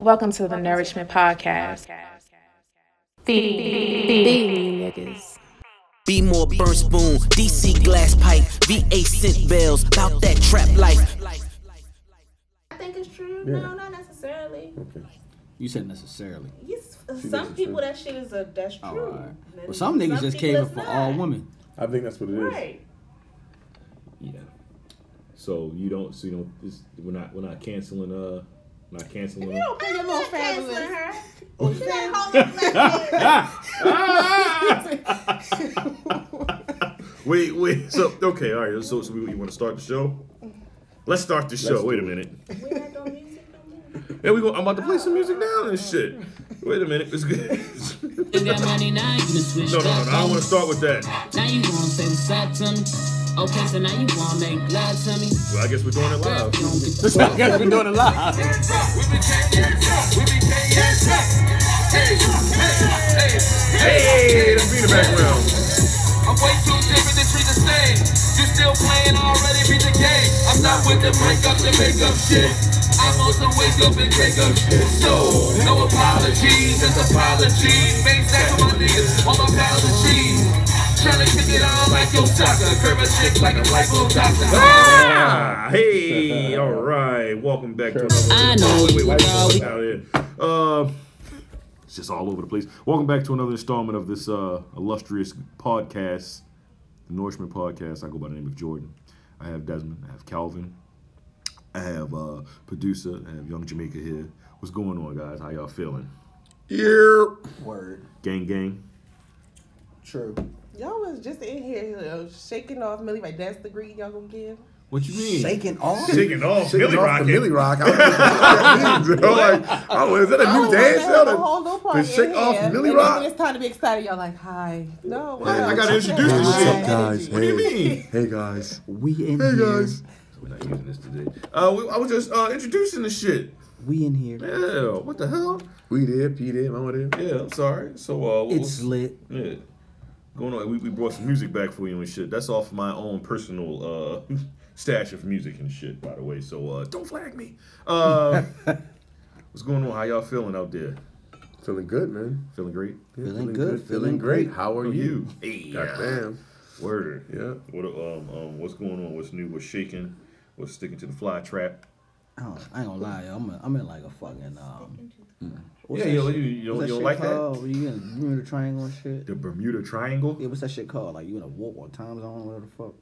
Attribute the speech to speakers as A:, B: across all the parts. A: Welcome to the Nourishment Podcast. Feed niggas.
B: Be more burn spoon, DC glass pipe, VA scent bells, about that trap life.
C: I think it's true.
D: Yeah.
C: No, not necessarily.
D: Okay.
E: You said necessarily.
C: Yes,
D: that's
C: some people
D: true.
C: that shit is a that's true.
E: Oh, all right.
C: And
E: Well, some niggas just
C: people
E: came up
C: it's
E: for
C: not.
E: all women.
D: I think that's what it is.
C: Right.
F: Yeah. So you don't. So you don't. This, we're not. We're not canceling. Uh, not canceling.
C: You don't play your little fabulous. Her. She got
F: wait, wait. So okay, all right. So, so we, you want to start the show? Let's start the show.
D: Let's
F: wait a
D: do it.
F: minute.
C: no music. no music.
F: There we go. I'm about to play some music now and shit. Wait a minute. It's good.
G: You got money now, you can switch
F: no, no, no,
G: that
F: no. I don't want
G: phone.
F: to start with that.
G: Now you won't say what's up to me. Okay, so now you won't make love to me.
F: Well, I guess we're doing it live.
G: You don't get
E: This nigga been doing a lot.
F: Hey, that's me in the background.
H: I'm way too different to treat the same. You still playing already beat the game. I'm not with the break up to make up shit. I'm on some wake up and take up shit. So, no apologies, just apologies. Main stack of my niggas, all my pals of cheese. Tryna kick it on like yo soccer. Curve a chick like a lipo doctor.
F: Ah, hey, all right. Welcome back to another.
G: I know
F: wait,
G: you
F: wait, wait,
G: know.
F: wait, out here. Uh, it's just all over the place. Welcome back to another installment of this uh, illustrious podcast, the Norseman Podcast. I go by the name of Jordan. I have Desmond. I have Calvin. I have uh, producer. I have Young Jamaica here. What's going on, guys? How y'all feeling? Yeah.
I: Word.
F: Gang, gang.
I: True.
J: Y'all was just in here you know, shaking off Millie. Like that's the greeting y'all gonna give.
E: What you mean?
I: Shaking off.
F: Shaking off,
D: Shit,
F: Millie
D: off
F: Rocket.
D: the Millie Rock. I was like, oh, is that a new dance?
J: Y'all
D: Show
J: had a whole little party
D: to shake
J: in
D: off
J: here.
D: Millie
J: And then
D: Rock.
J: when it's time to be excited. Y'all like, hi. No,
D: Yeah,
J: wow.
D: I
F: gotta introduce this
J: Hi,
F: shit.
J: energy.
D: guys?
E: What do you mean?
D: Hey guys.
E: We in
D: Hey
E: here.
D: guys.
F: We're not using this today. Uh, we, I was just uh, introducing the shit.
E: We in here.
F: Yeah. What the hell?
D: We there, P there, Mama there.
F: Yeah. I'm sorry. So uh, what
E: It's lit.
F: Yeah. Going on, we, we brought some music back for you and shit. That's off my own personal uh, stash of music and shit, by the way. So uh, don't flag me. Uh, what's going on? How y'all feeling out there?
D: Feeling good, man.
F: Feeling great? Oh,
D: Yeah,
E: Feeling good,
D: Feeling
E: feeling
D: great.
E: great.
D: How are
F: How
D: you?
F: Hey,
D: Goddamn.
F: Word.
D: Yeah.
F: What um, um what's going on? What's new? What's shaking? What's sticking to the fly trap?
E: I, don't, I ain't gonna lie, yo. I'm, a, I'm in like a fucking um.
F: Yeah,
E: what's that
F: yo,
E: shit-
F: you- you
E: what's
F: don't- you don't
E: shit
F: like that?
E: called? You in you in the triangle and shit.
F: The Bermuda Triangle.
E: Yeah, what's that shit called? Like you in a war or time zone, whatever the fuck.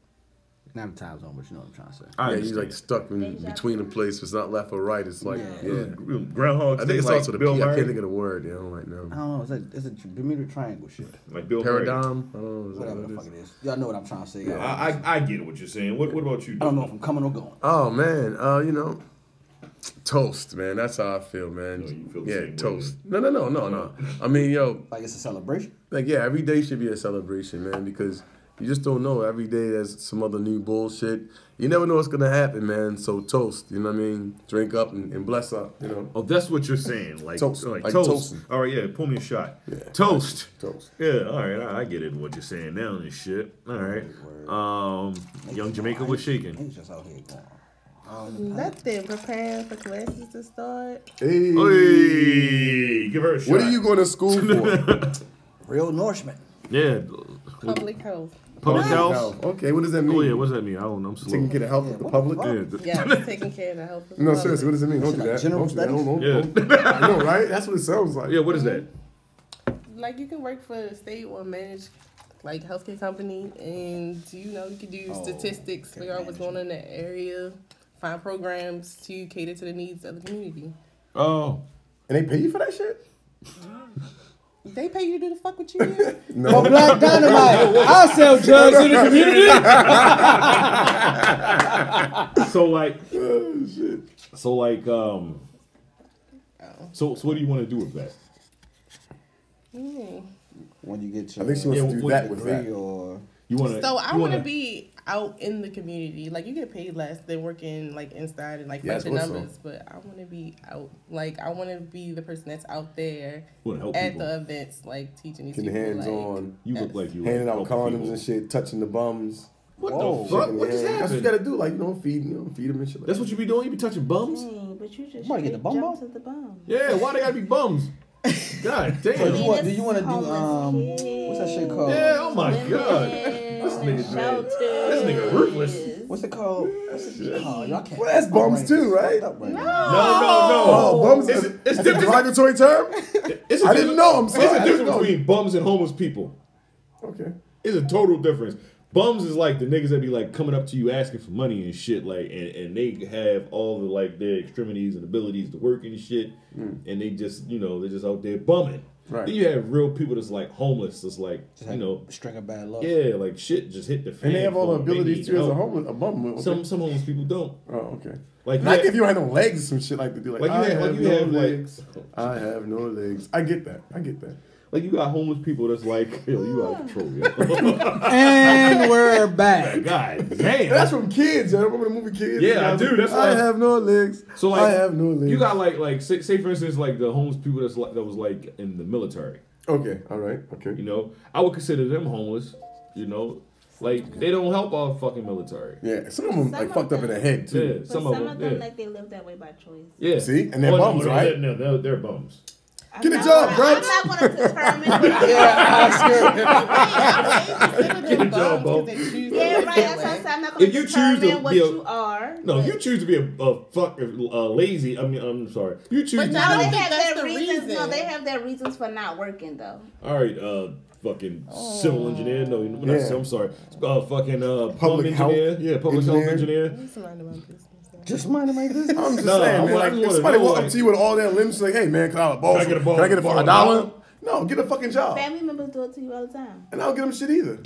E: Not a time zone, but you know what I'm trying to say.
F: I
D: Yeah, he's like
F: understand.
D: stuck in between a place. It's not left or right. It's like, yeah.
F: Groundhog.
D: I think it's
F: like
D: also the P.
F: Bill
D: I
F: Murray.
D: can't think of the word. Yeah, I don't like
E: I
D: no.
E: don't know. It's a, it's a Bermuda Triangle shit.
F: Like Bill Murray.
D: Paradigm. I don't know. Is that
E: Whatever
D: what
E: the
D: it
E: fuck
D: is?
E: it is. Y'all know what I'm trying to say. y'all. I,
F: I, I I get what you're saying. What what about you?
E: don't know if I'm coming or going.
D: Oh man, uh, you know, toast, man. That's how I feel, man.
F: No, you feel the
D: yeah,
F: same way,
D: toast. no, no, no, no, no. I mean, yo,
E: Like it's a celebration.
D: like yeah, every day should be a celebration, man, because you just don't know. Every day there's some other new bullshit. You never know what's gonna happen, man. So toast, you know what I mean? Drink up and, and bless up, you know.
F: Oh, that's what you're saying. Like
D: Toast.
F: Like,
D: Like
F: toast.
D: toasting.
F: All right, yeah. Pull me a shot. Toast.
D: Toast.
F: Yeah. All right. I, I get it. What you're saying now and shit. All right. Um, young Jamaica was shaking.
E: Niggas just out here going.
J: Nothing. Preparing for classes to start.
D: Hey,
F: Hey, give her a shot.
D: what are you going to school for?
E: Real nourishment.
F: Yeah.
J: Public health.
F: Public health.
D: Health. Okay, what does that mean?
F: Oh yeah. What does that mean? I don't know. I'm slow.
D: Taking care of health of the public.
F: Yeah. th-
J: Yeah, I'm taking care of the health. Of the
D: No,
J: public.
D: seriously, what does it mean? Don't do
E: Like
D: that.
E: general
D: Don't do that. Don't, don't,
F: Yeah.
D: don't. I know, right? That's what it sounds like.
F: yeah. What is that?
J: Like you can work for a state or managed like healthcare company, and you know you can do
E: Oh,
J: statistics,
E: okay,
J: figure out what's going on in that area, find programs to cater to the needs of the community.
F: Oh.
D: And they pay you for that shit?
J: They pay you to do the fuck what you do.
E: For black dynamite, I sell drugs in the community.
F: So like.
D: Oh,
F: So like um. So so what do you want to do with that?
E: When you get
D: I
E: your
D: think she wants
F: Yeah,
D: to do
F: what-
D: that with that.
E: or
F: You want to.
J: So I
F: you
J: want to be out in the community. Like you get paid less than working like inside and like
D: Yeah,
J: punching
D: I suppose so.
J: numbers, but I want to be out. Like I want to be the person that's out there
F: Wanna help
J: at
F: people.
J: the events, like teaching these
D: Getting
J: people.
D: hands
J: like,
D: on,
F: You look like you
D: handing out
F: help
D: condoms
F: people.
D: and shit, touching the bums.
F: What
E: Whoa.
F: the fuck?
D: shaking
F: What
D: their
F: just
D: hand. That's what you
F: happened?
D: gotta do, like, you know, feed, you know, feed them and shit. Like
F: That's what you be doing. You be touching bums.
J: Mm,
I: But you just
E: Somebody get the bum
I: straight
E: bum?
I: jumped to the bum.
F: Yeah, why they gotta be bums? God
E: So you
F: damn.
E: want, do you want to do um? What's that shit called?
F: Yeah, oh my god. This nigga bad. This nigga ruthless.
E: What's it called? What's it called? Y'all can't.
D: Well, that's bums too, right?
F: No, no, no.
D: Oh, bums
F: It's,
D: is
F: it's,
D: it's a
F: different.
D: derogatory term?
F: It's a
D: I didn't
F: difference-
D: know, I'm sorry.
F: It's a
D: I didn't
F: difference
D: know.
F: between bums and homeless people.
D: Okay.
F: It's a total difference. Bums is like the niggas that be like coming up to you asking for money and shit, like, and, and they have all the like their extremities and abilities to work and shit, and they just you know they're just out there bumming.
D: Hmm. Right.
F: Then you have real people that's like homeless, that's like you know,
E: string of bad luck.
F: yeah, like shit just hit the fan.
D: And they have all the
F: for 'em. They
D: abilities
F: need
D: too as a
F: help.
D: homeless, a bum.
F: Some some homeless people don't.
D: Oh, okay.
F: Like
D: Not
F: yeah.
D: if you had no legs or some shit like that. Be Like,
F: Like you
D: I
F: have-
D: have,
F: like you
D: no
F: have, like-
D: legs. I have no legs. I get that. I get that.
F: Like you got homeless people that's like, yo, you out of control, yo.
E: And we're back.
F: God
D: And that's
F: damn.
D: from kids. I remember the movie Kids.
F: Yeah, I do. That's
D: I
F: why-
D: have no legs.
F: So like,
D: I have no legs.
F: You got like like say, say for instance like the homeless people that's like, that was like in the military.
D: okay. All right. Okay.
F: You know, I would consider them homeless. You know, like they don't help our fucking military.
D: yeah. Some of them like
I: of
D: fucked up in the head
F: Yeah,
D: too.
I: But
F: some, of them. yeah.
I: like they live that way by choice.
F: yeah.
D: See? And they're
F: no,
D: bums,
F: no,
D: right?
F: They're, no, they're, they're bums.
D: Get a job, bro.
C: I'm not going to determine.
F: Get a job, bum.
C: yeah, right. That's what I'm saying. I'm not going
F: If
C: to
F: you choose
C: determine
F: to
C: what
F: be a-
C: you are.
F: No, you choose to be a, a fuck uh, lazy. I mean, I'm sorry. You choose.
J: But
F: to
J: now
C: No,
J: I
C: they
J: don't think
C: have
J: that's
C: their
J: the
C: reasons. No,
J: reason.
C: they have their reasons for not working though.
F: All right, uh, fucking civil engineer. No, not
D: Yeah.
F: civil, I'm sorry. Uh, fucking uh,
D: Public
F: public engineer.
D: health
F: yeah, public health
D: engineer.
F: engineer.
J: Just mind my business.
E: Just mind my business.
D: I'm just
F: No, I
D: saying, man.
F: wanna- I
D: Like,
F: just
D: if
F: wanna
D: somebody
F: know,
D: walk up
F: like-
D: to you with all their limbs, like, "Hey, man, can I have a ball?
F: Can I get a ball-
D: Can I get a,
F: borrow
D: a
F: a
D: dollar?
F: dollar?
D: No, get a fucking job,
I: Family members do it to you all the time.
D: and I don't get them shit either.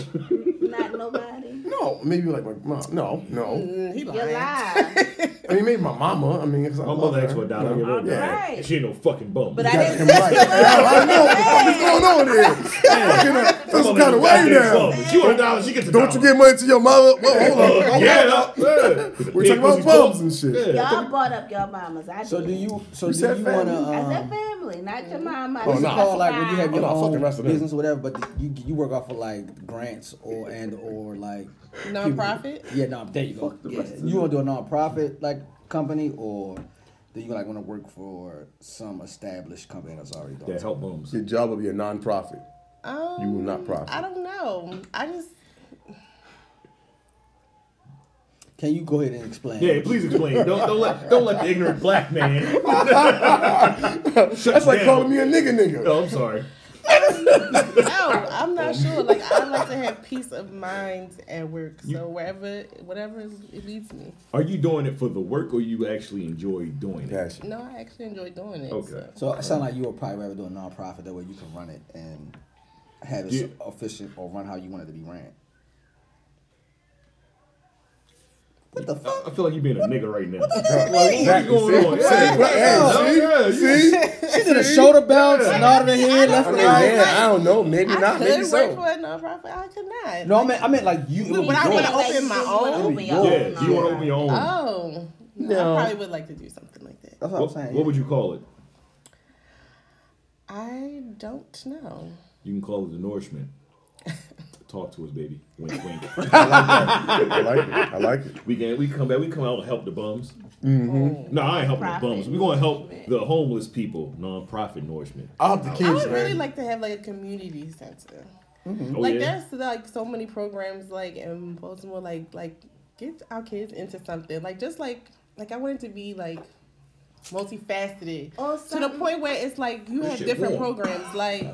I: Not nobody.
D: No, maybe like my mom. No, no.
J: He
I: You
J: lying.
I: lie.
D: I mean, maybe my mama. I mean, 'cause I
F: My
D: love
F: mother
D: her.
F: asked for a dollar.
D: You know?
F: I gave her a dollar.
I: Alright.
F: And She ain't no fucking bum.
I: But I didn't
D: Goddamn right. Now I know what the fuck is going on here. Fucking, uh, Some
F: Mother
D: kind of
F: ain't
D: way
F: goddamn
D: now.
F: bum. If you want a dollar, she gets a
D: Don't you
F: dollar.
D: give money to your mother? Whoa, hold on. Hold on.
F: yeah, no, yeah.
D: We're talking about bums and shit.
F: Yeah.
I: Y'all brought up your mamas. I did.
E: So do you? So
D: You
E: do
D: said
E: you want to?
D: family.
I: I said
E: Um,
I: family, not your mama.
D: Oh,
E: what's it
D: nah.
E: called? Like when you have
D: Oh,
E: your
D: nah, fuck the
E: own
D: rest of them.
E: business, or whatever, but the, you you work off of like grants or and or like
J: Nonprofit?
E: Yeah, no, there you go. Yeah. You want to do a non-profit like company, or do you like want to work for some established company that's already done?
F: That help bums.
D: Your job will be a non-profit.
J: Um,
D: You will not profit.
J: I don't know. I just
E: Can you go ahead and explain?
F: Yeah, please explain. Don't don't let don't let the ignorant black man.
D: That's like calling me a nigga nigga.
F: No, I'm sorry.
J: no, I'm not sure. Like I like to have peace of mind at work. So wherever, whatever it leads me.
F: Are you doing it for the work or you actually enjoy doing it?
D: Passion.
J: No, I actually enjoy doing it.
F: Okay.
J: so.
E: So it sounds like you would probably rather do a non-profit that way you can run it and have it
F: Yeah.
E: efficient or run how you want it to be ran. What the fuck?
F: I feel like you being a nigga right now.
D: Well, exactly.
F: What's going on?
D: See?
F: Yeah,
D: Hey, see?
F: yeah,
D: See?
E: She did a shoulder bounce, nodded her head left
D: I
E: and
D: mean,
E: right.
D: man, I don't know. Maybe
J: I
D: not. Maybe
J: could work for
D: so.
J: a nonprofit. I could not.
E: No, I meant, I meant like you. it would
J: When
E: be
J: I
E: yours.
J: want to open my own.
F: Yeah, do you want to open your own?
J: Oh,
D: No.
J: no. I probably would like to do something like that.
E: That's what,
F: What,
E: I'm saying.
F: what would you call it?
J: I don't know.
F: You can call it the nourishment. Talk to us, baby. Wink, wink.
D: I like it. I like it.
F: we can we come back. We come out and help the bums.
D: Mm-hmm.
J: Oh,
F: No, I ain't helping the bums. We gonna help the homeless people. Non-profit nourishment.
D: I'll have the
J: I
D: kids,
J: would really
D: man.
J: like to have like a community center.
F: Oh,
J: like
F: yeah.
J: there's like so many programs like in Baltimore, like like get our kids into something. Like just like like I want it to be like multifaceted to
I: Or
J: the
I: something.
J: point where it's like you have
F: shit
J: different
F: warm.
J: programs. Like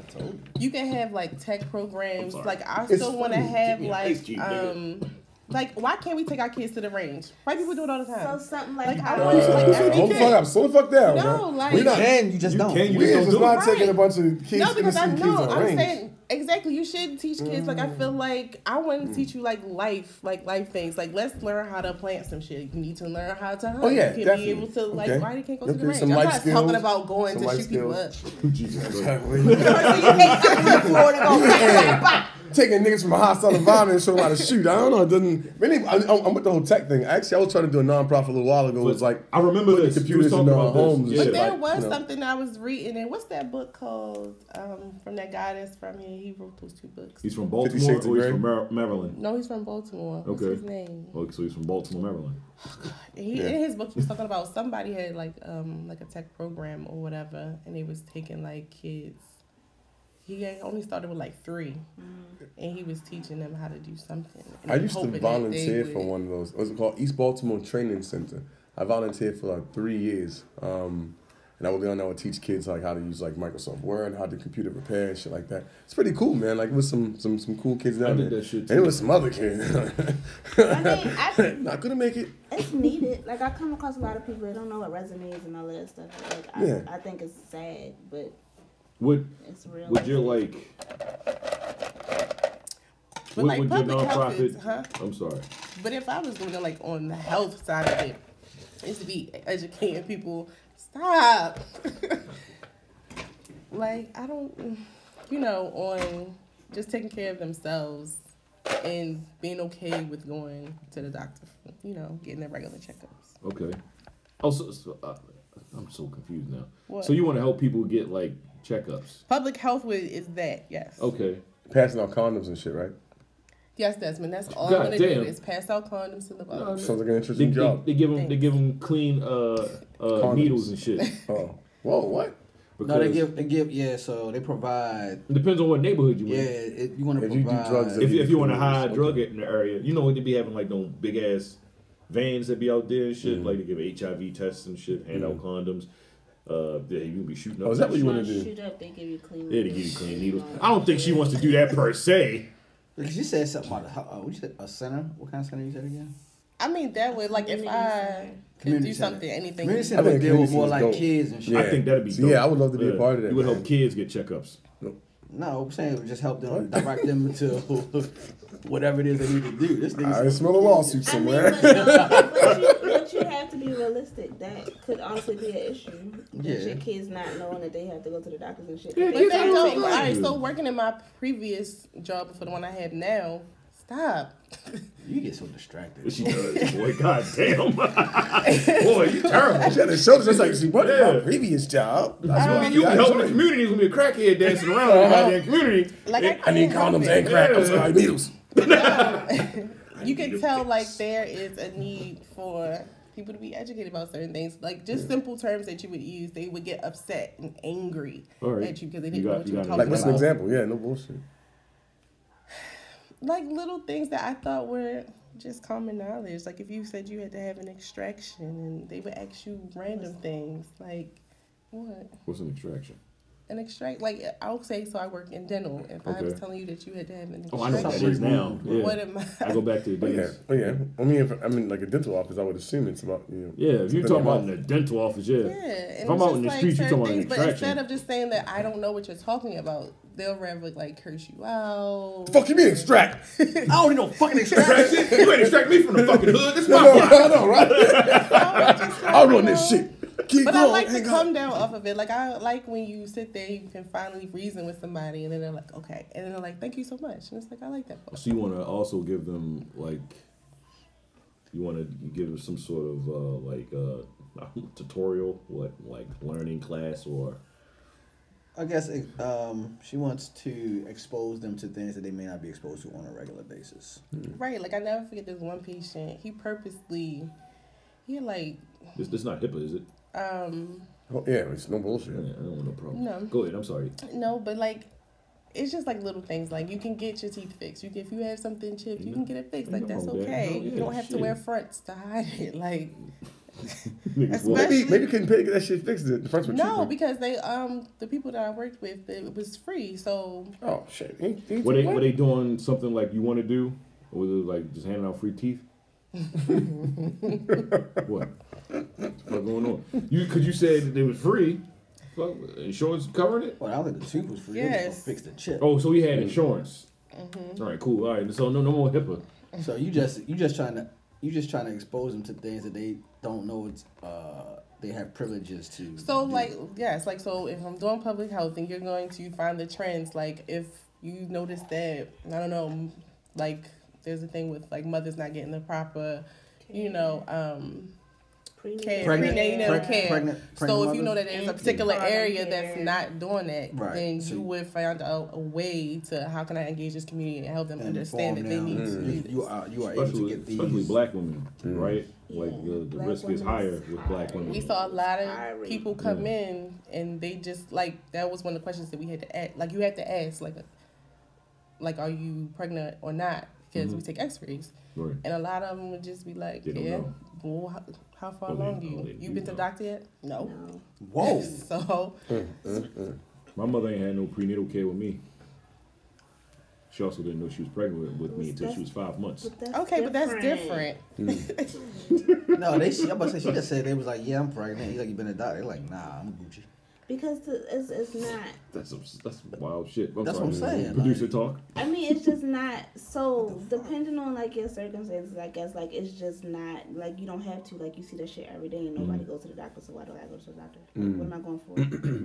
J: you can have like tech programs.
F: sorry.
J: Like I
D: It's
J: still want to
D: funny.
J: have
F: me an
J: like
F: ice cube, nigga.
J: um like why can't we take our kids to the range? White people do it all the
I: So
J: time.
I: something like,
J: I
I: I
J: want
I: want
J: you to,
F: Uh,
J: like, every
D: Uh, Hold the fuck
J: kid.
D: up. Slow the fuck down,
J: No,
D: man.
J: like-
D: we not.
E: can, you just
F: You
E: don't.
F: can, you just
D: We is
F: don't
D: just
F: do
D: not
F: it.
D: taking
J: Right.
D: a bunch of kids,
J: No, because I
D: innocent kids
J: know
D: on
J: I'm
D: range. Mm.
J: saying exactly. You should teach kids. Like I feel like I want to teach you like life, like life things. Like let's learn how to plant some shit. You need to learn how to hunt.
D: Oh, yeah,
J: you can
D: definitely.
J: be able to like.
D: Okay.
J: Why you can't go to
D: Okay,
J: the range?
D: some
J: I'm
D: life
J: not
D: skills,
J: talking about going
D: some
J: to
D: life
J: shoot people up.
D: skills.
F: Jesus Christ.
D: Exactly.
I: to go back, back, back.
D: taking niggas from a hostile environment and showing them how to shoot. I don't know. It doesn't. Many, I, I'm with the whole tech thing. Actually, I was trying to do a nonprofit a little while ago. It was like
F: I remember
D: putting
F: this. You
D: computers
F: was talking
D: in our
F: about this.
D: homes. and
F: But
D: shit,
J: There
D: like,
J: was
D: you know.
J: something I was reading, and what's that book called? Um, from that guy that's from here. He wrote those two books.
F: He's from Baltimore
D: Fifty
F: or he's
D: Shades of Grey?
F: from Mar- Maryland.
J: No, he's from Baltimore. What's
F: Okay.
J: his name?
F: Okay, so he's from Baltimore, Maryland.
J: He, In his book, he was talking about somebody had like um like a tech program or whatever, and they was taking like kids. He had only started with like 3 and he was teaching them how to do something. and
D: I used to
J: hoping that they
D: volunteer for
J: would-
D: one of those. What's it called? East Baltimore Training Center. I volunteered for like three years. Um, and I would go in there and teach kids like how to use like Microsoft Word, how to do computer repair and shit like that. It's pretty cool, man. Like with some some some cool kids down
F: did
D: there.
F: that shit
D: And
F: too.
D: it was some other kids.
I: I think
D: Not gonna make it.
I: it's needed. Like I come across a lot of people that don't know what resume is and all that stuff. Like I,
D: Yeah.
I: I think it's sad, but
F: Would
I: it's real.
F: would your like?
J: But
F: what
J: like
F: would your
J: public health is,
F: nonprofit?
J: huh?
F: I'm sorry.
J: But if I was doing it like on the health side of it, it's to be educating people. Stop. like I don't, you know, on just taking care of themselves and being okay with going to the doctor. You know, getting their regular checkups.
F: Okay. Oh, so, so, uh, I'm so confused now.
J: What?
F: So you want to help people get like checkups?
J: Public health wi- is that yes.
E: Oh.
F: Okay.
D: Passing out condoms and shit, right?
J: Yes, Desmond. That's all I'm
F: God
J: gonna
F: damn.
J: do is pass out condoms to the
F: No,
E: Uh, Oh,
J: world.
D: Sounds like an
F: They,
D: interesting
F: they,
D: job.
F: they give them they give 'em clean uh, uh, needles and shit.
D: Oh, whoa, what?
E: No, they
F: because
E: give they give yeah. So they provide
F: it depends on what neighborhood you
E: yeah.
F: in.
E: It, you want to
D: If you do
E: provide
D: drugs,
F: If, if you want to
D: Okay.
F: hide drug it in the area, you know what they be having like those big ass vans that be out there and shit. Like they give HIV tests and shit, hand out condoms. Uh, yeah, you be shooting up.
D: Oh, is that what you
I: Once
D: want to
I: you
D: do?
I: shoot up, they give you clean.
F: Yeah, they give you clean needles. I don't think she wants to do that per se.
E: Because you said something about a, ho- uh, what you said, a center. What kind of center you said again?
J: I mean that way, like if
I: Community
J: I
I: center.
J: could
E: Community
J: do
E: center.
J: something, anything.
E: Community
D: I
E: center
D: think
E: would deal with
D: community
E: more
D: is
E: like
D: dope.
E: kids and shit.
D: Yeah.
F: I think that'd be.
D: So,
F: dope.
D: yeah, I would love to be a
F: Yeah.
D: part of that,
F: You would help
D: man.
F: kids get checkups.
E: No, I'm saying it would just help them direct them to whatever it is they need to do. This nigga
D: I smell a lawsuit
I: I mean,
D: somewhere.
I: but, no, but, you, but you have to be realistic. That could honestly be an issue.
E: Yeah.
I: With your kids not knowing that they have to go to the doctors and shit.
J: But
F: Kids
J: they
F: are
J: don't.
F: little
J: All right,
F: things.
J: so working in my previous job before the one I have now, stop.
E: you get so distracted.
F: She does, boy. God damn, boy, you terrible.
D: She had her shoulders. It's like, see, what yeah.
F: Yeah.
D: my previous job? That's
F: I
D: what
F: mean, you Uh-huh.
D: I
F: can help
D: joined.
F: the community. There's gonna be a crackhead dancing around in the goddamn community.
J: Like I,
D: I need
J: can't help
D: condoms
J: it.
D: and crack. I'm
F: Yeah.
D: sorry, needles.
J: You can tell like there is a need for people to be educated about certain things, like just simple terms that you would use. They would get upset and angry
F: All right.
J: at you because they
F: You
J: didn't
F: got-
J: know what
F: you
J: you, were
F: got it.
J: talking
D: Like, what's an
J: about.
D: example? Yeah, no bullshit.
J: Like little things that I thought were just common knowledge. Like if you said you had to have an extraction, and they would ask you random things like, "What?"
F: What's an extraction?
J: an extract. Like I'll say, so I work in dental. If I was
F: Okay.
J: telling you that you had to have an
F: Oh, I know what that
J: extraction,
F: is now. Yeah.
J: what am I?
F: I go back to the
D: But yeah,
F: days.
D: but yeah. I mean, if, I mean, like a dental office, I would assume it's about you know.
F: Yeah, if you're
D: something
F: talking about
D: like
F: in the dental office, yeah.
J: Yeah, and
F: if I'm
J: it's
F: out
J: just
F: in the
J: like
F: streets, you're
J: certain
F: talking about an
J: things, But instead
F: extraction.
J: of just saying that I don't know what you're talking about, they'll rather like curse you out.
D: that. Fuck you, mean extract.
E: I don't need no fucking
F: Extract
E: extraction.
F: shit? you ain't extract me from the fucking hood. This is
D: I
F: my
D: know,
F: block.
D: I know, right? I
J: I'm
D: don't know this shit. Keep
J: But I
D: going.
J: like to
D: hang on.
J: come down off of it. Like I like when you sit there, you can finally reason with somebody, and then they're like, okay, and then they're like, thank you so much, and it's like I like that. Part.
F: So you want to also give them like, you want to give them some sort of uh, like uh, tutorial, what like learning class or
E: I guess it, um, she wants to expose them to things that they may not be exposed to on a regular basis.
J: Right? Like I never forget this one patient. He purposely, he like
F: this. This not HIPAA, is it?
J: um
D: Oh, yeah, it's no bullshit.
F: Yeah, I don't want no problem.
J: No.
F: Go ahead. I'm sorry.
J: No, but like, it's just like little things. Like you can get your teeth fixed. You can, if you have something chipped, you can get it fixed. Like
F: Ain't
J: that's
F: nothing wrong with that.
J: okay.
F: No,
J: You
F: yeah,
J: don't have to
F: shit.
J: wear fronts to hide it. Like
F: Niggas
J: Especially-
F: walk-
D: Maybe maybe couldn't pay to get that shit fixed. The first one.
J: no, because they um the people that I worked with it was free. So
D: Oh shit. You- you-
F: Were they
D: what?
F: were they doing something like you want to do, or was it like just handing out free teeth? what? What's going on? You because you said that they was free. Fuck, insurance covering it.
E: Well, I don't think the tooth was free. They
J: Yes.
E: just gonna fix the chip.
F: Oh, so he
E: Mm-hmm.
F: had insurance.
I: Mm-hmm.
F: All right, cool. All right, so no, no more HIPAA.
E: So you just you just trying to you just trying to expose them to things that they don't know it's uh they have privileges to.
J: so
E: do.
J: like yes, like so if I'm doing public health and you're going to find the trends. Like if you notice that I don't know, like there's a thing with like mothers not getting the proper, you know, um, care,
E: Pregnant-
J: prenatal
E: preg-
J: care.
E: pregnant-
J: so
E: pregnant
J: if you know
E: mothers?
J: that there's a particular
I: Antepartum
J: area
I: care.
J: that's not doing that,
E: Right.
J: then
E: So
J: you
E: you-
J: would find out a way to how can I engage this community and help them
E: and
J: understand that
E: inform
J: they
E: them.
J: need to
E: Mm.
J: do
E: You-
J: this.
E: You are you are able to
F: especially,
E: get these. Mm.
F: especially black women, right? Like
I: Yeah,
F: the, the
I: black
F: risk is
I: women
F: higher
I: is
F: with
I: high.
F: black women.
J: We saw a lot of
I: Tiring.
J: people come in and they just like that was one of the questions that we had to ask. Like you had to ask like, like are you pregnant or not? Because we take X-rays,
F: Right.
J: and a lot of them would just be like,
F: They don't
J: yeah,
F: know.
J: well, how, how far
F: Well, they-
J: along do
F: well, they
J: you? You been
F: do
J: to
F: know.
J: the doctor yet? No.
E: Whoa.
J: So
F: My mother ain't had no prenatal care with me. She also didn't know she was pregnant with, with me until she was five months.
I: That's
J: okay, but that's different.
E: No, they. She, I'm about to say she just said they was like, yeah, I'm pregnant. He's like, you been a doctor? They're like, nah, I'm Gucci.
I: Because the- it's, it's not.
F: That's some, that's some wild shit. I'm
E: That's
F: sorry.
E: what I'm saying,
F: Producer
E: like-
F: talk.
I: I mean, it's just not so depending on like your circumstances. I guess like it's just not like you don't have to like you see that shit every day and nobody
E: Mm.
I: goes to the doctor. So why do I go to the doctor? Like, What am I going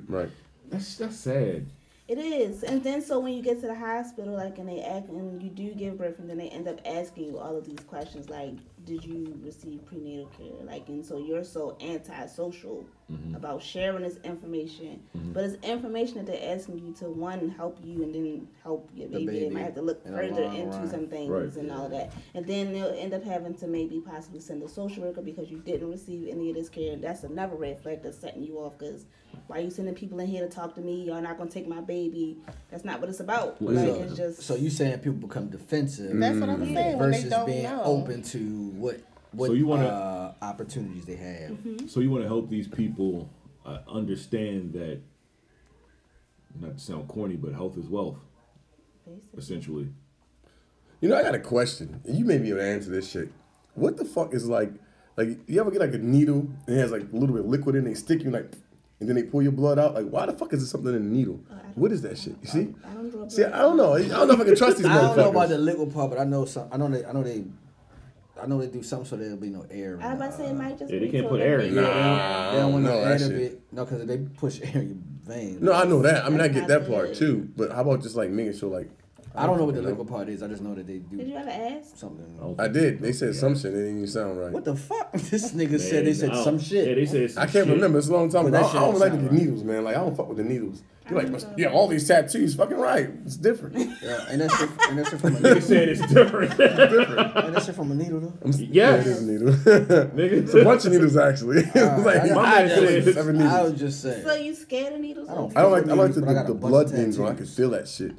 I: for?
D: Right.
F: That's that's sad.
I: it is, and then so when you get to the hospital, like and they act and you do give birth, and then they end up asking you all of these questions like, did you receive prenatal care? Like, and so you're so antisocial
E: Mm-hmm.
I: about sharing this information, but it's information that they're asking you to one help you and then help your
E: The
I: baby. They
E: baby
I: might have to look
E: in the
I: further
E: long
I: into
E: run.
I: some things
F: Right.
I: and all that. And then they'll end up having to maybe possibly send a social worker because you didn't receive any of this care. That's another red flag that's setting you off because why you sending people in here to talk to me? Y'all not going to take my baby. That's not what it's about. Like,
E: So,
I: it's just.
E: so you saying people become defensive?
J: That's what I'm saying when they
E: Versus
J: don't
E: being
J: know.
E: open to what what
F: So you wanna-
E: uh, opportunities they have.
J: Mm-hmm.
F: So you want to help these people uh, understand that, not to sound corny, but health is wealth, essentially.
D: You know, I got a question. and You may be able to answer this shit. What the fuck is like, like you ever get like a needle and it has like a little bit of liquid in it, they stick you like, and then they pull your blood out? Like, why the fuck is there something in the needle?
I: Oh,
D: What is that shit? You see?
I: I don't draw
D: See, I don't know. I don't know if I can trust these
E: I
D: motherfuckers.
E: don't know about the liquid part, but I know some. I know they. I know they. I know they do something so there'll be no air. in
I: I was
E: the,
I: about to say it might just
F: Yeah,
I: be
F: they can't
I: so
F: put
I: that
F: air
I: they-
F: in
E: Yeah,
F: there.
E: they don't- they don't want
D: Nah.
E: no
D: Oh, No,
E: air
D: that
E: to
D: shit.
E: be. No, because if they push air in your veins.
D: No, I know that. I mean, I
I: That's
D: get
I: not
D: that part
I: good.
D: too. But how about just like making sure, like,
E: I don't know what the
D: You know?
E: liquid part is. I just know that they
I: Did you
E: do
I: ever ask?
E: something.
F: don't
D: I
F: think-
D: did. They said some shit. It didn't even sound right.
E: What the fuck? This nigga said they
F: Man,
E: said
F: I don't-
E: some
F: Yeah,
E: shit.
F: they said some
D: I can't
F: shit.
D: remember. It's a long time
E: But
D: ago.
E: that
D: I,
E: shit
D: I don't
E: don't
D: like
E: sound
D: the
E: right.
D: needles, man. Like I don't fuck with the needles. You're like, yeah, all these tattoos, fucking right. It's different.
E: Yeah, and that's shit- and that shit from a
F: They
E: needle.
F: said it's different.
E: and that shit from a needle though.
D: It
F: yes.
D: is a needle. it's a
F: Nigga.
D: bunch of needles actually. It's like
E: I-
D: my
E: I
D: man said
F: just-
D: seven
E: I
D: needles.
E: was just saying.
I: So you scared of needles?
E: I don't-
D: I don't like. I like
E: Needles,
D: the,
E: but I got a
D: the
E: bunch of
D: blood things when I can
E: tattoos.
D: feel that shit.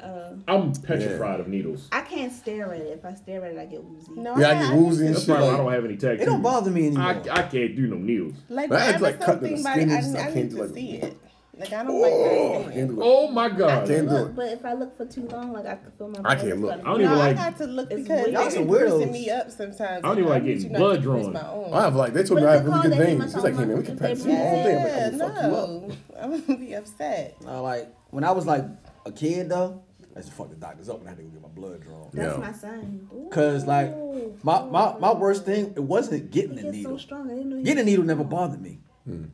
F: I'm petrified of needles.
I: I can't stare at it. If I stare at it, I get woozy.
J: No,
D: Yeah, I get woozy and
F: That's
D: shit.
F: why I don't
D: Like,
F: have any tattoos.
E: It don't bother me anymore.
F: I, I can't do no needles.
J: Like
D: But I had
J: whenever
D: to, like, cut the
J: something
D: skin
J: body, I,
D: and just- I
J: I
D: can't
J: need
D: do,
J: to
D: like-
J: see it. Like I don't
D: oh,
J: like not
D: can't
J: seeing it.
D: do it.
F: Oh my god.
D: Can't do
I: Look,
D: it.
I: but if I look for too long, like I could feel my.
D: I can't look.
F: I don't
J: No,
F: even
J: I
F: like.
J: got to look
I: It's
J: because
I: weird.
J: y'all
E: Y'all
J: some
E: some
J: weirdos.
E: weirdos.
J: me up sometimes.
F: I don't even like
J: need
F: getting
J: you not
F: blood
J: to increase
F: drawn.
J: My own.
D: I have like they told me
I: But
D: I have
I: it's
D: really good
I: called that in my
D: veins. She's like, hey man, we can
I: stomach.
D: practice
I: They
D: all day. I'm like,
J: yeah,
D: I'm gonna fuck you up.
J: no, I'm gonna be upset.
E: I Uh, like when I was like a kid though. I used to fuck the doctors up when I had to go get my blood drawn.
I: That's
D: Yeah.
I: my son. Ooh,
E: Cause like my, my my worst thing it wasn't getting the
I: he gets so
E: needle.
I: strong. I didn't know he
E: Getting a needle never bothered me.
F: Hmm.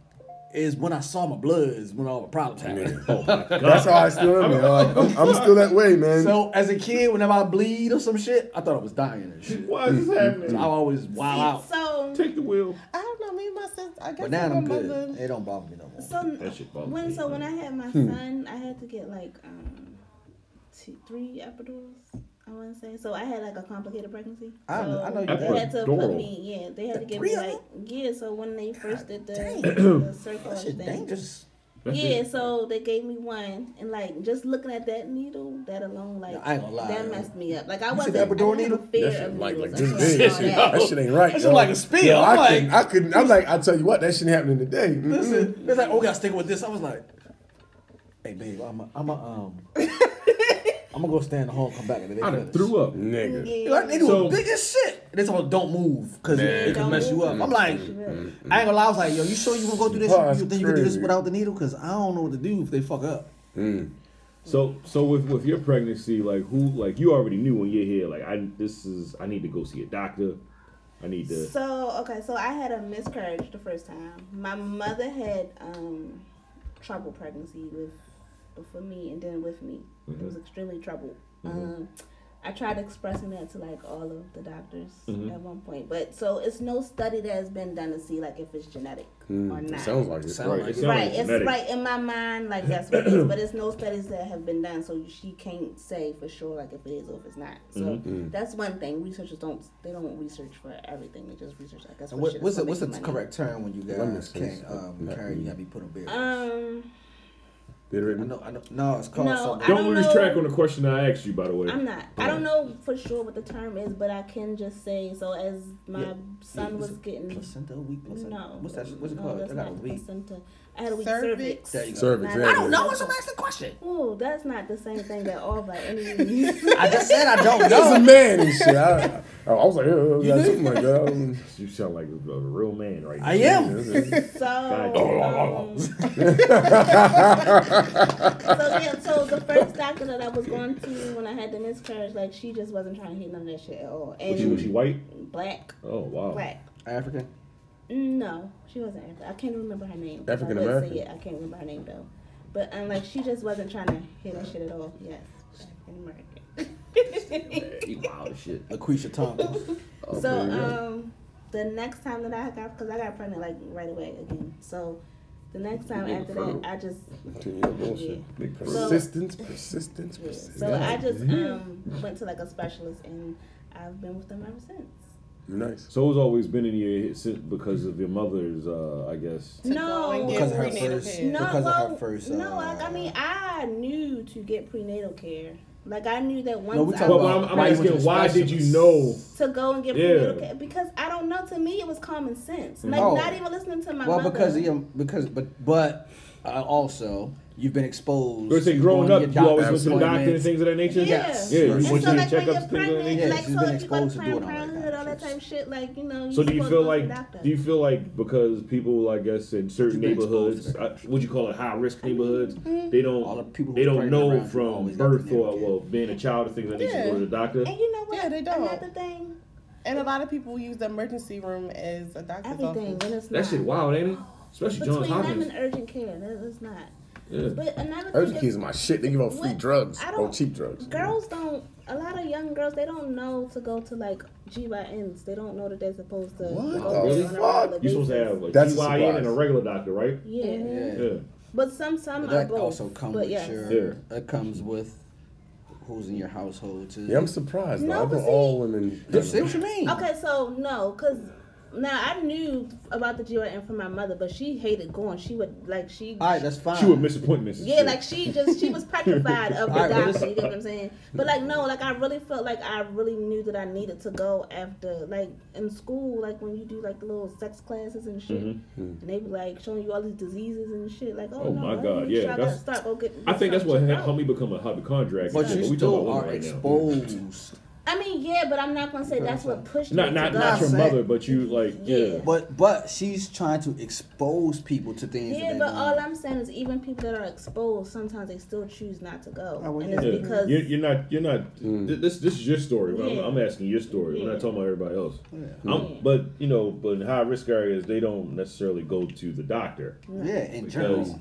E: Is when I saw my blood is when all the problems happened.
D: That's how I still am. man. Like, I'm, I'm still that way, man.
E: So as a kid, whenever I bleed or some shit, I thought I was dying and shit.
F: Why is this
E: So I
F: happening?
E: always wild out.
I: So,
F: Take the wheel.
J: I don't know. Me and my sister. I guess
E: But now
J: my
E: I'm good.
J: mother.
E: It don't bother me no more.
I: so
F: That shit bothers
I: when
F: me.
I: so when I had my son, I had to get like um two, three epidurals. I want to say so. I had like a complicated pregnancy.
E: I under- I know you did.
I: So They had to
F: Epidural.
I: put me. Yeah, they had to give
E: Three
I: me
E: of
I: like yeah. So when they first did the,
E: dang.
I: the circle
E: That shit
I: thing,
E: dangerous.
F: That's
I: Yeah,
F: it.
I: so they gave me one, and like just looking at that needle, that alone, like
E: Nah, I ain't gonna lie,
I: that
E: yo.
I: messed me up. Like I
E: see
I: wasn't
E: the
I: I didn't
E: epidural
I: have a
E: needle?
I: Fear
D: That shit
I: of
D: like like
I: needles. I
D: this big.
I: saw that.
D: That shit ain't right.
E: That shit
D: yo.
E: like a spear.
D: Yo,
E: I'm
D: I couldn't.
E: like-
D: I couldn't. I'm like. I tell you what, that shouldn't happen today. Mm-mm.
E: Listen, it's like, oh, we gotta stick with this. I was like, hey, babe, I'm a, I'm a, um, I'm gonna go stay in the hall, come back, and then they
F: I done
E: finish.
F: threw up.
D: Nigga.
E: Yo, That nigga
F: So-
E: was big as shit. And It's all don't move, cause it, it can
I: Don't
E: mess you
I: move.
E: up. I'm like,
F: Mm-hmm.
E: I ain't gonna lie. I was like, yo, you sure you wanna go through this?
D: Oh,
E: you think you can do this
D: crazy.
E: without the needle? Cause I don't know what to do if they fuck up.
F: So so with with your pregnancy, like who like you already knew when you're here, like I this is I need to go see a doctor. I need to
I: So okay, so I had a miscarriage the first time. My mother had um trouble pregnancy with for me and then with me.
D: Mm-hmm.
I: It was
F: Mhm.
I: extremely troubled.
F: Mhm.
I: Um, I tried expressing that to like all of the doctors
D: Mm-hmm.
F: Mhm.
I: at one point, but so it's no study that has been done to see like if it's genetic or
D: Mm,
I: not.
D: it sounds like it.
E: Sound
F: Right,
E: like
F: it
E: it.
F: sounds
I: Right, it's
F: genetic.
I: right in my mind, like that's what it is, but it's no studies that have been done, so she can't say for sure, like if it is or if it's not. So
E: Mm.
I: that's one thing. Researchers don't they don't research for everything; they just research. I guess.
E: So
I: for
E: what,
I: shit
E: what's the
I: that's
E: what's the
I: making money.
E: correct term when you guys
D: Lemons is-
E: can't um,
D: yeah.
E: carry? You gotta be put on bed.
I: Um,
D: Did
E: I
D: it?
E: know, I know. No, it's called
I: No,
E: something.
I: I
F: Don't
I: don't
F: lose
I: know.
F: track on the question I asked you, by the way.
I: I'm not. I don't know for sure what the term is, but I can just say. So as my
E: Yeah.
I: son
E: Is
I: was
E: it
I: getting
E: placenta, weak placenta.
I: no,
E: what's that? What's it
I: no,
E: called?
I: that's
E: I got a
I: not the
E: weak.
I: placenta. I had a weak
J: Cervix.
I: cervix.
E: There you go.
D: Cervix.
I: Not-
D: yeah,
I: I don't
D: yeah.
E: No, it's a the question.
I: Ooh, that's not the same thing that all by any means.
E: I just said I don't
D: That's
E: know.
D: a man and shit. I, I, I was like, oh, yeah, something like that. Um, I was-
F: You sound like a, a real man right now.
E: I am.
I: So, um, so Oh, yeah, so the first doctor that I was going to when I had the miscarriage, like she just wasn't trying to hear none of that shit at all.
F: Was she, was she
I: And
F: white?
I: black,
F: Oh wow.
I: black.
E: African.
I: No, she wasn't. African. I can't remember her name. If I would say
D: African-American?
I: it, I can't remember her name though. But um, like she just wasn't trying to hear that shit at all. Yes, American.
F: You wild as shit.
E: Lucretia Thompson.
I: So um, the next time that I got, cause I got pregnant like right away again. So the next time after that, I just
D: Continue that bullshit. Persistence, persistence,
I: yeah.
D: persistence.
I: So I just um went to like a specialist, and I've been with them ever since.
D: Nice.
F: So it's always been in your since because of your mother's, uh, I guess.
J: To go and get
E: Because her
J: prenatal
E: first-
J: care.
I: No,
E: Because of
I: well,
E: her first,
I: no,
E: uh,
I: like I mean, I knew to get prenatal care. Like I knew that once
E: No, we
I: I
E: talking
F: But,
I: was-
F: but I'm, I'm
E: Why you went
F: asking,
E: to
F: why did you
E: specialists?
F: know?
I: to go and get
F: Yeah.
I: prenatal care because I don't know. To me, it was common sense. Like
E: Oh.
I: not even listening to my
E: Well,
I: mother.
E: because yeah, because but but uh, also you've been exposed.
F: Let's say
E: to
F: growing up,
E: going to
F: you
E: your
F: always
E: doctor's
F: listen to the doctor and
E: appointments.
F: things of that nature.
I: Yeah.
F: Yeah, you
I: And
F: went
I: so
F: to
I: like
F: your
I: when
F: checkups,
I: you're
F: things like that.
I: pregnant,
E: Yeah,
I: like
E: she's
I: so
E: been
I: if you go
E: exposed
I: to
E: to doing
I: Planned
E: all that
I: Parenthood, all that
E: kind
I: type
E: of
I: of shit, like you know.
F: So do you
I: supposed to
F: feel
I: go to the
F: like
I: doctor.
F: do you feel like because people I guess in certain
E: You've been
F: neighborhoods,
E: exposed to
F: uh, would you call it high risk neighborhoods?
I: Mm-hmm.
F: They
E: All the
F: don't
E: people who
F: they
E: were
F: don't
E: pregnant
F: know
E: around you
F: from
E: always got
F: birth
E: prenatal
F: or
E: care.
F: well being a child and things like that. You should go to the doctor.
I: And you know what?
J: Yeah, they don't.
I: Another thing,
J: And a lot of people use the emergency room as a doctor's
I: everything
J: office.
I: when it's not
F: That shit wild, ain't it? Especially
I: between
F: Johns
I: them
F: Hopkins.
I: and urgent care, that is not.
F: Yeah.
I: But another
D: Urgent
I: thing
D: kids
I: is,
D: are my shit. They give out free
I: What?
D: drugs
I: I
D: or
I: don't-
D: cheap drugs.
I: girls don't. A lot of young girls they don't know to go to like GYNs. They don't know that they're supposed to.
D: What
I: go
D: the
I: there
F: fuck?
I: on a regular
F: You supposed to
I: basis.
F: have a
D: That's a
F: GYN and a
D: surprise.
F: regular doctor, right?
I: Yeah.
E: Yeah.
F: Yeah.
I: but some some
E: But
I: are
E: that
I: both.
E: also comes
I: but
E: with
I: yes.
E: your.
F: Yeah.
E: That comes with who's in your household too.
D: Yeah, I'm surprised.
I: No,
D: though. I
I: but
D: know
I: see-
D: all women.
E: Just see what you mean.
I: Okay, so no, cause now I knew about the GYN from my mother, but she hated going. She would like she.
E: All right, that's fine.
F: She would miss appointments. and
I: yeah,
F: shit.
I: like she just she was petrified of the
E: All right, but
I: doctor.
E: this-
I: You get what I'm saying? But like no, like I really felt like I really knew that I needed to go after like in school, like when you do like the little sex classes and shit, and they be like showing you all these diseases and shit. Like oh,
F: Oh,
I: no,
F: my
I: I
F: God,
I: need-
F: yeah,
I: sure I gotta
F: that's-
I: start. Go get.
F: I think that's what
I: something
F: helped
I: out.
F: me become a hypochondriac.
E: But you
F: we talking
E: still
F: about
E: are
F: women right now.
E: exposed.
I: I mean, yeah, but I'm not gonna say that's what pushed
F: Not
I: me
F: not
I: to
F: not
I: go.
F: your
E: That's it.
F: mother, but you like yeah.
I: Yeah.
E: But but she's trying to expose people to things. that
I: Yeah,
E: they
I: but
E: don't-
I: all I'm saying is even people that are exposed, sometimes they still choose not to go,
E: Oh, well,
I: and it's
E: yeah.
I: because
F: you're, you're not you're not
D: Mm.
F: th- this this is your story. but
I: Yeah.
F: I'm, I'm asking your story. We're not
I: Yeah.
F: talking about everybody else. I'm, but you know, but in high risk areas, they don't necessarily go to the doctor.
E: yeah, in
F: Because
E: general.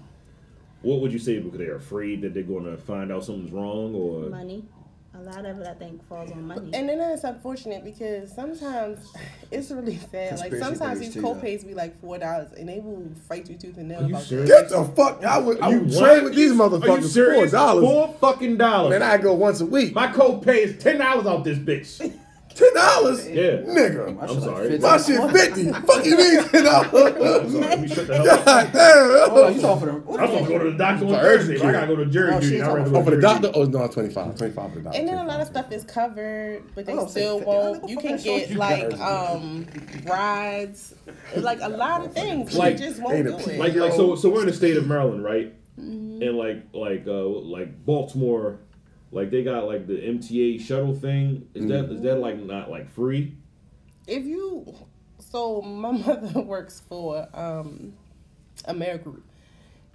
F: what would you say? Because they're afraid that they're going to find out something's wrong, or
I: money. A lot of it, I think, falls on money.
J: And then it's unfortunate because sometimes it's really sad. Like
E: Conspiracy
J: sometimes
E: theories
J: these
E: too, though. Oh,
J: co-pays be like four dollars, and they will fight you tooth and nail
F: Are you
J: about
F: serious?
D: Get the fuck out! With,
F: Are
D: you
F: you lying?
D: trade with these
F: Are you
D: motherfuckers four
F: serious?
D: dollars,
F: Four fucking dollars.
D: man. I go once a week.
F: My copay is ten dollars off this bitch.
D: Ten dollars,
F: Yeah.
D: nigga.
F: I'm sorry.
D: My shit fifty. Fuck you mean ten
F: I'm
D: dollars?
F: sorry. Let me shut the hell up.
D: God damn.
E: Oh, you talking for
F: I'm supposed to go to the doctor on
D: For
F: Thursday. but I
D: urgent
F: gotta go to jury
E: No,
F: duty.
E: she's
F: I'd rather
E: talking
F: go
D: Oh, for
F: to
D: the
F: jury
D: doctor? Oh no, twenty five. Twenty five for the doctor.
J: And then a lot of stuff is covered, but they
E: I
D: Oh,
E: don't
J: still
E: say fifty. I
J: won't.
E: don't
J: You
E: fuck
J: can
E: that shit.
J: get
D: You
J: like
D: guys-
J: um rides, like a lot of things.
F: Like-
J: Like, just won't
D: ain't
J: do
D: a
J: it.
D: peep.
F: like like so so we're in the state of Maryland, right? And like like uh like Baltimore, like they got like the MTA shuttle thing. Is that is that like not like free?
J: if you, so my mother works for um, AmeriGroup.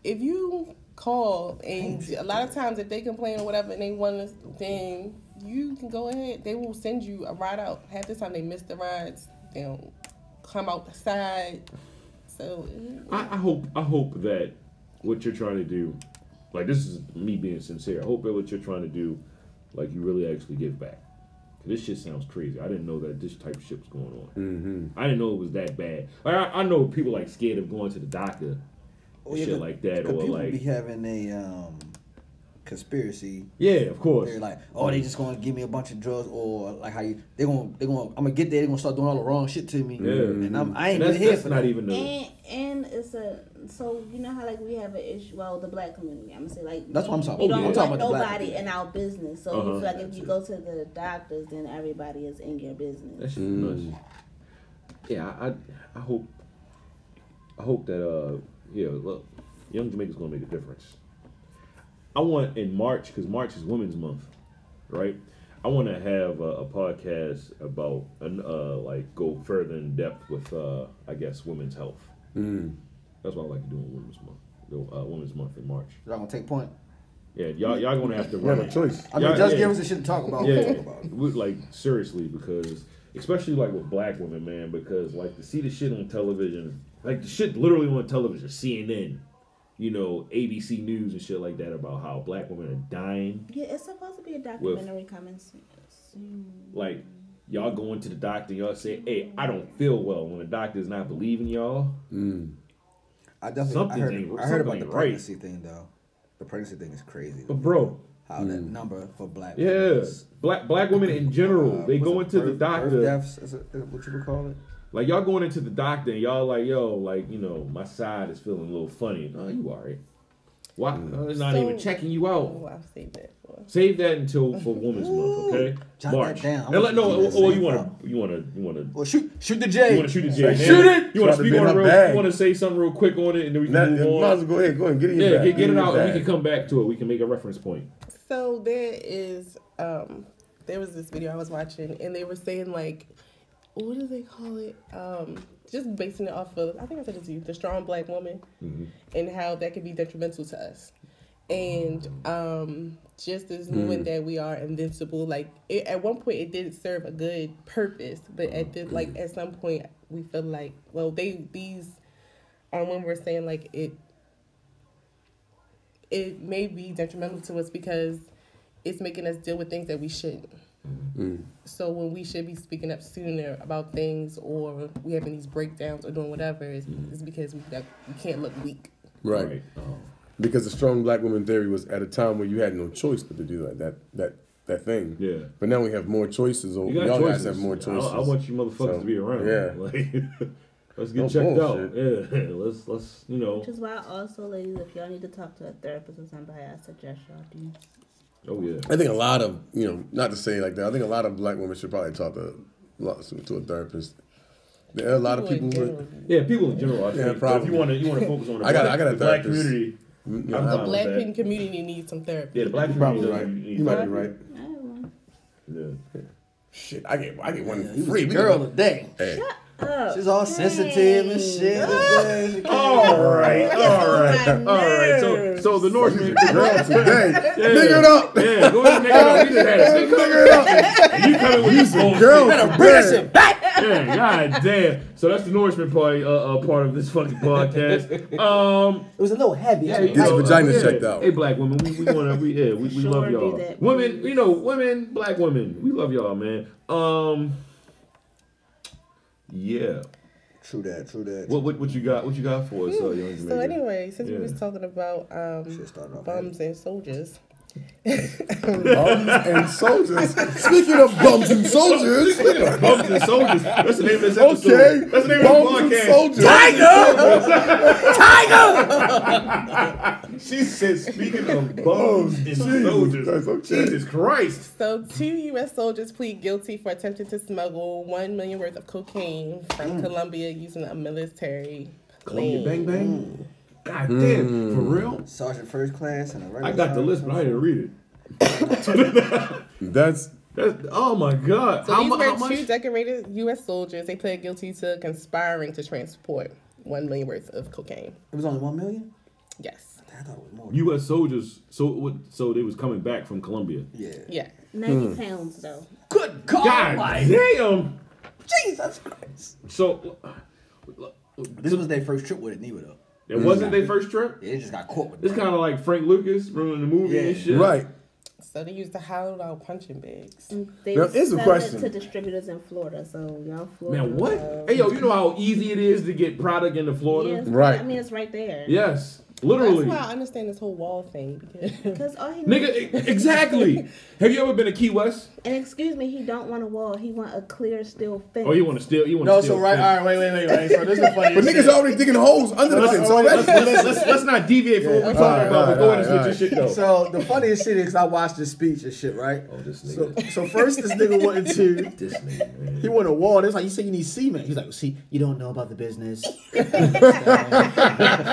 J: If you call and a lot of times if they complain or whatever and they want us, then you can go ahead. They will send you a ride out. Half the time they miss the rides. They don't come outside. So
F: I, I hope I hope that what you're trying to do Like this is me being sincere. I hope that what you're trying to do, like you really actually give back. 'Cause This shit sounds crazy. I didn't know that this type of shit was going on.
E: Mm-hmm.
F: I didn't know it was that bad. Like, I, I know people like scared of going to the doctor,
E: Oh,
F: shit
E: but-
F: like that,
E: but
F: or
E: people
F: like
E: be having a um, conspiracy.
F: yeah, of course.
E: They're like, oh, they just gonna give me a bunch of drugs, or like how you they gonna they gonna I'm gonna get there, they gonna start doing all the wrong shit to me,
F: yeah,
E: and I'm I
F: And
E: ain't
F: that's,
E: really here
F: that's
E: for
F: not
E: that.
F: even
J: Mm.
F: the
I: And and it's a so you know how like we have an issue. Well, the black community, I'm gonna say like
E: That's what I'm talking
I: We
E: about.
I: don't
E: I'm
I: want
E: talking about the black
I: nobody
E: people.
I: in our business. So
F: Uh-huh.
I: you feel like if you go to the doctors, then everybody is in your business.
F: That's
D: Mm.
F: nuts. Yeah, I, I, I hope, I hope that uh, yeah, look, young Jamaica's gonna make a difference. I want in March because March is Women's Month, right? I want to have a, a podcast about an- uh, like go further in depth with uh, I guess women's health.
D: Mm.
F: That's what I like to do in Women's Month, uh, Women's Month in March.
E: Y'all gonna take point.
F: Yeah, y'all y'all gonna have to
D: You
F: run
D: have a
F: it.
D: choice.
E: I mean,
F: Yeah,
E: just
F: yeah.
E: give us the shit to talk about. we'll
F: Yeah,
E: talk about it.
F: we- like seriously, because especially like with black women, man, because like to see the shit on television, like the shit literally on television, CNN, you know, ABC News and shit like that about how black women are dying.
I: Yeah, it's supposed to be a documentary coming soon. soon.
F: Like y'all going to the doctor, y'all say, "Hey, I don't feel well." When the doctor's not believing y'all,
E: I definitely
F: Something
E: I heard,
F: ain't-
E: I heard
F: something
E: about the
F: ain't right.
E: pregnancy thing though. The pregnancy thing is crazy.
F: but bro,
E: How that number for black women
F: yeah,
E: is-
F: black black women in general,
E: uh,
F: they
E: was
F: go
E: it
F: into the
E: birth- birth
F: doctor.
E: deaths, is it- is it what you would call it?
F: Like y'all going into the doctor and y'all like, yo, like you know, my side is feeling a little funny. No, you alright. Why?
D: Mm.
F: No, it's not
J: So-
F: even checking you
J: Oh,
F: out.
J: I've saved that for.
F: Save that until for Women's Month, okay?
E: Jot that
F: March.
E: down. I'm
F: And let,
E: gonna
F: no,
E: do
F: or,
E: that
F: or you
E: same
F: want
E: thing.
F: to, you want to, you want to,
E: Well, shoot, shoot the
F: you
E: J.
F: want to shoot the J.
D: Shoot it!
F: You want to
D: Try to
F: speak
D: be
F: on
D: in
F: it
D: her
F: real.
D: bag.
F: You want to say something real quick on it, and then we can
D: Not,
F: move
D: might as well
F: on.
D: go ahead, go ahead, get it in your
F: Yeah,
D: bag,
F: get, get
D: in
F: it
D: your
F: out, and we
D: bag.
F: can come back to it. We can make a reference point.
J: So there is um there was this video I was watching and they were saying like what do they call it? Um just basing it off of I think I said it to you, the strong black woman and how that could be detrimental to us. And um just as knowing that we are invincible, like it, at one point it didn't serve a good purpose, but at the, like at some point we feel like well they these um when we're saying like it it may be detrimental to us because it's making us deal with things that we shouldn't.
E: Mm-hmm.
J: So when we should be speaking up sooner about things, or we having these breakdowns, or doing whatever, it's,
E: Mm-hmm.
J: it's because we, that we can't look weak.
D: Right. Um, Because the strong black woman theory was at a time where you had no choice but to do that that that, that thing.
F: Yeah.
D: But now we have more choices. Or
F: You got
D: y'all
F: choices.
D: guys have more choices.
F: I, I want you motherfuckers
D: So,
F: to be around.
D: yeah.
F: Like, let's get
D: No
F: checked out.
D: bullshit.
F: Yeah. Let's let's you know.
I: Which is why also, ladies, if y'all need to talk to a therapist or somebody, I suggest y'all do.
F: Oh yeah.
D: I think a lot of you know, not to say like that. I think a lot of black women should probably talk to lots- to a therapist. There are a lot of people.
J: in
D: Who,
J: general.
F: Yeah, people in general. I think. But
D: probably.
F: If you want to, you want to focus on. The
D: I got-
F: black,
D: I got a
F: the black
D: therapist.
F: community.
D: yeah,
F: I'm
D: I-
F: fine
J: the
F: with
J: black
F: that.
J: community needs some therapy.
F: Yeah, the black
D: you
F: community.
D: probably right. You might be right.
I: I don't know.
F: Yeah.
D: Shit, I get I get
E: He
D: one
E: was
D: free.
E: a
D: We
E: girl
D: gonna-
E: today.
D: Hey.
E: She's all sensitive and shit.
F: All right, all right,
I: on my
F: all right. So, so the Norseman.
D: Girl today.
F: Nigga
D: Figure it up.
F: Yeah, go ahead and nigga it up. We just had a nigga
D: Figure it up.
F: and You coming with this bullshit.
D: Girl today.
F: Yeah, god damn. So that's the Norseman part, uh, uh, part of this fucking podcast. Um,
E: It was a little heavy.
F: yeah,
E: I
F: you
E: mean,
D: His
F: know, uh,
D: vagina's
F: yeah.
D: checked out.
F: Hey, black women, we, we want to, we, yeah, we, we
I: Sure
F: love
I: do
F: y'all.
I: that,
F: Women,
I: please.
F: you know, women, black women, we love y'all, man. Um, yeah.
E: True that. True that.
F: What, what what you got? What you got for us, uh, young Jamaican?
J: So anyway, since
F: Yeah.
J: we was talking about um,
E: Shit started off
J: bums and soldiers,
D: Bums and soldiers. Speaking of bums and soldiers.
F: Bums and soldiers. That's the name of this episode.
D: Okay.
F: That's the name
D: Bums
F: of
D: and
F: the podcast.
D: soldiers.
F: She said, "Speaking of bums and soldiers,
D: Oh, Christ, okay.
F: Jesus Christ."
J: so two U.S. soldiers plead guilty for attempting to smuggle one million worth of cocaine from Colombia using a military plane.
F: Bang bang. God damn, for
D: Mm.
F: real?
E: Sergeant first class and a regular.
F: I got the
E: sergeant.
F: list, but I didn't read it.
D: That's
F: That's, oh my god!
J: So
F: how,
J: these
F: mu-
J: were
F: how
J: two
F: much?
J: decorated U.S. soldiers. They pled guilty to conspiring to transport one million worth of cocaine.
E: It was only one million.
J: Yes.
E: I thought it was more.
F: U.S. soldiers. So what? So they was coming back from Colombia.
E: yeah.
J: Yeah.
I: 90 pounds, though.
E: Good God.
F: God damn!
E: Jesus Christ.
F: So
E: This was their first trip with it, Neva though.
F: It
D: Mm.
F: wasn't their first trip.
K: They just got caught with
F: It's
K: that.
F: kind of like Frank Lucas running the movie and shit.
D: Right.
J: So they used the hollowed out punching bags.
L: They
D: Now, here's a
L: sell
D: question.
L: it to distributors in Florida, so y'all Florida.
F: Man, what?
L: uh,
F: Hey, yo, you know how easy it is to get product into
L: yeah,
F: Florida?
L: it's-
D: Right.
L: I mean, it's right there.
F: Yes,
J: That's
F: literally.
J: why I understand this whole wall thing because
L: Cause all he
F: Nigga,
L: needs-
F: e- exactly. Have you ever been to Key West?
L: and excuse me, he don't want a wall. He want a clear steel fence.
F: Oh, you want to steal? You want to
E: No,
F: steal?
E: so right, all right, wait, wait, wait, wait. So this is the funniest.
D: But niggas
E: shit.
D: already digging holes under the
E: Let's,
D: fence
E: oh, wait, let's,
D: already.
E: let's, let's, let's not deviate from what we're
D: Yeah.
E: talking
D: Alright,
E: about.
D: alright,
E: but go ahead and
D: alright,
E: switch your shit though. So the funniest shit is I watched the speech and shit, right?
F: Oh, this
E: So,
F: nigga.
E: so first this nigga wanted to
F: This nigga. man.
E: he wanted a wall. It's like you said you need cement. He's like, see, you don't know about the business.
D: You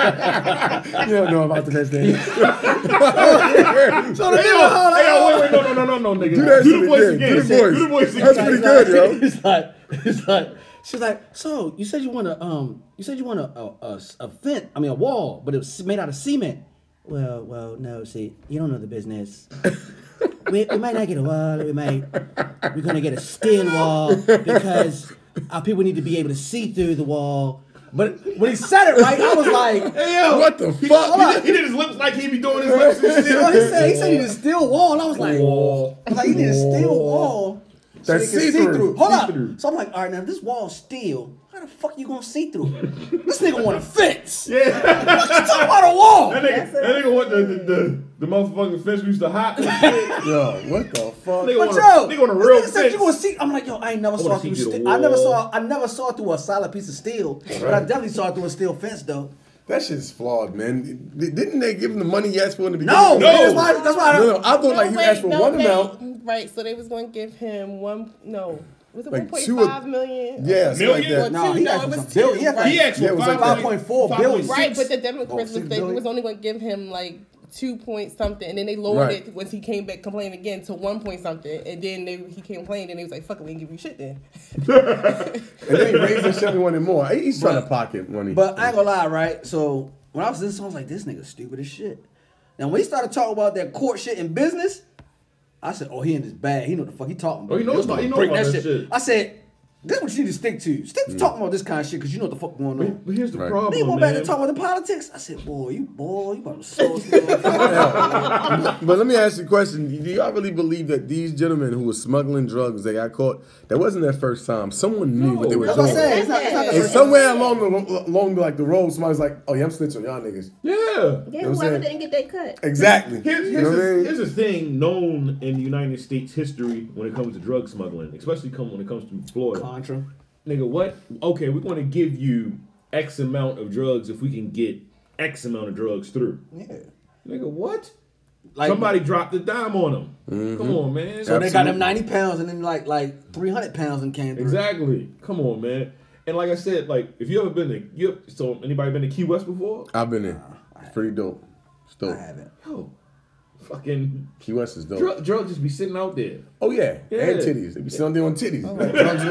D: don't know about the next day.
E: So the
F: Hey,
E: nigga
F: yo,
E: holler,
F: hey, yo, wait, wait, no, no, no, no, no, nigga.
D: Do that
F: do
D: shit
F: the voice
D: again.
F: again. Do
D: Do the
F: the
D: voice.
F: voice
D: That's
F: again.
D: pretty good, yo.
E: He's like, he's like, she's like, so you said you want to, um, you said you want a, a, a, s- a fence, I mean a wall, but it was made out of cement. Well, well, no, see, you don't know the business. we, we might not get a wall, we might, we're gonna get a steel wall because our people need to be able to see through the wall. But when he said it right, I was like,
F: Hey, yo.
D: What the
F: He,
D: fuck?
F: he did, he did his lips like he be doing his lips and shit.
E: oh, he said, he said you need a steel wall, and I was like,
F: Wall.
E: I was like, you need a steel wall. so
D: That's
E: they can see
D: see-through.
E: Hold
F: See-through.
E: up. So I'm like, all right, now if this wall's steel. How the fuck you gonna see through it? this nigga want a fence.
F: Yeah.
E: What you talking about a wall?
F: That nigga, that nigga want the, the, the, the motherfucking fence we used to hop and shit. That
D: Yo, what the fuck?
F: nigga,
E: But
F: want
E: yo,
F: a, nigga want a
E: this
F: real
E: nigga said
F: fence.
E: you gonna see. I'm like, yo, I ain't never saw
F: wanna see
E: through.
F: through the
E: Sti- I never
F: wall.
E: saw. I never saw through a solid piece of steel, but I definitely saw through a steel fence though.
D: That shit's flawed, man. D- Didn't they give him the money he asked for in the beginning?
E: No, that's
F: No.
E: why. That's why. I
D: No,
E: don't,
D: no, I thought like
J: No,
D: you
J: wait,
D: asked for
J: no,
D: one
J: they-
D: amount.
J: Right, so they was going to give him one, no, was it
D: Like
J: 1.5 million?
D: Yeah, something like
F: Million?
D: that.
J: Or
E: No,
J: two,
E: he
J: no,
E: asked
J: it
E: for
J: was
E: some
J: two,
E: bill- he asked for-
J: right?
F: He asked
D: Yeah, it
F: for
D: was like
E: 5.4 billion.
J: Right, but the Democrats
E: Oh,
J: was,
E: six
J: they
E: billion?
J: was only going to give him like two point something, and then they lowered
D: Right.
J: it once he came back complaining again to one point something, and then they, he complained and they was like, "Fuck it, we ain't give you shit then."
D: And then he raised and shit, he wanted more. He- He's trying to pocket money.
E: But I ain't gonna lie, right? So when I was listening, I was like, this nigga stupid as shit. Now when he started talking about that court shit in business, I said, oh, he in his bag. He know what the fuck he talking about.
F: Oh, he knows
E: This
F: about- he
E: nigga
F: know
E: break
F: about that shit.
E: I said, this is what you need to stick to. Stick
F: Mm.
E: to talking about this kind of shit because you know what the fuck going on.
F: But here's the
D: Right.
E: They
F: problem,
E: went back
F: man.
E: to talk about the politics. I said, boy, you boy, you about to slow us down."
D: But let me ask you a question. Do y'all really believe that these gentlemen who were smuggling drugs, they got caught? That wasn't their first time. Someone knew what they were
E: That's what I'm
D: doing.
E: saying. It's not, it's not the
D: And
E: first
D: somewhere along the along like the road, somebody's like, "Oh yeah, I'm snitching on y'all niggas."
F: yeah.
D: You
L: Yeah,
D: know what I'm
L: whoever
D: saying?
L: didn't get that cut.
D: Exactly.
F: Here's,
D: you know
F: here's,
D: what I
F: a,
D: mean?
F: here's a thing known in the United States history when it comes to drug smuggling, especially come when it comes to Florida.
E: Contra.
F: Nigga, what? Okay, we're going to give you X amount of drugs if we can get X amount of drugs through.
E: Yeah.
F: Nigga, what?
E: Like,
F: Somebody dropped the dime on him.
E: Mm-hmm.
F: Come on, man.
E: So they got them 90 pounds and then like like 300 pounds and came through.
F: exactly. Come on, man. And like I said, like if you ever been to you so anybody been to Key West before?
D: I've been there. It's pretty dope. It's
E: I
D: dope.
E: haven't.
F: Yo, fucking
D: Key West is dope.
F: drug, drug just be sitting out there.
D: Oh yeah,
F: Yeah. Oh.
D: and titties. They be sitting there on titties. Drugs and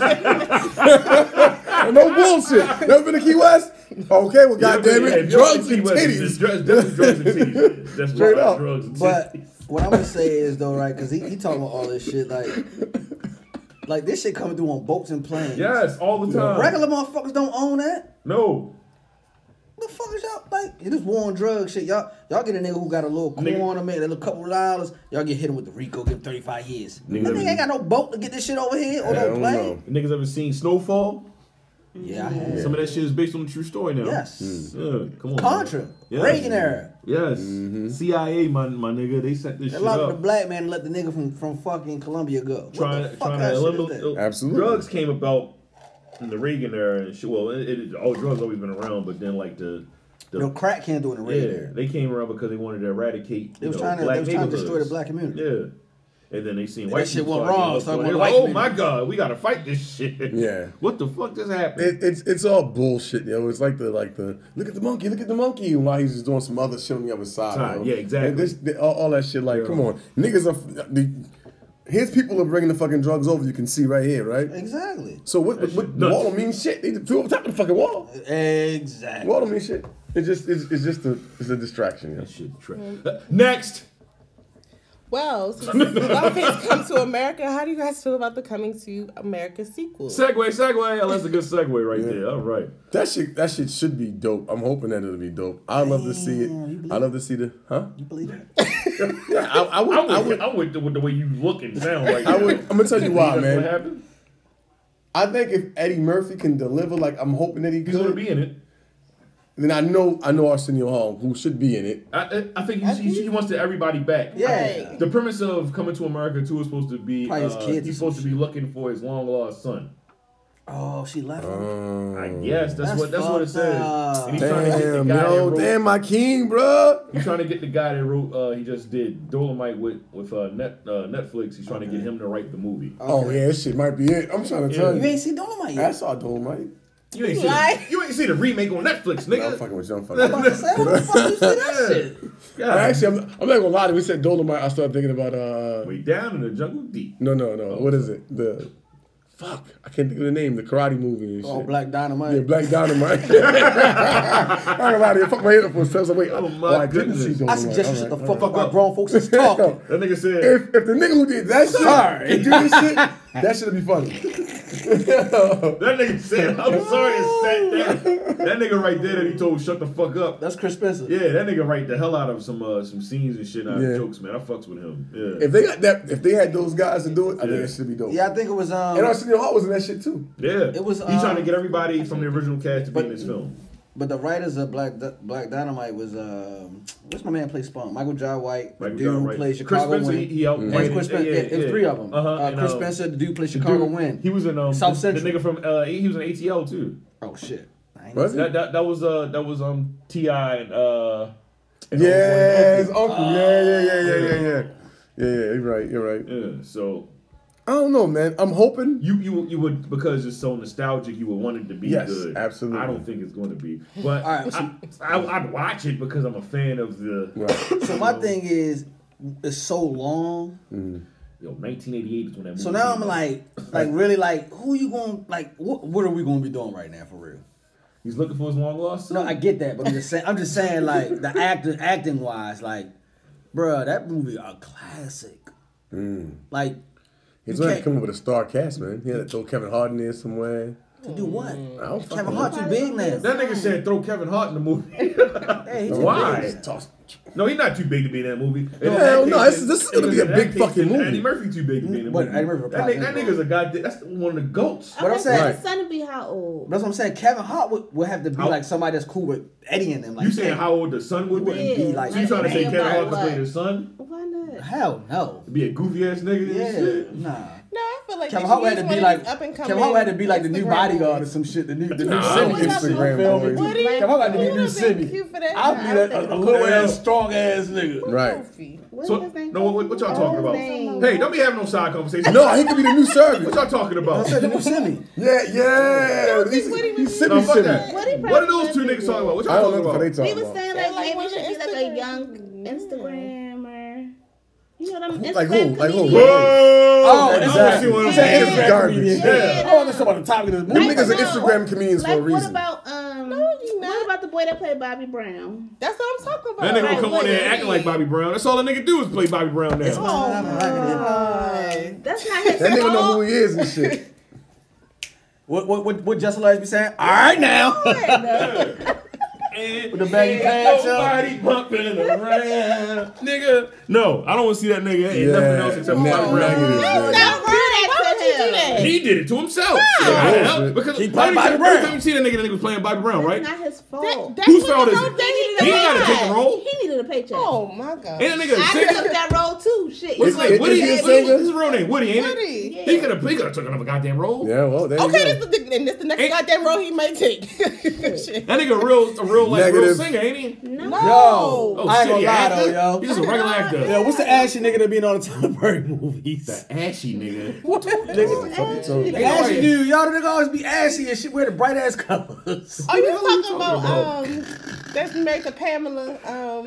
D: titties. Oh, no bullshit. Never been to Key West? Okay, well, goddamn
F: Yeah,
D: it,
F: if you're
D: drugs
F: in
D: and
F: Key West, it's
D: titties.
F: Drugs, definitely drugs and titties. That's what
D: Straight up.
F: Drugs and
E: But
F: titties.
E: what I'm gonna say is though, right? Because he, he talking about all this shit like, like this shit coming through on boats and planes.
F: yes, all the time.
E: Regular motherfuckers don't own that.
F: No,
E: The fuck is y'all like? It is war on drug shit. Y'all y'all get a nigga who got a little
F: Nigga.
E: corn or man, a little couple dollars. Y'all get hit him with the Rico, give him 35 years.
F: Nigga,
E: Nigga, that
F: that
E: nigga ain't got no boat to get this shit over here or
D: I
E: no
D: don't
E: plane.
D: know.
F: niggas ever seen Snowfall?
E: Yeah, I have.
F: Some of that shit is based on a true story now.
E: Yes.
F: Yeah, come on.
E: Contra,
F: man. Yes.
E: Reagan era.
F: Yes. CIA, my my nigga, they set this
E: They
F: shit
E: locked the
F: up.
E: black man and let the nigga from, from fucking Colombia go. What
F: trying
E: the
F: to
E: fuck
F: trying
E: that
F: to
E: shit is
F: eliminate
E: that?
D: Absolutely.
F: drugs came about in the Reagan era and shit. Well, it, it, all drugs always been around, but then like the the
E: No crack can do in the
F: yeah,
E: red area.
F: they came around because they wanted to eradicate.
E: They
F: you
E: was
F: know,
E: trying to-
F: black
E: they was trying to destroy
F: neighborhoods.
E: the black community.
F: Yeah, and then they seen white
E: shit
F: people
E: went
F: start getting
E: wrong,
F: up
E: started
F: on it.
E: going
F: Like,
E: to
F: oh
E: white
F: my god, we gotta fight this shit.
D: Yeah.
F: what the fuck just happened?
D: It, it's it's all bullshit, yo. It's like the like the look at the monkey, look at the monkey, while he's just doing some other shit on the other side.
F: Side,
D: yo.
F: yeah, exactly.
D: And this- the- all, all that shit, like,
F: Yeah.
D: come on, niggas are. The, here's people are bringing the fucking drugs over. You can see right here, right?
E: Exactly.
D: So what? what,
F: shit
D: what the
F: nuts.
D: wall don't mean shit. They just threw over top of the fucking wall.
E: Exactly.
D: Wall don't mean shit.
F: Uh,
D: It's just it's, it's just a it's a distraction. yo.
F: Shit, tra- Next,
J: Well, since Love Has Come to America, how do you guys feel about the Coming to America sequel?
F: Segway, segue. Oh, that's a good segue right there. All right.
D: That shit, that shit should be dope. I'm hoping that it'll be dope. I love to see it. I love to see the huh? You
E: believe it?
D: yeah, I, I would. I would.
F: with the way you look and sound right
D: I would. I'm gonna tell you why,
F: That's
D: man.
F: What happened?
D: I think if Eddie Murphy can deliver, like I'm hoping that he
F: He's gonna
D: could,
F: be in it.
D: then I know I know Arsenio Hall, who should be in it.
F: I, I- I think he, he, he wants to everybody back.
E: Yeah.
F: The premise of coming to America too is supposed to be
E: Probably his
F: uh,
E: kids
F: he's
E: or some
F: supposed to be looking for his long lost son.
E: Oh, she left.
F: Uh, I guess that's,
E: That's
F: what that's what it
E: fucked
F: says.
E: up.
F: And he's trying to get the
D: Mm. Um, Damn,
F: guy that
D: yo,
F: wrote,
D: damn, my king, bro.
F: He's trying to get the guy that wrote uh, he just did Dolomite with with uh, Net, uh, Netflix. He's trying to get him to write the movie.
D: Oh yeah, that shit might be it. I'm trying to tell
E: You
D: you.
E: ain't seen Dolomite
D: I
E: yet.
D: saw Dolomite.
F: You ain't see the, you ain't see the remake on Netflix,
D: No, I'm
F: nigga.
D: fucking with you. I'm fucking with
E: I said, what the fuck you see that
F: Yeah.
E: shit?
D: you. Actually, I'm, I'm not gonna lie. When we said Dolomite, I started thinking about uh,
F: Way down in the jungle deep.
D: no, no, no. What is it? The fuck, I can't think of the name. The karate movie and shit.
E: Oh, Black Dynamite.
D: Yeah, Black Dynamite. I ain't here. Fuck my head up for a second. I was like, Wait,
F: Oh,
D: oh,
F: my
D: oh, I didn't
F: goodness.
D: see Dolomite.
E: I suggest you shut
D: All
E: the
D: right,
E: fuck
D: all
E: up while grown folks is
D: right.
E: talking.
F: That nigga said
D: if, if the nigga who did that shit can do this shit, that should be funny.
F: That nigga said, I'm sorry to sat that. That nigga right there that he told shut the fuck up.
E: That's Chris Spencer.
F: Yeah, that nigga write the hell out of some uh, some scenes and shit out
D: Yeah.
F: of jokes, man. I fucks with him. Yeah.
D: If they got that, if they had those guys to do it, I
F: Yeah.
D: think that should be dope.
E: Yeah, I think it was um.
D: And Arsenio Hall was in that shit too.
F: yeah.
E: It was,
F: He
E: um,
F: trying to get everybody from the original cast to be in this film.
E: But the writers of Black Di- Black Dynamite was um, what's my man play Spawn? Michael Jai White, the
F: Michael
E: dude
F: Jai
E: who
F: White.
E: plays
F: Chris
E: Chicago
F: Spencer,
E: Win.
F: he- he helped
E: And
F: write it.
E: Chris Spencer,
F: Yeah,
E: it was
F: yeah.
E: three of them.
F: Uh-huh,
E: uh
F: and,
E: Chris
F: um,
E: Spencer, the dude plays Chicago Win.
F: He was in um
E: South
F: the,
E: Central.
F: The nigga from uh, he was in ATL too.
E: oh shit! I ain't
D: Was
E: know.
D: it?
F: That that, that was uh that was um Ti and uh
D: Yeah, his uncle. Yeah, yeah, yeah, yeah, yeah, yeah. Yeah, yeah, you're right, you're right.
F: yeah. So
D: I don't know, man. I'm hoping.
F: you you you would because it's so nostalgic you would want it to be
D: Yes,
F: good.
D: absolutely.
F: I don't think it's going to be, but
E: All right,
F: I, I, I'd watch it because I'm a fan of the
D: Right.
E: So my thing is, it's so long.
F: Yo, 1988 is when that movie
E: So now
F: came
E: I'm
F: out.
E: like, like really, like who you going? to Like what? What are we going to be doing right now for real?
F: he's looking for his long lost
E: No,
F: son.
E: I get that, but I'm just saying. I'm just saying, like the actor, acting wise, like, bruh, that movie a classic.
D: Mm.
E: Like
D: He's
E: You
D: gonna have
E: can't-
D: to come up with a star cast, man. He had to throw Kevin Hart in there somewhere.
E: to do what?
D: I don't fucking
E: Kevin
D: know.
E: Hart too big now.
F: that nigga said throw Kevin Hart in the movie.
E: Hey, he too
F: Why?
D: Just toss-
F: No, he's not too big to be in that movie. And in
D: hell
F: that
D: no,
F: case,
D: this is- this is
F: and
D: gonna be a
F: in
D: big
F: that case,
D: fucking
F: then
D: movie.
F: Eddie Murphy too big to be in the
E: What,
F: movie.
E: Eddie Murphy
F: that,
E: probably
F: nigga, that
E: is.
F: nigga's a goddamn. That's one of the goats.
E: What I'm
I: so
E: saying,
D: Right.
I: his son to be how old?
E: that's what I'm saying. Kevin Hart would, would have to be
F: How-
E: like somebody that's cool with Eddie and them. Like,
F: You saying
E: hey,
F: how old the son would
E: wouldn't
F: be?
E: be
I: Yeah,
E: like?
F: So you trying to say
I: About
F: Kevin Hart could
I: what?
F: play the son?
I: Why not?
E: Hell no.
F: Be a goofy ass nigga and
E: Yeah,
F: shit.
E: nah.
J: No, I feel like
E: Kevin
J: Kevin
E: Hart
J: Hart
E: had to be like
J: up and coming.
E: Kevin Hart had to be like the new
J: Instagram
E: bodyguard or some shit. The new the new
D: Nah,
E: Simi.
D: I don't Instagram
E: Film.
D: boys.
J: What do you-
E: Kevin Hart had to be the
J: who
E: new
J: would've been
E: Simi.
J: cute for that?
E: I'll be that
J: I think
E: a little
D: Yeah.
E: ass strong ass nigga.
D: Right.
J: Goofy.
I: What's
F: So,
I: his name?
F: no, what, what y'all talking about?
I: name?
F: Hey, don't be having no side conversation.
D: No, he could be the new
F: What
D: servant.
F: y'all talking about?
E: I said the new Simi.
D: Yeah, yeah. He's,
J: what he was
D: he's
J: doing.
D: simmy,
F: No, fuck
D: simmy.
F: that.
I: What he
F: What are those two
I: probably
F: niggas talking about? What
D: I
F: y'all
D: don't know
F: talking
D: what
F: about?
D: they
I: We
D: talking
I: was
D: about.
I: saying
J: They're
I: like,
J: like,
I: maybe
J: what's
I: she
J: your
I: should be like a
J: Instagram?
I: young Instagrammer. You know what I'm
D: Like who? Like who?
E: Oh,
F: I wanna
E: exactly.
F: see one of
E: He's an
F: them.
E: Instagram
D: Yeah. Garbage.
E: comedian.
F: Yeah.
E: I want to talk Oh, about the topic of this
D: Them
E: movie.
D: niggas are
I: no.
D: Instagram comedians for
I: Like
D: a
I: what
D: reason.
I: about um?
J: you
I: What about the boy that played Bobby Brown?
J: That's what I'm talking about.
F: That nigga
I: Right,
F: gonna come on
I: what
F: there
I: it
F: acting
I: is.
F: like Bobby Brown. That's all a nigga do is play Bobby Brown now.
I: That's not his
D: That nigga know who
I: fault.
D: he is and shit.
E: What what what what Justin Lawrence be saying? All right now.
F: With
E: the baggy pants up.
F: Nobody bumping around, nigga. No, I don't want to see that nigga. Ain't
D: Yeah.
F: nothing else except for
D: No,
F: Bobby Brown.
D: negative, man.
I: Don't do that to him.
F: He did it to himself. Yeah, I
D: bullshit.
F: helped because
E: He played
F: every
E: Bobby
F: time-
E: Brown.
F: Every time you see that nigga, that nigga was playing Bobby Brown, right?
I: That's not his fault.
F: Whose fault is it? He
I: He needed a
F: ain't got to
I: paycheck.
F: take a role.
I: He needed a paycheck.
J: Oh my god.
F: Ain't that nigga a
I: I took
F: singer?
I: that role too. Shit.
F: What's his
D: Is-
F: name?
D: is
F: Woody?
D: he a
F: What's
D: singer?
F: his his real name? Woody, ain't it?
J: Woody.
F: He could have he could have took another goddamn role.
D: Yeah, well, there you
J: Okay,
D: go.
J: this is the, and this the next goddamn role he might take. Shit.
F: That nigga a real a real like real
D: Negative.
F: singer, ain't he?
I: no.
E: Yo,
F: Oh,
E: I ain't
F: shit,
E: gonna
F: he
E: lie
F: actor?
E: though,
F: He's
E: yo.
F: just a regular actor.
E: Yeah, what's the ashy nigga that be in all the Tyler Perry movies?
F: The ashy nigga.
E: Niggas,
D: Fucking told you.
E: like, ashy dude, y'all the nigga always be ashy and shit. Wear the bright ass colors.
J: Are you talking
F: talking
J: about,
D: uh,
F: about?
J: um that's married to Pamela? Um
E: Uh,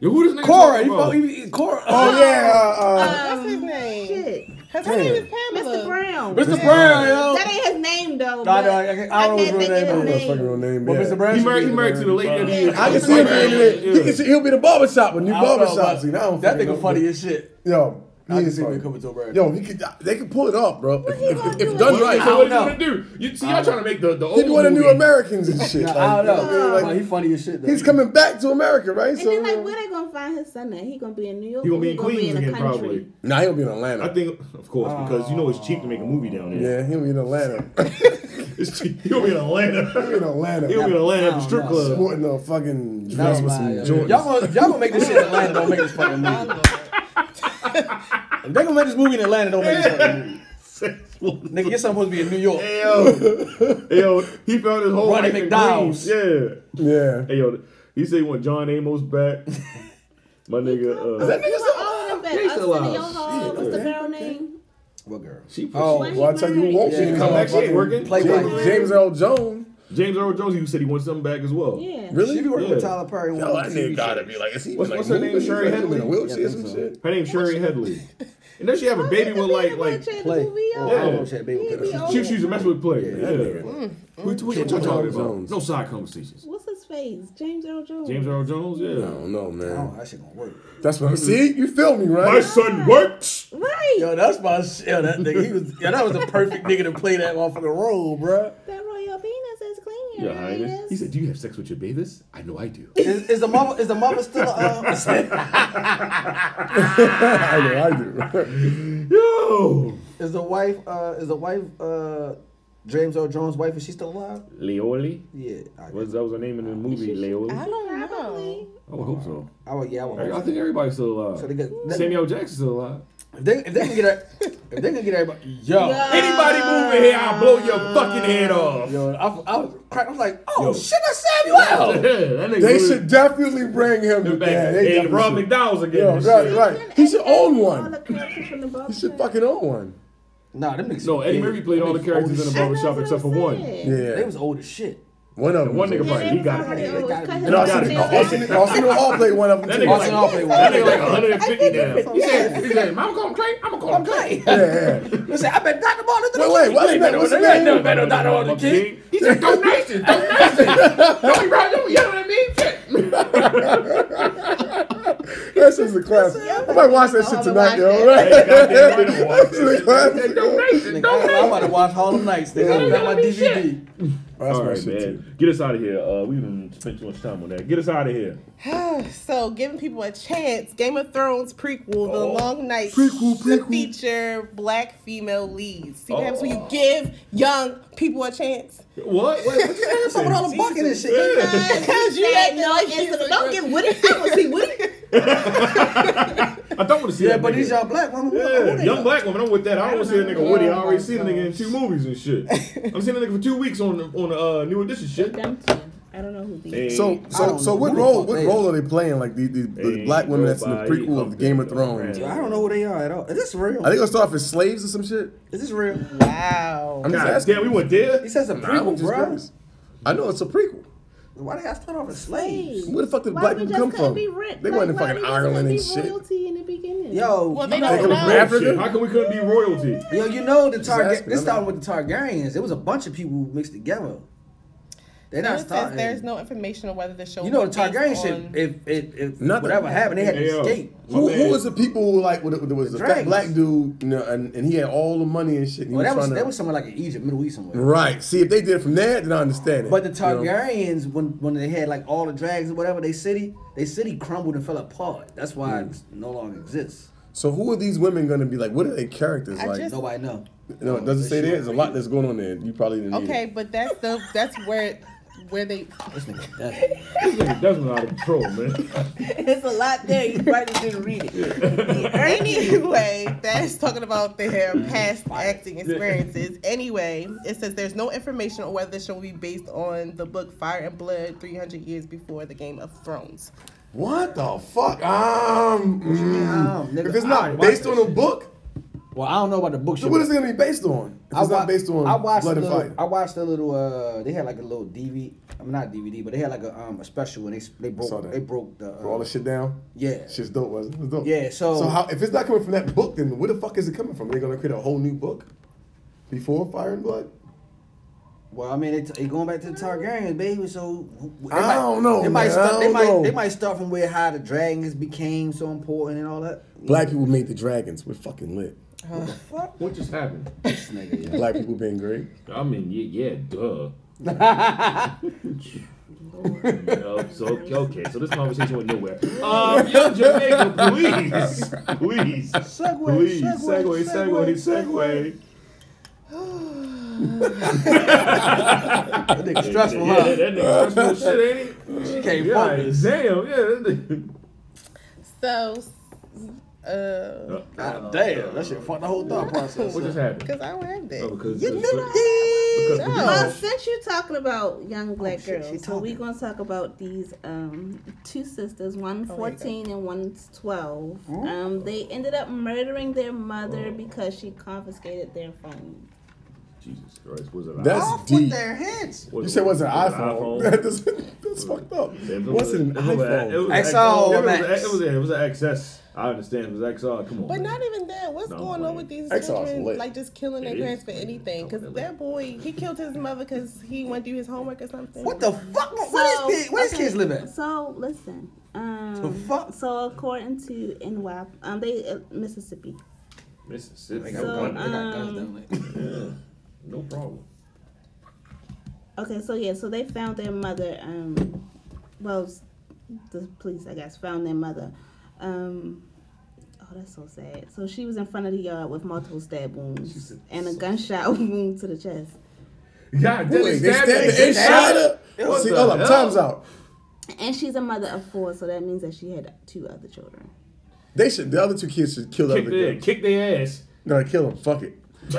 F: Yo, who this nigga
E: Cora,
F: talking
E: he,
F: about?
E: fuck- he, he, Cora.
D: Oh yeah, uh, uh,
J: what's his name?
I: Um, Shit.
J: Cause her name is Pamela.
I: Mr. Brown.
E: Mr. Brown, yo.
I: That ain't his
C: his name though.
E: No, I
C: but
E: know, I- I can't- I don't know his
C: can't
E: real
C: think
E: name,
C: of
E: but-
C: his
D: That's fucking real name.
E: Well,
D: yeah.
E: Mr. Brad
F: He
E: should
F: married-
E: be
F: he
E: the
F: married to the
E: man.
F: lady that
E: Fuck.
F: he- Yeah,
E: I can
D: He's
E: see him
D: like,
E: being
D: hey,
E: with.
D: he can see- He'll be in a barbershop with new
E: I don't know,
D: barbershops.
E: but
D: See, now I don't
E: That
D: fucking
E: nigga
D: know.
E: funny as shit.
D: Yo,
E: I
D: he
E: can
D: is
E: see him
D: funny.
E: coming to a barbershop.
D: Yo, he could, they could pull it off, bro. If, if,
C: gonna
D: if,
C: do
D: if
C: it?
D: done
C: What-
D: right,
F: So
E: I
F: what
E: don't
F: you gonna do? You see, y'all
E: Uh-huh.
F: trying to make the the old
D: he'd be one of the new
F: movie.
D: Americans and shit.
E: Nah,
D: Like,
E: Oh, I don't
D: you what I
E: know.
D: mean?
E: Like,
D: Like,
E: he funny as shit. Though.
D: he's coming back to America, right?
I: And
D: So,
I: then like, where they gonna find his son at? He gonna be in New York.
F: He gonna
I: or
F: be in Queens
I: the
F: again,
I: country?
F: probably.
D: nah, he'll be in
F: I
D: Atlanta.
F: think, of course, because you know it's cheap to make a movie down there.
D: Yeah, he'll be in Atlanta.
F: It's cheap. He'll be in
D: he'll be in
F: Atlanta. He'll be
D: Atlanta.
F: in Atlanta at the strip
E: I don't
F: club.
D: Sporting a fucking
E: That
D: dress
E: was
D: with
E: my-
D: some
E: yeah. Y'all
D: Jordans.
E: gonna y'all gonna make this shit in Atlanta? Don't make this fucking movie. If they gonna make this movie in Atlanta, don't make this fucking movie. Nigga, you're supposed to be in New York.
F: Yo, yo, he found his whole
E: Ronnie
F: life in
E: McDowell's.
F: Queens. Yeah.
D: Yeah.
F: Hey yo, he said he want John Amos back. My nigga, uh,
D: That nigga
I: Well,
D: still-
I: all of Oh, them
F: He's
I: back. Us
F: alive.
I: in your hall.
F: Shit,
I: What's the
F: okay.
I: girl name?
E: What girl?
F: she,
E: Oh,
F: she-
D: Well, I tell you, who won't
E: Yeah.
D: be in this
E: Come back, she
F: ain't
D: motherfucker.
F: working.
E: Play
D: James,
E: white.
D: James Earl Jones.
F: James Earl Jones, he said he wants something back as well.
I: Yeah.
D: Really?
E: She be working with
F: Yeah.
E: Tyler Perry. on
D: Yo,
E: one
D: that
E: of the TV
D: nigga gotta
E: shows.
D: be like, is he
F: What's-
D: like
F: what's her name?
D: moving?
F: Sherry
D: Like,
F: Hadley?
D: In a wheelchair
E: Yeah,
D: or
E: I
D: some
E: think so.
D: shit.
F: Her name's Sherry Headley, and then she have a baby with like like.
E: Play.
F: Yeah.
E: Oh, I don't shit, baby.
I: He be
E: She-
I: old.
F: She she used to mess with play. Yeah.
D: That nigga.
F: We, we, we
D: James
F: talking
D: Earl
F: about
D: Jones.
F: no side conversations.
I: What's his face? James Earl Jones.
F: James Earl Jones,
D: I
F: yeah.
D: don't know,
E: Oh,
D: man.
E: that shit gonna work.
D: That's what I'm See, you feel me, right?
F: My son works.
I: Right.
E: Yo, that's my shit. Yo, that nigga, he was. Yo, that was the perfect nigga to play that motherfucking role, bruh.
I: That royal penis is clean.
F: Your
I: Your
F: Highness. He
I: Highness.
F: said, "Do you have sex with your babies?" I know I do.
E: Is, is the mother? Is the mother still? Uh,
D: I know, I do.
F: Yo,
E: is the wife? Uh, is the wife? Uh, James Earl Jones' wife? Is she still alive?
F: Leoli.
E: Yeah. I,
F: Was that was her name in the movie?
J: I
F: Leoli.
J: don't know.
F: Oh, I would hope so.
E: I would. Yeah, I would.
F: I I think everybody's still
E: So they
F: alive.
E: get, that,
F: Samuel Jackson's still alive.
E: if they if they can get her, if they can get everybody, yo,
F: Anybody moving here, I'll blow your fucking head off.
E: yo, I, I was crack. I was like, oh
F: Yo.
E: shit, that's Samuel.
F: that nigga
D: They
F: really-
D: should definitely bring him
F: They're
D: back.
F: back.
D: Yeah,
F: Hey,
D: they
F: and Rob
D: definitely should.
F: McDowell's again.
D: Yo,
F: and
D: right,
F: shit.
D: right. He should own
I: All the
D: one.
I: characters from the Bible.
D: He should fucking own one.
E: Nah, them niggas.
F: No, Eddie
E: old.
F: Murphy played
E: Them
F: all the
E: niggas
F: characters in
E: old as
F: the
E: shit.
I: I know
F: barbershop
I: what
F: except for
I: I'm
F: one.
I: saying.
E: They
D: Yeah.
E: was old as shit.
D: One of them.
F: One nigga
D: was-
F: probably, he got
I: Already
F: it.
I: old.
E: gotta be-
I: Cut his
D: And
I: off.
D: Arsenio- Arsenio Arsenio Hall played one of them.
F: That
D: too.
F: nigga like,
E: Austin Hall played one.
F: that nigga like 150 now. He said, he said, I'm gonna call him Clay. I'm gonna call him Clay.
D: Yeah, yeah.
E: Listen, I bet Dr. Martin Luther
D: Wait, wait, what's his
E: King-
D: name? What's his
E: They ain't never
D: name?
E: bet on Dr. Martin Luther King.
F: He said, donations, donations. Don't be right, don't be yelling at me. Shit.
D: That shit's a classic. I might watch that shit tonight, yo. Right?
F: Goddamn right, I'm
D: That's
F: watching.
D: a classic.
F: Donations,
E: Nigga, I- I'm
F: donations.
E: about to watch Harlem Nights. Nigga, I got my DVD.
D: That's
F: All
D: my
F: right,
D: shit too.
F: man. Get us out of here. Uh, we didn't spend too much time on that. Get us out of here.
J: so giving people a chance, Game of Thrones prequel, The
F: Oh.
J: Long Night,
D: Prequel,
J: to
D: prequel.
J: feature black female leads. See what happens
F: Oh.
J: when you give young people a chance?
F: What? What? What you
E: What's up with all the bucket and shit?
F: saying?
J: Because you ain't
I: No,
J: no
I: it's the- don't get with it. I want to see with it.
F: I don't want to see
E: Yeah,
F: that.
E: but
F: nigga.
E: these y'all black women.
F: Yeah, young
E: black.
F: black woman. I'm with that. I don't want to see a nigga Woody. I already seen a nigga in two movies and shit. I'm seeing a nigga for two weeks on on uh, new edition shit.
I: Them two. I don't know who these.
F: And
D: So,
E: I
D: so,
E: don't
D: so,
E: know
D: what
E: who the
D: role,
E: fuck
D: what
E: they
D: role are they playing? Like the, the, the
F: Ain't
D: black women that's in the
F: nobody
D: prequel of
F: humped
D: Game
F: it,
D: of
F: though,
D: Thrones.
F: man.
E: I don't know who they are at all. Is this real?
D: Are they gonna start off as slaves or some shit?
E: Is this real?
J: Wow.
D: I'm just
F: God
D: asking.
F: damn, we went there.
E: He says a
D: Nah, I'm
E: prequel,
D: just
E: bro.
D: curious. I know it's a prequel.
E: Why they got to start off as slaves?
D: Where the fuck did
I: Why
D: black
I: we
D: people
I: just
D: come
I: couldn't
D: from?
I: Be rich?
D: They
I: like,
D: went in
I: why
D: fucking
I: we just
D: Ireland
I: couldn't
D: and
I: be
D: shit.
I: royalty in the beginning.
E: Yo,
J: Well,
E: you
J: they
E: know-
J: don't
D: come from
J: know.
D: Africa?
F: Shit, How come we couldn't be royalty?
E: Yo, you know the
D: Exactly.
E: Targaryen. This started with the Targaryens. It was a bunch of people mixed together. They're
J: It
E: not
J: says
E: starting.
J: there's no information on whether the show.
E: you know
J: was
E: the
J: based
E: Targaryen
J: on-
E: shit. If if, if
D: Nothing.
E: whatever happened, they had
F: Yeah.
E: to escape.
F: My
D: Who, who
F: man.
D: was the people who, like with- there was
E: The
D: a fat
E: dragons.
D: black dude, you know, and, and he had all the money and shit. And he
E: Well, that
D: was
E: was
D: trying
E: that
D: to-
E: was somewhere like in Egypt, Middle East somewhere.
D: right. See, if they did it from there, then I understand it.
E: But the
D: you know?
E: Targaryens, when when they had like all the dragons or whatever, they city they city crumbled and fell apart. That's why it no longer exists.
D: So who are these women gonna be like? What are their characters
J: I
D: like?
J: just-
E: Nobody know.
D: no, it doesn't say there. There's a lot that's going on there. You probably didn't. need
J: Okay,
D: it.
J: but that's the that's where where they.
E: This nigga dead.
F: This nigga Desmond out of control, man.
I: It's a lot there. You probably just didn't read it.
J: Anyway, that's talking about their past acting experiences. Anyway, it says there's no information on whether the show will be based on the book Fire and Blood 300 years before the Game of Thrones.
D: What the fuck? Um,
E: um,
D: mm,
E: nigga?
D: if it's
E: I
D: not
E: watched
D: based
E: that
D: on a
E: shit.
D: book,
E: Well, I don't know about the book.
D: so
E: shit,
D: what
E: but-
D: is it gonna be based on? If it's
E: wa-
D: not based on
E: I watched
D: Blood
E: a
D: and
E: little,
D: Fire.
E: I watched a little. Uh, they had like a little DVD. I mean, not DVD, but they had like a um a special when they s- they
D: saw
E: broke
D: that.
E: they broke the. Uh,
D: Bro, all the shit down.
E: Yeah.
D: shit's dope. Wasn't it? It was dope.
E: Yeah, so-
D: so how, if it's not coming from that book, then where the fuck is it coming from? They're gonna create a whole new book before Fire and Blood.
E: Well, I mean, it, it going back to the Targaryens, baby. So they
D: I don't know,
E: They might
D: man. I
E: start. They
D: don't
E: might.
D: know.
E: They might start from where how the dragons became so important and all that.
D: Black people made the dragons. We're fucking lit.
F: What just happened?
E: Nigga,
D: Black people being great.
F: I mean, yeah, yeah duh. No, so okay, so this conversation went nowhere. Um, yo, Jamaica, please, please,
E: Segway,
F: please,
E: segway,
F: segue, segue, segue.
E: That nigga stressful,
F: yeah,
E: huh?
F: that, that nigga stressful as shit, ain't
E: She
F: he?
E: can't
F: Yeah,
E: focus.
F: damn, yeah. That nigga.
M: So, uh,
E: God damn, that shit fucked the whole thought process.
F: What
E: up.
F: just happened?
M: because I read
F: Oh,
M: that.
F: because
E: You
F: because-
E: did
F: because-
J: Well,
F: because-
J: since you're talking about young black
E: shit, she
J: girls, so we're gonna talk about these um, two sisters, one 14 and one's 12. Um, they ended up murdering their mother because she confiscated their phone.
F: Jesus Christ, was it? an
D: That's
E: Off with
D: deep.
E: their heads.
F: Was
D: You said it was an
F: was
D: iPhone.
F: iPhone?
D: that's, that's fucked up.
F: If it
D: What's an
F: if it was a- it was
D: iPhone?
F: an
E: XR
F: XR, It
E: or
F: was, a-
E: Max?
F: it was a- it was an XS. I understand it was XR. Come on.
M: But
F: man.
M: not even that. What's
F: No,
M: going
F: man.
M: on with these
D: That's all
M: children?
D: lit.
M: Like just killing their
F: It is.
M: parents for anything? Because
F: Definitely.
M: that boy, he killed his mother because he went do his homework or something.
E: What the fuck? What- Where these kids? Where these
J: okay,
E: kids live at?
J: So listen. Um,
E: The fuck?
J: So according to NY, um, they uh, Mississippi.
F: Mississippi.
J: got So,
F: no,
J: one-
F: problem.
D: uh,
J: um,
F: no problem.
J: Okay, so yeah, so they found their mother. Um, well, s- the police, I guess, found their mother. Um, oh, that's so sad. So she was in front of the yard with multiple stab wounds
F: said-
J: and a gunshot wound to the chest.
F: Yeah,
D: Wait, they stabbed her and shot her.
F: What
D: See,
F: the
D: hold up,
F: hell?
D: time's out.
J: And she's a mother of four, so that means that she had two other children.
D: They should. The other two kids should kill the
F: Kick
D: other
F: their,
D: girl.
F: kick their ass.
D: No, kill them. Fuck it.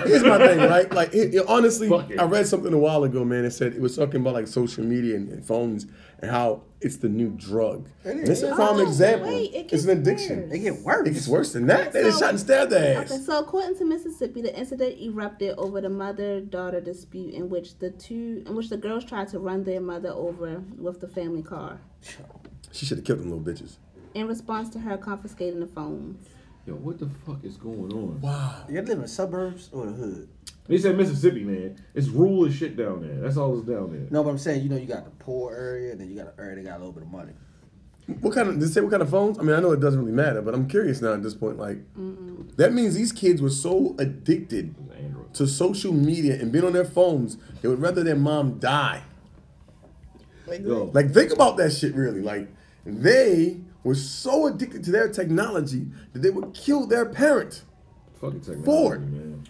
D: Here's my thing, right? Like, it, it- honestly,
F: Fuck it.
D: I read something a while ago, man. It said it was talking about like social media and, and phones and how it's the new drug. And it's a prime
J: Oh,
D: example.
J: wait, it
D: it's
J: gets
D: an addiction.
J: worse.
E: They get
D: It
E: worse.
D: gets worse than that. They just
J: So-
D: shot and stabbed their ass.
J: Okay, so according to Mississippi, the incident erupted over the mother-daughter dispute in which the two, in which the girls tried to run their mother over with the family car
D: She should have killed them little bitches.
J: in response to her confiscating the phones.
F: Yo, what the fuck is going on?
D: Wow.
E: You live in the suburbs or the hood?
F: They said Mississippi, man. It's rule as shit down there. That's all that's down there.
E: No, but I'm saying you know you got the poor area, then you got the area that got a little bit of money.
D: What kind of? Did it say what kind of phones? I mean, I know it doesn't really matter, but I'm curious now at this point. Like, that means these kids were so addicted
F: Android.
D: to social media and being on their phones, they would rather their mom die.
F: Yo,
D: Like, think about that shit really. Like, they were so addicted to their technology that they would kill their parent.
F: fucking technology,
D: Ford.
F: man.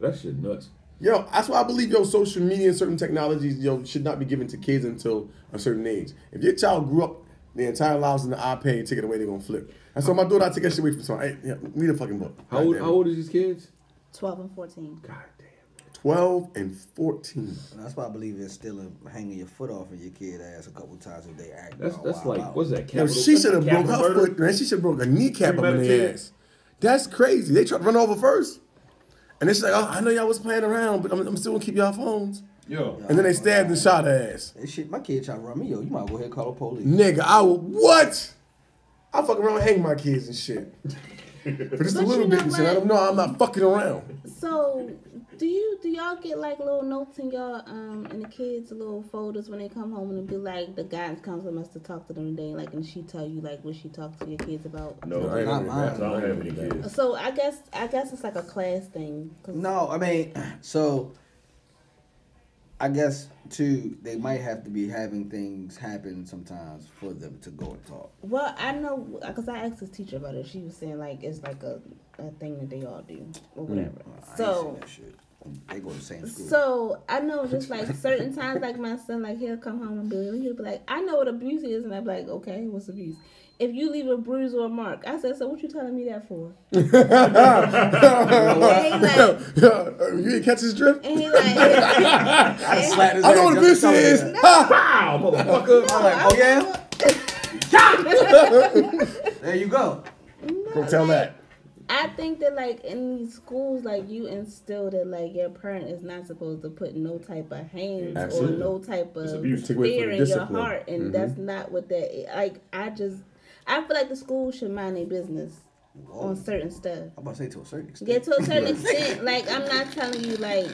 F: That shit nuts.
D: Yo, that's why I believe yo social media and certain technologies yo should not be given to kids until a certain age. If your child grew up their entire lives in the iPad and take it away, they're gonna flip. That's why my daughter I take that shit away from someone. Hey, yeah, read a fucking book.
F: How old,
D: Goddamn.
F: how old is these kids?
J: Twelve and fourteen.
F: God damn.
D: Twelve and fourteen.
E: And that's why I believe in still hanging your foot off of your kid ass a couple times if they act.
F: That's
E: all
F: that's
E: wild
F: like
E: out.
F: what's that?
D: Oh, Yo,
F: Capital,
D: she should have broke
F: capital
D: her
F: murder?
D: foot, man. She should have broke a kneecap up in their
F: Premeditated.
D: ass. That's crazy. They tried to run over first. And then she's like, oh, I know y'all was playing around, but I'm, I'm still gonna keep y'all phones.
F: Yo,
D: And then they stabbed and shot her ass.
E: That shit, my kid trying to run me. Yo, you might go ahead and call the police.
D: Nigga, I would what? I fuck around, and hang my kids and shit. But just a
J: But
D: little
J: you
D: bit
J: know
D: and shit. I
J: what?
D: don't know. I'm not fucking around.
J: So, do you do y'all get like little notes in y'all um in the kids little folders when they come home and it be like the guidance counselor must have talked to them today, like and she tell you like what she talked to your kids about.
F: no,
D: I ain't
E: Not
D: under that.
E: mine.
F: I don't have any kids.
J: So I guess I guess it's like a class thing. 'cause-
E: No, I mean, so I guess too, they might have to be having things happen sometimes for them to go and talk.
J: Well, I know because I asked this teacher about it. She was saying like it's like a, a thing that they all do or whatever.
E: Mm. Oh, I
J: So
E: ain't seen that shit. They go to the same school.
J: So I know just like certain times, like my son, like he'll come home and be, he'll be like, I know what abuse is, and I'm like, okay, what's abuse? If you leave a bruise or a mark, I said, so what you telling me that for? and he like,
D: you didn't catch his drift?
J: and he like,
E: I slapped his
D: I
E: ass
D: know what a
E: just
D: bitch
E: to
D: is.
E: tell him that.
D: Ha!
F: Wow, motherfucker.
E: I'm like, oh yeah, there you go.
D: Don't tell that.
J: I think that like in these schools, like you instill that like your parent is not supposed to put no type of hands
D: Absolutely.
J: or no type of
F: abuse.
D: Take away from
J: fear
D: the
J: in your
D: discipline. Mm-hmm.
J: heart,
E: Mm-hmm.
J: and that's not what that. Is. Like I just, I feel like the school should mind their business on certain stuff.
E: I'm about to say to a certain extent.
J: Yeah, to a certain extent. Like I'm not telling you like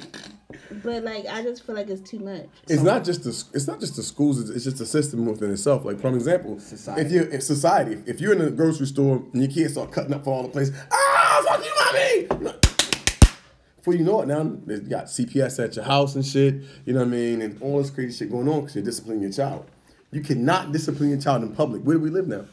I: But like, I just feel like it's too much.
D: It's not just the it's not just the schools. It's, it's just the system within itself. Like, for example, if you if society, if you're in a grocery store and your kids start cutting up for all the place, ah, fuck you, mommy. Before you know it, now they got CPS at your house and shit. You know what I mean, and all this crazy shit going on because you're disciplining your child. You cannot discipline your child in public. Where do we live now?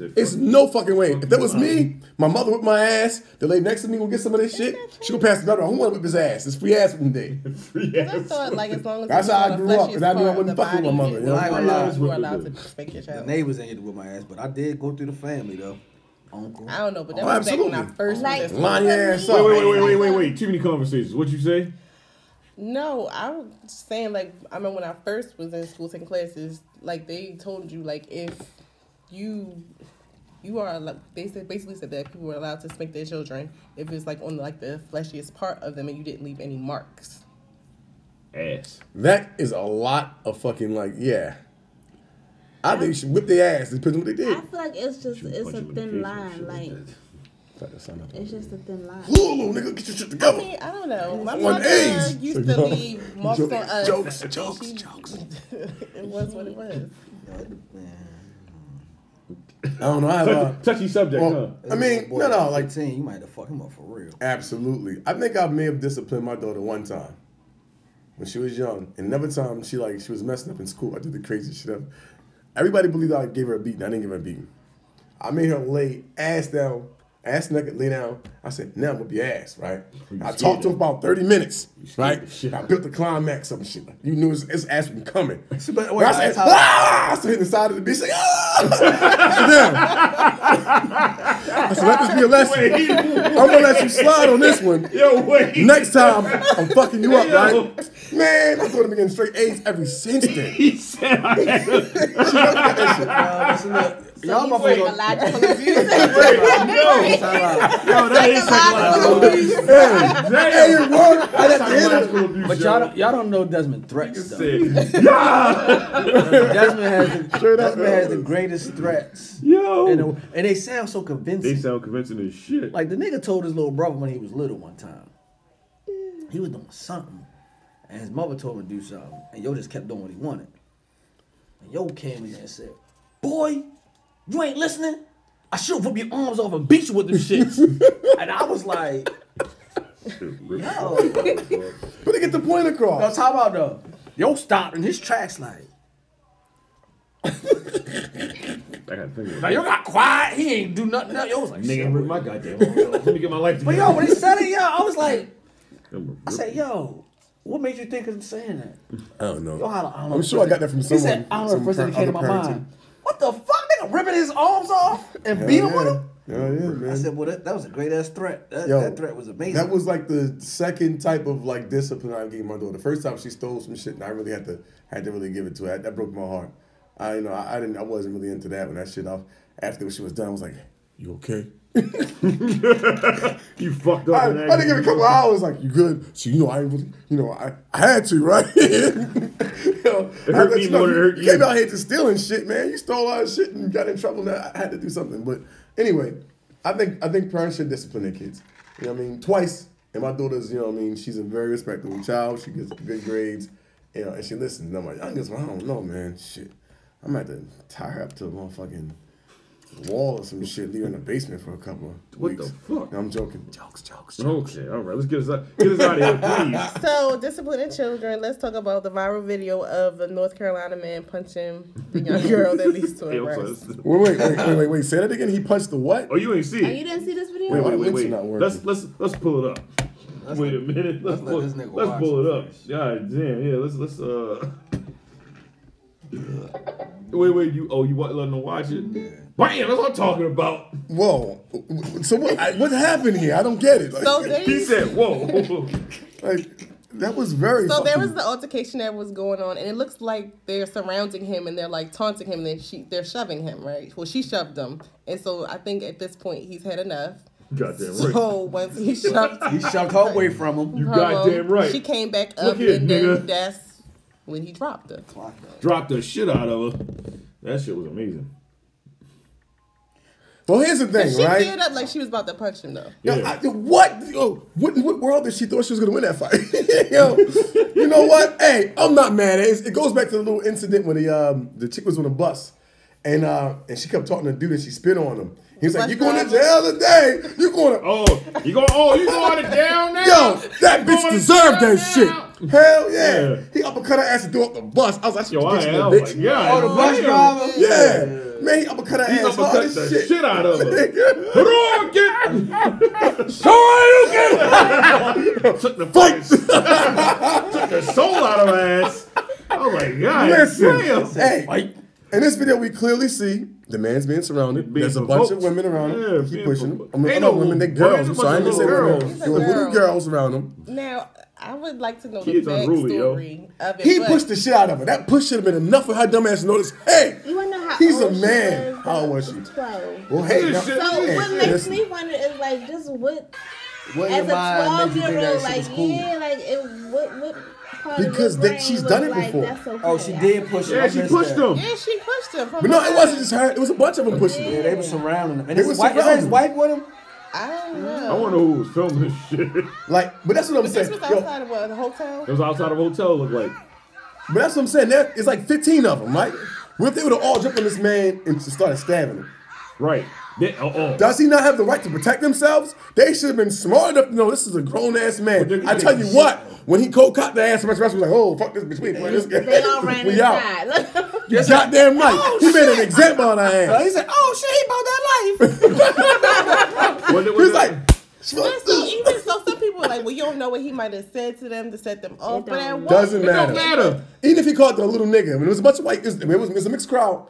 D: It's no fucking way. If that was me, my mother whipped my ass. The lady next to me gonna get some of this shit. She gonna pass the better. Who wanna whip his ass? It's free ass one day.
J: I thought like as long as
D: That's
J: it's
D: how I
J: not
D: grew
J: the
D: up, 'cause I knew I
J: fleshiest
D: wouldn't
J: part
D: fuck
J: of
D: with my
J: the
D: mother,
J: body,
D: you know?
J: you
E: I realized
J: are
E: what we
J: allowed
E: do.
J: to spank your
E: The
J: child.
E: neighbors ain't hit with my ass, but I did go through the family though. Uncle.
J: I don't know, but that
D: Oh,
J: was back when I
D: absolutely.
J: first
I: Like-
J: was at
D: Line your ass
F: Wait,
D: up.
F: wait, wait, wait, wait, wait. Too many conversations. What you say?
J: No, I was saying like I remember when I first was in school taking classes, like they told you like if you you are like they said basically said that people were allowed to spank their children if it's like on like the fleshiest part of them and you didn't leave any marks.
F: Ass.
D: That is a lot of fucking like, yeah. I think you should whip their ass depending on what they
I: I
D: did.
I: feel like it's just it's
F: Punch
I: a
F: you in the
I: thin
F: face and
I: line.
F: shit
I: Like
F: that.
D: Fuck, that sound
I: it's just a thin line.
D: Lulu, nigga, get your shit
J: I
D: together.
J: mean, I don't know. My
D: One
J: mother
D: A's.
J: used to leave marks on us.
D: Jokes, jokes, jokes.
J: It was what it was.
D: I don't know. I have, uh,
F: Touchy, touchy subject,
D: well,
F: huh?
D: I mean, no, no, like,
E: ten, you might have fucked him up for real.
D: absolutely. I think I may have disciplined my daughter one time when she was young. And another time, she like, she was messing up in school. I did the crazy shit up. Everybody believed I gave her a beating. I didn't give her a beating. I made her lay ass down, ass naked, lay down. I said, now I'm with your ass, right?
F: You
D: I
F: scared
D: talked to her
F: her.
D: about 30 minutes,
F: scared
D: right?
F: the shit
D: I
F: out of
D: built the climax up and shit. You knew his, his ass was coming.
E: But
D: When I said, ah! I stood hitting the side of the bitch, like, ah! I said, "Damn." I said, let this be a lesson. I'm gonna let you slide on this one.
F: Yo, wait.
D: Next time, I'm fucking you up,
F: Yo.
D: right? Man, I'm going to be getting straight A's every since then.
F: He said I had a-
E: Y'all
J: He's like a
E: motherfuckers.
J: logical abuse.
F: Yo,
E: Time out.
F: yo, that ain't psychological abuse.
D: Hey, it
F: Damn.
D: worked. I had to hit her.
F: Psychological abuse,
N: But y'all, don't- y'all don't know Desmond threats
F: Said,
N: though.
E: Desmond has the,
D: up,
E: Desmond
D: bro.
E: has the greatest threats. And,
F: Yo.
E: and they sound so
F: They
E: convincing.
F: sound convincing as shit.
E: Like the nigga told his little brother when he was little one time. He was doing something. And his mother told him to do something. And yo just kept doing what he wanted. And yo came in there and said, Boy, you ain't listening? I should whip your arms off and beat you with them shits. and I was like, yo.
D: But to get the point
E: Now,
D: across.
E: talk about though. Yo stopped in his tracks like,
F: I gotta think of
E: now
F: it.
E: yo got quiet. He ain't do nothing. else." Yo was like,
F: Nigga
E: "Shit."
F: ripped my goddamn arms off. Let me get my life
E: But
F: together.
E: yo, when he said it, yo, I was like,
F: I'm a
E: I said,
F: rip-
E: yo, what made you think of saying that?
D: I don't know.
E: Yo, I don't- I don't
D: I'm sure I got that from someone.
E: He said, I don't
D: some
E: know, first thing
D: parent-
E: that came to my
D: other parent,
E: mind. What the fuck? Nigga ripping his arms off and
D: too.
E: beat him
D: Hell
E: with
D: yeah.
E: him?
D: Hell yeah, man.
E: I said, well, that, that was a great ass threat. That,
D: Yo,
E: that threat was amazing.
D: That was like the second type of like discipline I gave my daughter. The first time she stole some shit, and I really had to had to really give it to her. That broke my heart. I you know I, I didn't I wasn't really into that when that shit off. After she was done, I was like, "You okay?"
F: You fucked
D: I,
F: up.
D: I
F: in
D: didn't give it a couple hours. Like, "You good?" So you know I ain't really you know I, I had to right. you know, I
F: hurt
D: let
F: me
D: you know,
F: more than it hurt
D: you came
F: you.
D: out here to stealing shit, man. You stole our shit and got in trouble. Now I had to do something. But anyway, I think I think parents should discipline their kids. You know what I mean? Twice. And my daughter's, you know what I mean, she's a very respectable child. She gets good grades. You know, and she listens. And I'm like, I just, I don't know, man. Shit. I'm gonna have to tie her up to a motherfucking wall or some shit, leave her in the basement for a couple of
F: What the
D: weeks.
F: fuck?
D: No, I'm joking. Jokes, jokes, jokes.
F: Okay, all right. Let's get us out. Get us out of here, please.
J: So, disciplining children, let's talk about the viral video of the North Carolina man punching the young girl that leads to
F: Hey,
J: a
F: I'm sorry,
J: arrest.
F: this is-
D: Wait, wait, wait, wait, wait, wait. Say that again. He punched the what?
F: Oh, you ain't see
I: Oh, you
F: it.
I: didn't see this video?
D: Wait,
F: Wait, wait,
D: link's
F: wait.
D: not working.
F: Let's let's let's pull it up. Wait a minute. Let's
E: let's let
F: pull,
E: this nigga
F: let's
E: watch
F: pull it
E: it
F: up.
E: first.
F: God damn. Yeah. Let's let's uh. Wait, wait. You oh you wa- letting them watch it? Bam. That's what I'm talking about.
D: Whoa. So what? I, what happened here? I don't get it. Like,
J: So they-
F: He said, "Whoa."
D: like that was very.
J: So there
D: fucking-
J: was the altercation that was going on, and it looks like they're surrounding him and they're like taunting him. And then she, they're shoving him, right? Well, she shoved him, and so I think at this point he's had enough.
F: goddamn right.
J: So once he shoved
E: he shoved her away from him.
F: you
J: her,
F: goddamn
J: um,
F: right.
J: she came back
F: Look
J: up,
F: here,
J: and then
F: nigga.
J: that's when he dropped her.
F: Dropped the shit out of her. That shit was amazing.
D: Well, here's the thing,
J: She
D: right?
J: geared up like she was about to punch him though.
D: Yo, I- what? Yo, what? in What world did she thought she was gonna win that fight? yo, you know what? Hey, I'm not mad. It's, it goes back to the little incident when the um the chick was on the bus, and uh and she kept talking to the dude and she spit on him. He was like, "You going to jail today? You going to?
F: Oh, you going? Oh, you going to jail now?
D: Yo, that bitch deserved that shit. Hell yeah.
F: Yeah.
D: He uppercut her ass and threw up the bus. I was like, "Yo,
F: I
D: bitch, you
F: am,
D: little bitch."
F: like, yeah, Oh, the bus damn. driver?
D: Yeah. Man, he uppercut her
F: He
D: ass hard
F: uppercut
D: as
F: the
D: shit.
F: shit out of her.
D: Nigga.
F: Took the fight. Took the soul out of her ass. Oh my god.
D: Listen,
F: damn.
D: hey, in this video we clearly see the man's being surrounded.
F: Being
D: There's a bunch of
F: provoked.
D: women around
F: Yeah,
D: him. He
F: being
D: pushing. them.
F: provoked.
D: I mean,
F: Ain't
D: no
F: no
D: women, they
F: women,
D: girls. I'm
F: there's a
D: sorry, I didn't
F: bunch
D: say
F: of little
D: women.
F: girls.
D: There were little girls around him.
J: Now I would like to know
F: Kids
J: the
F: unruly, yo.
J: backstory of it.
D: He
J: but
D: pushed the shit out of her. That push should have been enough for her dumb ass to notice. Hey,
I: You wanna know how
D: he's a
I: old she
D: man.
I: was?
D: How old was she?
I: Twelve.
D: Well, hey,
F: This
D: now,
F: shit-
I: So
D: hey,
I: what makes
D: listen.
I: me wonder is like just what
N: What
I: as
N: in
I: a
N: your mind
I: twelve
N: made you think
I: year
N: that
I: old
N: shit
I: like
N: was cool?
I: yeah like it, what what part
D: Because
I: of
D: that-
I: your brain
D: she's
I: was
D: done it
I: like,
D: before.
I: That's okay.
N: Oh, she did push him. I
F: Yeah, she
N: missed
F: pushed
N: that.
F: him.
J: Yeah, she pushed him. From
D: But no, it
J: behind.
D: wasn't just her. It was a bunch of them pushing
N: Yeah,
D: him.
N: they were surrounding him. And
D: They
N: his
D: were
N: wife, is that his
D: surrounding
N: wife with him?
J: I don't know.
F: I wonder who was filming this shit.
D: Like, but that's what I'm
J: This
D: saying.
J: was
D: Yo,
J: outside of what, the hotel.
F: It was outside of a hotel. Looked like.
D: But that's what I'm saying. There is like 15 of them, right? What if they would have all jumped on this man and just started stabbing him?
F: Right. They, oh, oh.
D: Does he not have the right to protect themselves? They should have been smart enough to know this is a grown ass man. I tell you what, when he cold cocked the ass, my was like, oh, fuck this between. This guy.
I: They all ran
D: we out.
I: inside. Oh,
D: You goddamn right. he made an example on our
N: Uh, he
D: ass.
N: said, "Oh shit, he bought that life."
F: What they- what
D: He was
F: they-
D: like,
J: And so even so, some people are like, well, you don't know what he might have said to them to set them off. But at
I: don't.
J: what
D: doesn't
F: it
D: matter.
F: don't matter.
D: Even if he called the little nigga, when it was a bunch of white, it was, it was, it was a mixed crowd.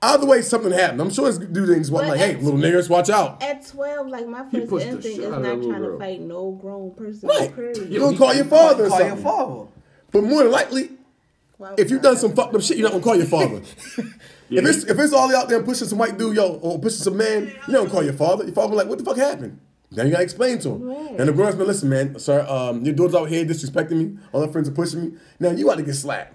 D: Either way, something happened. I'm sure this dude didn't just walk
I: But
D: like, hey,
I: it's-
D: little niggas, watch out.
I: At twelve, like my
F: He
I: first
F: pushed the
I: instinct
F: shit
I: is
F: out
I: not
F: of that
I: trying
F: little girl.
I: to fight no grown person.
D: Right.
I: Period.
D: You gonna call your father or
N: Call your
D: something.
N: father.
D: But more than likely,
J: Why
D: if you've done some fucked up shit, you're not gonna call your father. If it's if it's all out there pushing some white dude, yo, or pushing some man, you don't call your father. Your father be like, what the fuck happened? Then you gotta explain to him. And the grown man, listen, man, sir, um, your daughter's out here disrespecting me. All her friends are pushing me. Now you got to get slapped.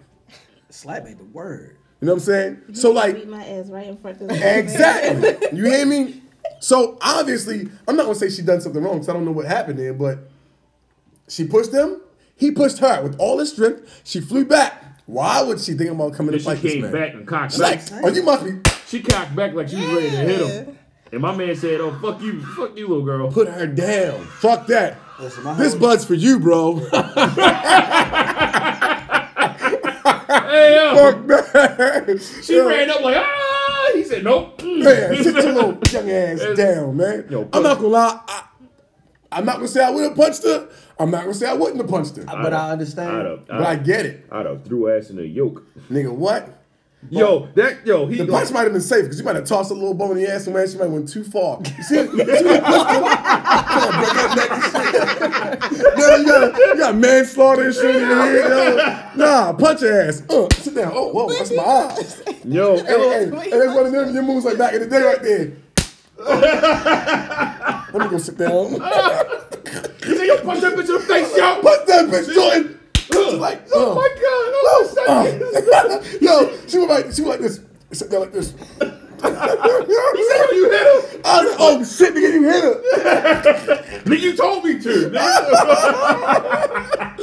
N: Slap ain't the word.
D: You know what I'm saying? So like,
I: beat my ass right in front of this
D: exactly. You hear me? So obviously, I'm not gonna say she done something wrong because I don't know what happened there, but she pushed him. He pushed her with all his strength. She flew back. Why would she think about coming
F: And she
D: to fight this
F: came
D: man?
F: back and cocked
D: She's like,
F: back.
D: oh, you must be.
F: She cocked back like she was ready to hit him. And my man said, "Oh fuck you, fuck you, little girl."
D: Put her down. Fuck that.
N: Listen, my
D: This
N: whole-
D: bud's for you, bro.
F: Hey, yo.
D: Fuck that.
F: She ran up like, ah! He said, nope.
D: Man, sit your little young ass
F: It's-
D: down, man.
F: Yo,
D: I'm
F: punch
D: not gonna lie. I, I'm not gonna say I would have punched her. I'm not gonna say I wouldn't have punched her.
N: But I understand.
F: I'd have,
D: but I get it.
F: I'd have threw ass in the yoke.
D: Nigga, what?
F: Yo, that yo, he
D: The
F: like,
D: punch might have been safe because you might have tossed a little bone in the ass somewhere. She might have went too far. You see, you see that pussy? Come on, break that neck. Yo, you got you got manslaughter and shit in your head. Yo. Nah, punch her ass. Uh, sit down. Oh, whoa, that's my eyes. Hey,
F: yo,
D: hey, hey, that's one of them your moves like back in the day right there. Let me go sit down.
F: he said, yo, punch that bitch in the face, yo.
D: Punch that bitch, Jordan.
F: She's
D: like,
F: oh
D: uh,
F: my god, oh, my
D: Uh,
F: second.
D: yo, she was like, she was like this. Sit down like this.
F: He said, yo, you hit him.
D: I was like, oh shit, nigga, you hit her. Oh.
F: Nigga, you told me to. nigga.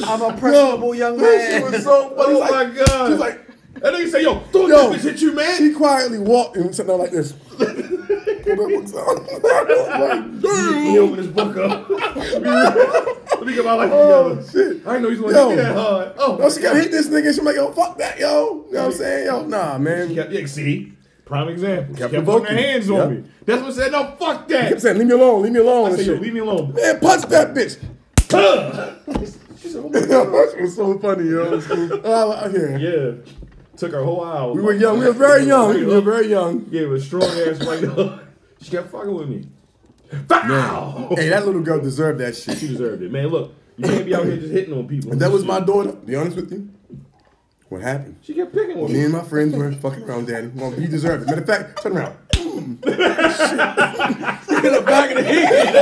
N: I'm a personable young
D: She
N: man.
D: was so funny.
F: Oh
D: like,
F: my god.
D: She was like,
F: that nigga said, yo, don't
D: Yo.
F: that bitch hit you, man.
D: she quietly walked and sat down like this. Pulled that one side.
F: Let me open this book up. Let me get my life
D: Oh,
F: together.
D: shit.
F: I didn't know he was
D: Yo.
F: going to get that hard. Oh,
D: No, she kept hitting this nigga. She like, yo, fuck that, yo. You know what I'm saying? Yo, nah, man.
F: Yeah, yeah, see, prime example. She kept,
D: Kept
F: putting
D: provoking.
F: her hands on
D: Yep.
F: me. That's what said. No, fuck that.
D: kept saying, leave me alone, leave me alone.
F: I
D: and
F: said, yo,
D: shit.
F: leave me alone.
D: Man, punch that bitch.
F: She said, oh my God.
D: it was so funny, yo. It was cool. Uh, yeah.
F: yeah, took her whole hour.
D: We were young. We were very young. We were very young.
F: Gave a strong ass right hook. She kept fucking with me. Wow.
D: Hey, that little girl deserved that shit.
F: She deserved it, man. Look, you can't be out here just hitting on people.
D: If that was my daughter, to be honest with you, what happened?
F: She kept picking with
D: Me
F: me.
D: and my friends were fucking around, Daddy. Well, he deserved it. Matter of fact, turn around.
N: in the back of the head.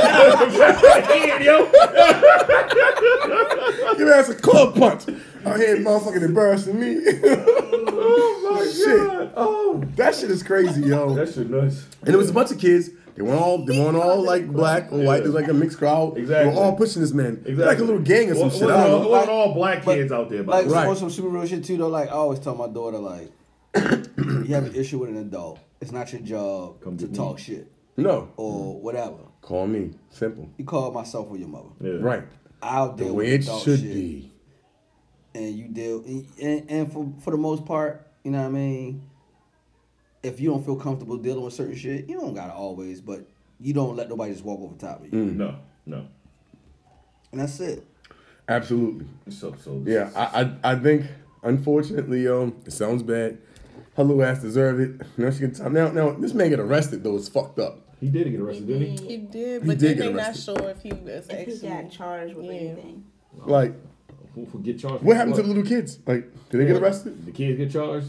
F: Damn, yo.
D: Your ass a club punch. Out here motherfucking embarrassing me.
F: Oh my
D: Shit.
F: god. Oh,
D: that shit is crazy, yo.
F: that shit nuts.
D: And it was a bunch of kids. They weren't all they weren't all like black or white. There's like a mixed crowd.
F: Exactly.
D: They were all pushing this man. Exactly. Like a little gang or some
F: Well,
D: shit.
F: well,
D: I don't
F: well,
D: know.
F: well, all black kids out there, by
E: Like
F: the way.
D: Right.
E: on some super real shit too. Though, like I always tell my daughter, like you have an issue with an adult. It's not your job
F: Come
E: to
F: get me.
E: talk shit
D: No.
E: or whatever.
D: Call me. Simple.
E: You call myself or your mother.
F: Yeah.
D: Right.
E: I'll deal
D: The
E: with
D: way it
E: adult
D: should
E: shit.
D: be.
E: and you deal and, and for for the most part, you know what I mean. If you don't feel comfortable dealing with certain shit, you don't gotta always, but you don't let nobody just walk over top of you,
F: No, no.
E: and that's it.
D: Absolutely.
F: So, so this
D: Yeah,
F: is-
D: I, I I think unfortunately, um, it sounds bad. Her little ass deserved it. Now she can tell now now this man get arrested though, it's fucked up.
F: he did get arrested, didn't he?
J: He did,
D: He
J: but then
D: did
J: they
D: get
J: not
D: arrested.
J: sure if he was
I: If he got
J: actually.
I: charged with
J: Yeah.
I: anything.
D: Like,
F: Who, who get charged?
D: what happened to
F: What?
D: the little kids? Like, did they get arrested?
F: The kids get charged.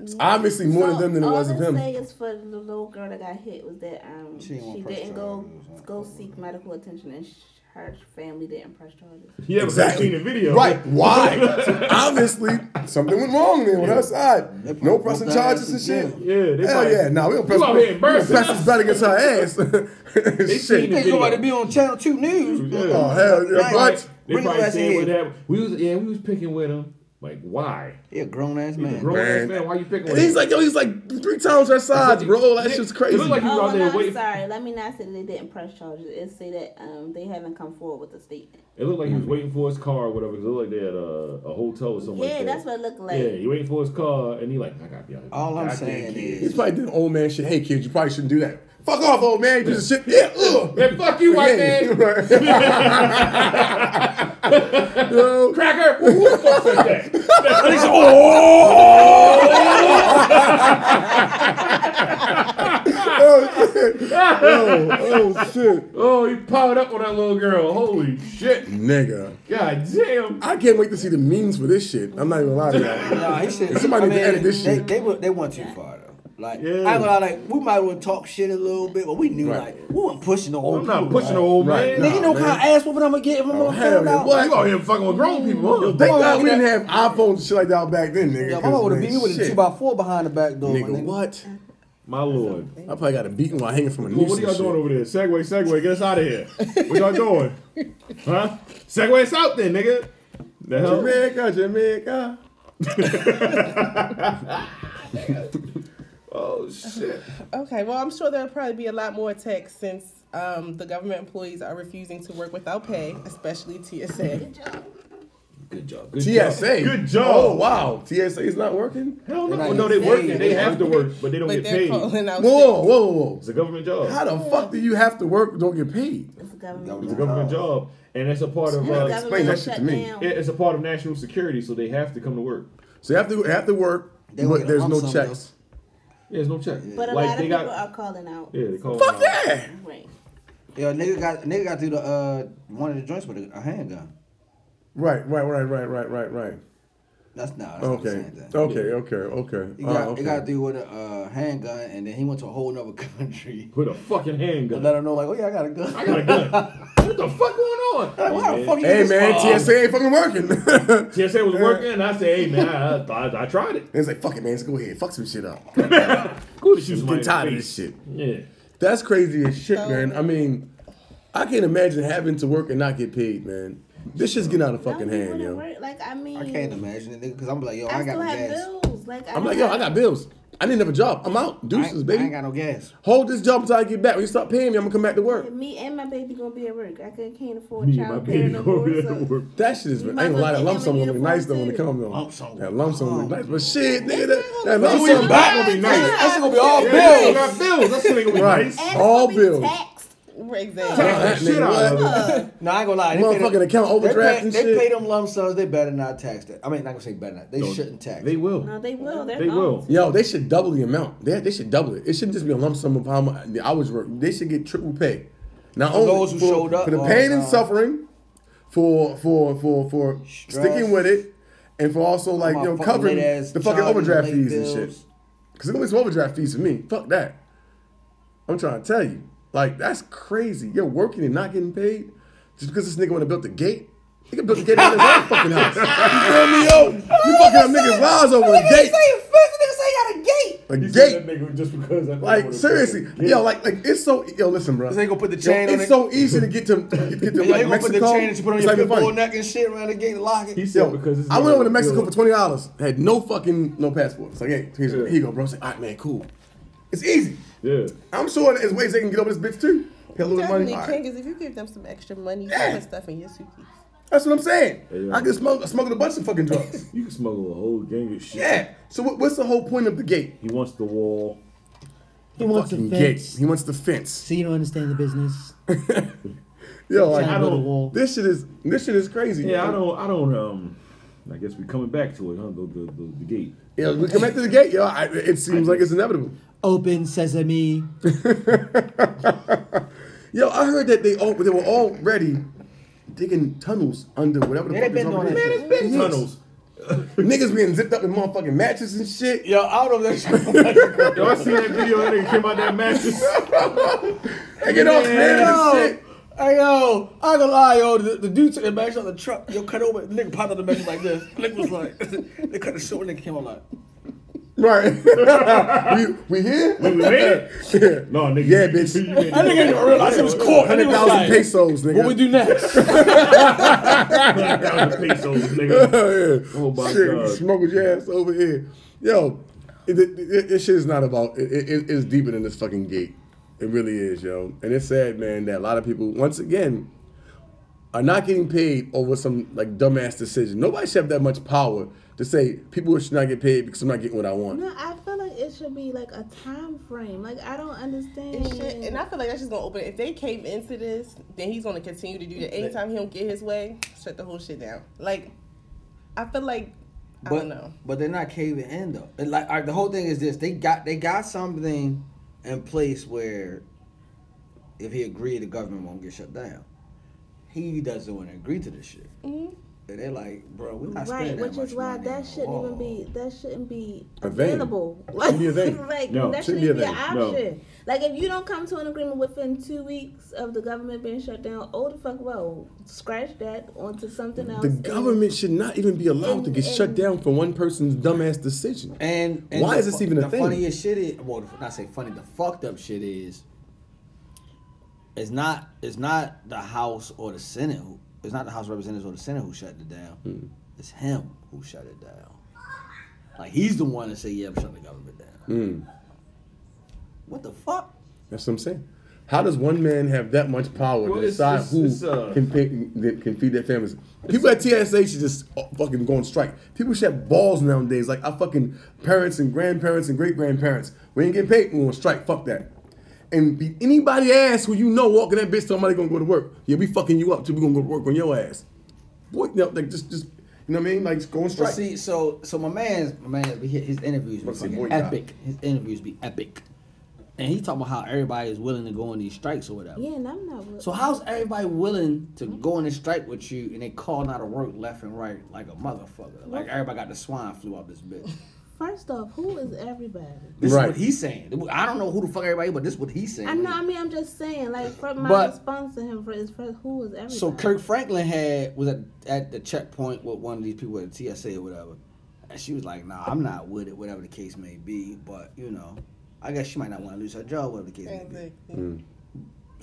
D: It's obviously more of them than it
I: all
D: was of
I: All
D: him.
I: say is for the little girl that got hit was that um
E: She
I: she,
E: didn't want press
I: didn't go
E: charges, huh?
I: go seek medical attention and sh- her family didn't press charges.
F: Yeah, exactly.
D: Exactly.
F: Seen the video.
D: Right? Why? So obviously, something went wrong there with her side. No
E: probably
D: pressing
E: broke that
D: charges and
E: ass
D: shit.
E: again.
F: Yeah, they
D: Hell
F: probably-
D: yeah! Nah, we don't press.
F: out here
D: we don't
F: embarrassing
D: press
F: us.
D: his butt against her ass.
F: seen
D: shit.
F: it.
E: Ain't nobody be on Channel Two News.
F: Yeah.
D: Oh hell yeah!
E: Right.
D: But
F: They
E: Bring
F: probably
E: your ass
F: said
E: in.
F: what happened. We was yeah, we was picking with him. Like why?
E: He a grown ass man.
F: Grown ass
D: Man.
F: man, why you picking with
D: and
F: him?
D: he's like, yo, he's like three times her size, bro. That shit's crazy.
F: It looked like he was
I: Oh,
F: out there
I: well, no, I'm
F: waiting.
I: sorry. Let me not say that they didn't press charges. It's say that um they haven't come forward with a statement.
F: It looked like he was waiting for his car or whatever. 'cause It looked like they had a, a hotel or something.
I: yeah,
F: like that.
I: that's what it looked like.
F: Yeah, he waiting for his car, and he like, I gotta be out here.
E: All I'm
F: Goddamn
E: saying
F: kids.
D: He's
E: is,
D: probably doing old man shit. Hey, kids, you probably shouldn't do that. Fuck off, old man. You piece of shit. Yeah, ugh.
F: Yeah, fuck you, white
D: Yeah,
F: man.
D: right. Yo,
F: Cracker. Who the fuck said that?
D: oh, oh, shit.
F: Oh, he powered up on that little girl. Holy shit!
D: Nigga.
F: God damn.
D: I can't wait to see the memes for this shit. I'm not even lying to you.
E: nah, he should.
D: Somebody
E: I
D: need to
E: mean,
D: edit this
E: they,
D: shit.
E: They went, they went too far though. Like
F: Yeah.
E: I ain't gonna lie, like we might want to talk shit a little bit, but we knew
D: Right.
E: like we weren't pushing the old.
F: I'm not
E: people,
F: pushing the
E: like.
F: old
D: Right,
F: man.
E: Nigga, you know what kind of ass whooping I'm gonna get if I'm
D: Oh,
E: gonna
D: hell
E: fail
D: yeah.
E: out.
D: What?
F: You out here fucking with grown people, huh?
D: Thank
E: Boy,
D: God we
E: nigga,
D: didn't have iPhones and shit like that out back then, nigga.
E: Yeah, my
D: 'cause,
E: mama would have
D: man,
E: beat me with a
D: shit.
E: two by four behind the back door. my
D: Nigga, what?
F: My lord.
D: I probably got a beating while hanging from a
F: Well,
D: noose
F: what are
D: and
F: y'all
D: shit.
F: doing over there? Segway, Segway, get us out of here. What y'all doing? Huh? Segway us out then, nigga. The hell?
D: Jamaica, Jamaica.
F: Oh shit.
J: Okay, well, I'm sure there'll probably be a lot more attacks since um, the government employees are refusing to work without pay, especially TSA.
F: Good job. Good
D: TSA.
F: Job. Good job.
D: Oh, wow. TSA is not working?
F: Hell no.
E: They're not
F: no, they
E: getting
F: work.
E: paid.
F: They have to work, but they don't
J: But
F: get
J: they're
F: paid.
J: calling out.
D: Whoa, whoa, whoa.
F: It's a government job.
D: How the fuck do you have to work and don't get paid?
I: It's a government.
F: It's a government job, and it's a part of
I: The
F: uh,
I: government
D: Explain that shit to me.
I: shut down.
F: it- it's a part of national security, so they have to come to work.
D: So you have to have to work,
E: They
D: but
E: get a
D: there's
E: lump
D: no
E: sum,
D: checks.
F: Yeah, there's no check.
I: But a
F: like
I: lot of
F: they
I: people
F: got.
I: are calling out.
F: yeah, they call. uh, it
D: Fuck
F: out.
D: yeah.
I: Right.
E: Yo, nigga got nigga got through the uh one of the joints with a, a handgun.
D: Right, right, right, right, right, right, right.
E: That's not that's
D: Okay.
E: not the same
F: Oh,
E: thing.
D: Okay, okay, okay.
E: He
D: Oh,
E: got,
D: okay.
E: he got through with a uh, handgun, and then he went to a whole nother country.
F: With a fucking
E: And
F: handgun.
E: let him know, like, oh yeah, I got a gun.
F: I got a gun. what the fuck going on?
E: Like, why the fuck you
D: Hey
E: get this
D: man,
E: far?
D: TSA ain't fucking working. Uh,
F: TSA was working, and I said, "Hey man, I, I, I tried it.
D: it's like fuck it, man. Let's go ahead, fuck some shit up.
F: Cool to shoot
D: I'm
F: somebody
D: getting
F: in
D: tired
F: the
D: of
F: face.
D: this shit.
F: Yeah,
D: That's crazy as shit, man. I mean, I can't imagine having to work and not get paid, man. This shit's getting out of fucking
I: no, we
D: hand,
I: wouldn't
D: yo.
I: work. Like I mean,
E: I can't imagine it, nigga, because I'm like, yo, I,
I: I
E: ain't got
I: still
E: no
I: have
E: gas.
I: bills. Like I
D: I'm like,
I: don't
D: yo, I
I: have-
D: got bills. I didn't have a job. I'm out.
E: I ain't-
D: Deuces,
E: I ain't
D: baby.
E: got no gas.
D: Hold this job until I get back. When you stop paying me, I'm gonna come back to work.
I: Me and my baby gonna be at work. I could- can't afford
F: me and my
I: child care
F: baby
I: no
F: going to
I: more. So.
F: work.
D: That shit is. I ain't
I: might
D: gonna lie,
I: as well
D: that lump
I: get
D: sum
I: him a
D: gonna look nice though when it
I: uniform,
D: come though.
E: Lump sum.
D: That lump sum
E: Oh.
D: look nice, but shit, nigga, that,
F: But
D: that lump
F: you
D: sum
F: ain't back gonna be nice.
E: That shit gonna be all
F: Yeah,
E: bills.
F: I got bills. That's gonna be
D: Right.
F: nice.
I: And
D: All
I: all
D: bills.
I: bills. Taxed.
J: Exactly.
F: Take that
D: nigga,
F: shit out of it.
E: No, I ain't gonna lie. They pay them-
D: motherfucking account
E: they
D: overdraft
E: pay,
D: and
E: they pay
D: shit.
E: them lump sums. They better not tax that. I mean, not gonna say better not. They shouldn't tax.
F: They
E: it.
I: No,
F: will.
I: they will. They're
F: They
I: gone.
F: will.
D: Yo, they should double the amount. They, they should double it. It shouldn't just be a lump sum of how much the hours work. They should get triple pay. Not only
E: those who
D: for,
E: showed up Oh,
D: for the
E: all
D: pain
E: the
D: and
E: time.
D: suffering, for for for for
E: Stress.
D: sticking with it, and for also like
E: My
D: yo
E: fucking
D: covering
E: late-ass
D: the fucking
E: charges,
D: overdraft
E: late
D: fees and shit.
E: bills.
D: Cause it's some overdraft fees for me. Fuck that. I'm trying to tell you, like that's crazy. You're working and not getting paid just because this nigga want to build the gate. He can build the gate out of his own fucking house. You feel me, yo? You fucking up niggas' lives over the
E: Nigga,
D: gate.
E: say, first nigga say you got a gate.
D: A
F: He
D: gate.
F: said that nigga just because I didn't
D: Like
F: wanna-
D: seriously,
F: Yeah.
D: yo, like like it's so yo. Listen, bro.
E: They gonna put the
D: Yo,
E: chain on
D: It's
E: it.
D: so easy to get to get to
E: Yo, you
D: like,
E: gonna put the
D: Mexico.
E: chain that you put on
D: It's
E: your
D: not even
E: pitbull
D: funny.
E: neck and shit around the gate and lock it.
F: He said
D: Yo,
F: because this
D: I went
F: nigga-
D: over to Mexico
F: yo,
D: for twenty dollars. Had no fucking no passport. It's like, hey, here's,
F: Yeah.
D: here you go, bro. I said, all right, man, cool. It's easy.
F: Yeah.
D: I'm sure there's ways they can get over this bitch too. Pay a little bit of money.
J: Definitely
D: all
J: can
D: right.
J: because if you give them some extra money, you
D: Yeah.
J: can put stuff in your suitcase.
D: That's what I'm saying.
F: Yeah.
D: I can smuggle, smuggle a bunch of fucking drugs.
F: You can smuggle a whole gang of shit.
D: yeah. So what, what's the whole point of the gate?
F: He wants the wall.
N: He wants
D: fucking
N: a
D: gate.
N: fence.
D: He wants the fence.
N: So you don't understand the business.
D: Yo, like
N: Trying
F: I
N: to build a
F: don't-
N: wall.
D: this shit is this shit is crazy.
F: Yeah, I don't. I don't. Um, I guess we coming back to it, huh? The the, the, the gate.
D: Yeah, we come back to the gate, yo. I, it seems like it's inevitable.
N: Open sesame.
D: Yo, I heard that they all they were already digging tunnels under whatever the
E: Yeah,
D: fuck
E: they
D: is
E: been
D: under
E: doing
D: there.
E: that
D: Man,
E: shit.
D: it's been tunnels. Niggas being zipped up in motherfucking matches and shit.
E: Yo, out of that.
F: Yo, I seen that video. That nigga came out that mattress.
D: They get all clear and
E: Yo,
D: shit.
E: hey yo, I ain't gonna lie, yo, the, the dude took the match on the truck, yo, cut over, the nigga popped out the match like this. The nigga was like, they cut the short, nigga came out like,
D: Right. we, we here?
F: Wait, we made it?
D: Yeah.
F: No, nigga.
D: Yeah,
F: you-
D: bitch.
F: you made
E: that nigga didn't even realize it was caught. That nigga was
D: 100,000
E: like,
D: pesos, nigga.
E: What we do next?
F: Down the pesos, nigga. Oh my
D: shit,
F: God.
D: smuggled your ass over here. Yo, it, it, it- this shit is not about. It, it- it- it's deeper than this fucking gate. It really is, yo. And it's sad, man, that a lot of people, once again, are not getting paid over some like dumbass decision. Nobody should have that much power to say people should not get paid because I'm not getting what I want.
I: No, I feel like it should be like a time frame. Like I don't understand.
J: And shit, and I feel like that's just gonna open. If they cave into this, then he's gonna continue to do that. Anytime he don't get his way, shut the whole shit down. Like, I feel like I
E: but
J: don't know.
E: but they're not caving in though. And like all right, the whole thing is this: they got they got something in place where if he agreed, the government won't get shut down. He doesn't want to agree to this shit.
J: Mm-hmm.
E: And they're like, bro, we're not
I: right,
E: spending that
I: which
E: much
I: is
E: money
I: why
E: on
I: that
E: the
I: shouldn't
E: wall.
I: even be that shouldn't be
D: A thing.
I: available.
D: Shouldn't be a thing.
I: like
F: No,
I: that
D: shouldn't
I: shouldn't
D: be
I: be
D: a
I: an
D: thing. No.
I: option. Like if you don't come to an agreement within two weeks of the government being shut down, oh the fuck well, scratch that onto something else.
D: The
I: and-
D: government should not even be allowed to get shut down for one person's dumbass decision.
E: And, and
D: Why
E: the
D: is this
E: fu-
D: even a
E: the
D: thing?
E: funniest shit is well, the- not say funny. The fucked up shit is, it's not it's not the House or the Senate. Who, it's not the House of Representatives or the Senate who shut it down.
D: Hmm.
E: It's him who shut it down. Like he's the one that said, "Yeah, I'm shutting the government down."
D: Hmm.
E: What the fuck?
D: That's what I'm saying. How does one man have that much power
F: Well,
D: to
F: it's-
D: decide
F: it's-
D: who
F: it's, uh,
D: can, pay, that can feed their families? People at TSA should just uh, fucking go on strike. People should have balls nowadays. Like our fucking parents and grandparents and great grandparents. We ain't getting paid. We on strike. Fuck that. And be anybody ass who you know walking that bitch. Somebody gonna go to work. Yeah, we fucking you up too. We gonna go to work on your ass. Boy, no, like just just you know what I mean? Like just go on
E: But
D: strike.
E: see, so so my man's my man, he- his interviews be
D: What's your
E: fucking
D: boy got?
E: epic. His interviews be epic, and he talking about how everybody is willing to go on these strikes or whatever.
I: Yeah, and I'm not with
E: So how's everybody willing to go on a strike with you and they call out of work left and right like a motherfucker? Like everybody got the swine flu out this bitch.
I: first off, who is everybody?
E: This is
D: Right.
E: what he's saying. I don't know who the fuck everybody, is, but this is what he's saying.
I: I know I mean I'm just saying, like from my
E: But-
I: response to him for his first who is everybody?
E: So Kirk Franklin had was at, at the checkpoint with one of these people at the TSA or whatever, and she was like, "Nah, I'm not with it, whatever the case may be." But you know, I guess she might not want to lose her job, whatever the case may be.
J: Mm.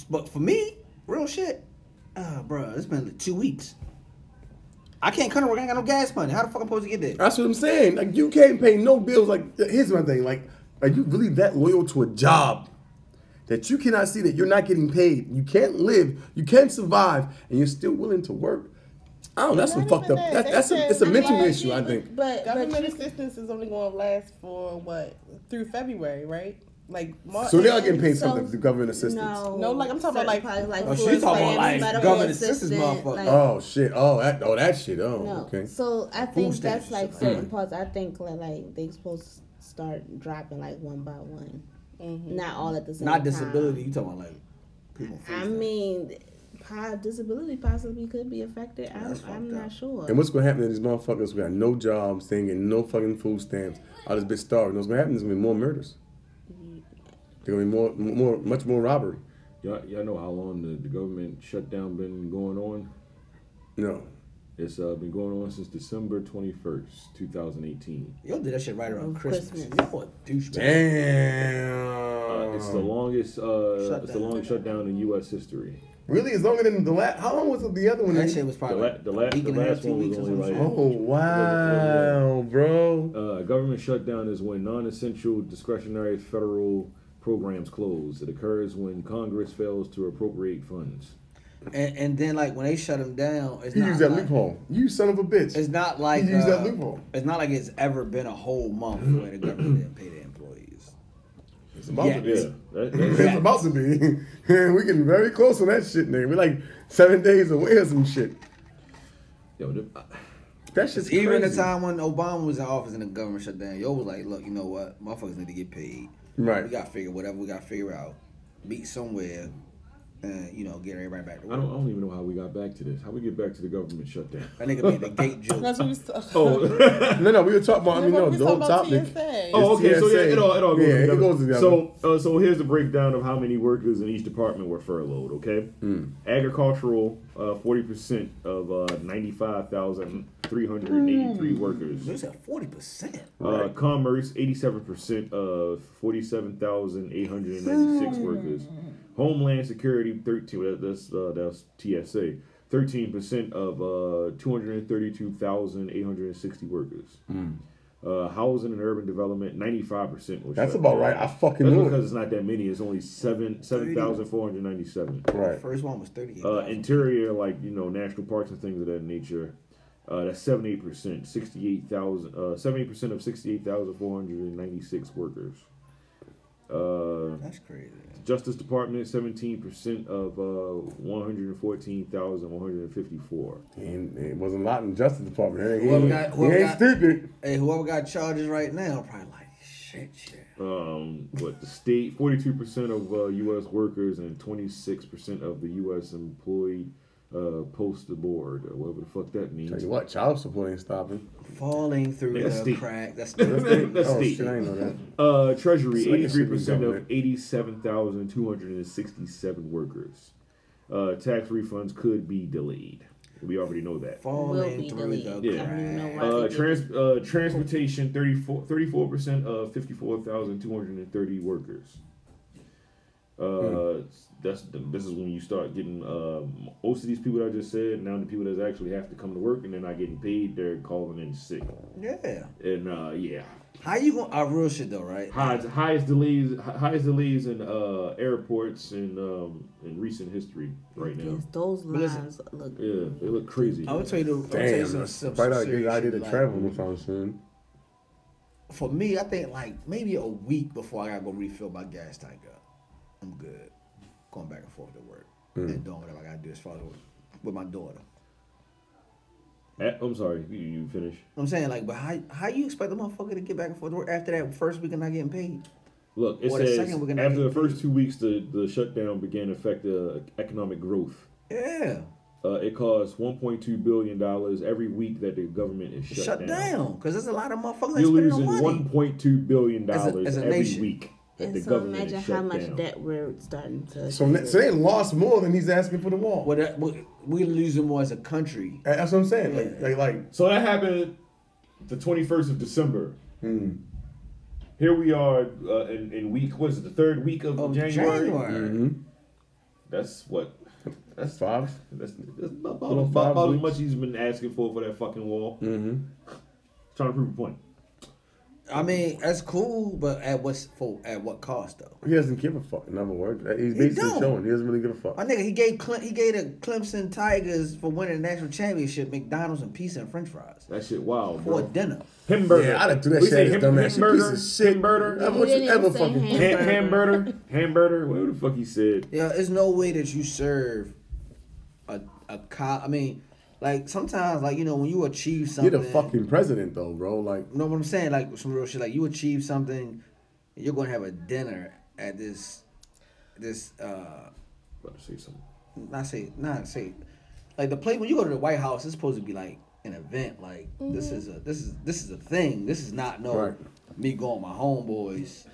E: But for me, real shit, uh, bro, it's been like two weeks. I can't come to work. I ain't got no gas money. How the fuck I'm supposed to get there?
D: That's what I'm saying. Like you can't pay no bills. Like here's my thing. Like are you really that loyal to a job that you cannot see that you're not getting paid? You can't live. You can't survive, and you're still willing to work. I don't. know, That's some
J: Not
D: fucked
J: even
D: up.
J: that.
D: That,
J: They
D: that's a,
J: said-
D: it's a
J: I'm
D: mental
J: glad
D: issue. I think.
I: but but
J: Government
I: you-
J: assistance is only gonna last for what through February, right? Like March.
D: So they are getting paid
I: So-
D: something through government assistance.
J: No, like, I'm talking about, like-
I: Certain products,
E: Oh, she
I: food
E: talking about,
I: stamps,
E: like,
I: medical
E: government assistance,
I: assistance,
E: motherfucker. Uh,
I: like-
D: Oh shit. Oh that. Oh that shit. Oh
I: No.
D: okay.
I: So I think
E: stamps
I: that's
E: and
I: like
E: shit like
I: certain parts. I think like, like they supposed to start dropping like one by one, not all at the same.
E: Not
I: time.
E: disability. You talking about like people?
I: I mean, po- disability possibly could be affected.
E: that's
I: I'm, I'm
E: fucked up.
I: not sure.
D: And what's gonna happen to these motherfuckers? We got no jobs. They ain't getting no fucking food stamps. All this bitch starving. What's gonna happen? There's gonna be more murders. There's gonna be more, more, much more robbery.
F: Y'all, y'all know how long the, the government shutdown been going on?
D: No.
F: It's uh, been going on since December 21st, 2018.
E: Yo did that shit right around
F: Oh,
E: Christmas.
F: Christmas.
E: Yo, a douchebag.
F: Uh, it's the longest. Uh, it's the longest shutdown in U.S. history.
D: Really, it's longer than the last. How long was the other one?
E: That shit was probably
F: The, la- the, la-
E: week
F: the
E: and a half,
F: last
E: two
F: one
E: weeks
F: was
E: or
F: only
E: some
F: like.
E: shit.
D: Oh wow, bro.
F: Uh, government shutdown is when non-essential discretionary federal programs close. It occurs when Congress fails to appropriate funds.
E: And, and then like when they shut him down, it's
D: You
E: not
D: used that
E: like,
D: loophole. You son of a bitch.
E: It's not like
D: You used that
E: uh,
D: loophole.
E: It's not like it's ever been a whole month where the government didn't pay their employees.
D: It's about
E: Yeah.
D: to be.
E: Yeah,
F: that-
D: it's
F: that-
D: about to be. we getting very close on that shit, nigga. We're like seven days away or some shit.
F: Yo, the-
D: that shit's
E: Even the
D: crazy.
E: time when Obama was in office and the government shut down, yo was like, look, you know what, motherfuckers need to get paid.
D: Right.
E: We got to figure whatever we got to figure out, meet somewhere, and you know get everybody back to
F: I
E: work.
F: don't, I don't even know how we got back to this. How we get back to the government shutdown?
E: That nigga made the gate joke.
J: That's what we was
F: Oh.
D: no, no, we were talking about. I mean, no,
J: we was
D: the whole
J: talking about TSA.
D: topic.
F: Oh,
D: is
F: okay. So yeah,
D: TSA.
F: it all it all goes,
D: Yeah, it
F: together.
D: goes together.
F: So uh, so here's the breakdown of how many workers in each department were furloughed. Okay,
D: Hmm.
F: agricultural, uh, forty percent of uh, ninety five thousand three hundred eighty three workers.
E: You said forty percent.
F: Uh, commerce, 87% of 47,896
D: Hmm.
F: workers. Homeland Security, 13. that- That's uh, that's TSA. 13% of uh, 232,860 workers.
D: Hmm.
F: Uh, housing and urban development, 95%. Was
D: That's
F: shut
D: about
F: down.
D: right. I fucking
F: That's
D: knew it.
F: because it's not that many. It's only seven 7,497.
D: Right.
E: First one was thirty eight.
F: Uh, interior, like you know, national parks and things of that nature. Uh, that's seventy eight percent, sixty eight thousand, uh, seventy percent of sixty eight thousand four hundred and ninety six workers. Uh,
E: That's crazy.
F: Justice Department, seventeen percent of uh, one hundred and fourteen thousand one hundred and fifty four.
D: And it wasn't a lot in the Justice Department. He
E: Whoever
D: ain't,
E: got,
D: he
E: whoever
D: ain't
E: got,
D: stupid.
E: Hey, whoever got charges right now, probably like shit, shit.
F: Um, but the state, forty two percent of uh, U.S. workers and twenty six percent of the U.S. employed uh, postal board, or whatever the fuck that means.
D: Tell you what, child support ain't stopping.
E: Falling through
F: Nigga,
E: the
F: Steve.
E: crack. That's
F: That's
D: oh,
F: deep.
D: shit, I ain't know that.
F: Uh, Treasury,
D: It's like it should
F: eighty-three
D: be
F: percent of
D: government.
F: eighty-seven thousand two hundred and sixty-seven workers. Uh, tax refunds could be delayed. We already know that.
E: falling
I: be
E: through the
I: deleted.
F: Yeah.
E: crack.
F: Uh, trans- uh, transportation, 34 percent of fifty-four thousand two hundred and thirty workers. Uh,
D: Hmm.
F: that's the, this is when you start getting um, most of these people that I just said. Now the people that actually have to come to work and they're not getting paid, they're calling in sick.
E: Yeah.
F: And uh, yeah,
E: How you gonna? I real shit though, right?
F: highest highest delays hi- highest delays in uh, airports in um, in recent history right now.
I: Yes, those
E: But listen-
I: lines look.
F: Yeah, they look crazy.
E: I would tell you the. I would tell you
D: Damn,
E: some,
D: that's
E: some,
D: probably not a
E: serious
D: good idea
E: shit,
D: to
E: like,
D: travel anytime soon.
E: For me, I think like maybe a week before I gotta go refill my gas tank up. I'm good. Going back and forth to work and doing whatever I gotta do as far as with, with my daughter.
F: Eh, I'm sorry, you, you finish.
E: I'm saying like, but how how you expect the motherfucker to get back and forth to work after that first week of not getting paid?
F: Look, it
E: Or the
F: says
E: second we're gonna
F: after
E: get
F: the first two weeks, the, the shutdown began to affect the uh, economic growth.
E: Yeah,
F: Uh, it costs 1.2 billion dollars every week that the government is shut,
E: shut, down because there's a lot of motherfuckers
F: You're
E: ain't spending no
F: losing
E: money.
F: 1.2 billion
E: As a-
F: dollars
E: as a
F: every
E: nation.
F: week that the
I: And so
F: government
I: imagine
F: is shut
I: how much
F: down.
I: debt we're starting to.
D: So, ne- so they lost more than he's asking for the wall.
E: Well, that, we- we losing more as a country.
D: That's what I'm saying. Like, like, like
F: So that happened the 21st of December.
D: Hmm.
F: Here we are uh, in, in week, what is it, the third week of
E: Oh,
F: January?
E: January.
D: Mm-hmm.
F: That's what, that's,
D: five.
F: that's, that's about,
D: Little
F: about,
D: five
F: about as
D: weeks.
F: much he's been asking for for that fucking wall. Mm-hmm. Trying to prove a point.
E: I mean, that's cool, but at what's for at what cost though?
D: He doesn't give a fuck. Another word. He's basically
E: don't.
D: showing he doesn't really give a fuck.
E: My nigga, he gave Cle- he gave the Clemson Tigers for winning the national championship McDonald's and pizza and French fries
F: That shit wild,
E: for
F: bro.
E: dinner.
F: Hamburger.
D: Yeah, I done threw that
F: We
D: shit
F: say
D: at his
F: ham-
D: dumb ass. You
F: hamburger,
D: piece of shit.
F: Hamburger.
D: I want you
I: didn't
D: to ever
I: say
D: fucking.
I: ham.
F: Ham- hamburger. hamburger. Whatever the fuck he said.
E: Yeah, there's no way that you serve a a cop. I mean, like sometimes, like you know, when you achieve
D: You're
E: something,
D: the fucking president though, bro. Like,
E: You know what I'm saying? Like some real shit. Like you achieve something, you're gonna have a dinner at this this uh
F: About to say something.
E: not say not say like the place when you go to the White House, it's supposed to be like an event. Like
J: Mm-hmm.
E: this is a this is this is a thing. This is not no
D: Right.
E: me going with my homeboys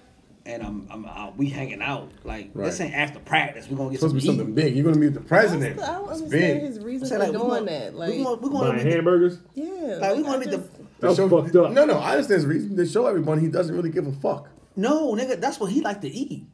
E: and I'm, I'm out, we hanging out. Like this
D: Right.
E: ain't after practice. We're gonna get
D: supposed to be
E: some
D: something big. You're gonna meet the president.
J: I don't
D: It's
J: understand
D: big.
J: his reason
E: Say,
J: for
E: like, we
J: doing
E: gonna-
J: that. Like,
E: We're gonna, we gonna
F: Buying
E: meet the-
F: hamburgers?
J: yeah,
E: like we
J: I
E: gonna meet the
J: just-
F: That's
D: Show-
F: fucked up.
D: No, no, I understand his reason to show everyone he doesn't really give a fuck.
E: no nigga. That's what he like to eat.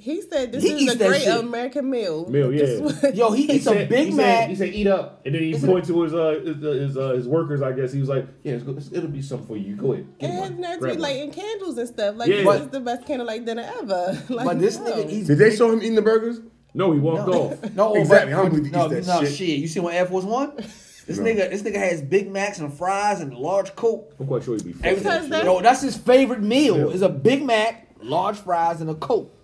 J: He said this
E: He eats
J: is a
E: that
J: great
E: shit.
J: American meal.
F: Meal, yeah.
J: This is what-
E: Yo, he eats a
F: said- he
E: Big
F: Said,
E: Mac.
F: he said, "Eat up," and then he pointed to his uh his uh, his, uh, his workers. I guess he was like, "Yeah, it's, go- it's, it'll be something for you. Go ahead."
J: It
F: Get
J: has
F: one.
J: nerve to
F: Grab
J: be
F: one."
J: like in candles and stuff. Like
F: Yeah.
J: this is
E: But-
J: the best candlelight dinner ever. Like,
E: but this
J: no.
E: nigga eats.
D: Did they show him eating the burgers?
F: no, he walked
E: No.
F: off.
E: No, but-
D: Exactly, I don't believe he
E: no,
D: eats that
E: no,
D: shit.
E: You see when Air Force One? This
D: No.
E: nigga, this nigga has Big Macs and fries and large Coke.
F: I'm quite sure he'd be. fucking
E: Every
J: Because
F: that
J: that's-
F: shit.
E: Yo, that's his favorite meal
F: Yeah.
E: is a Big Mac, large fries, and a Coke.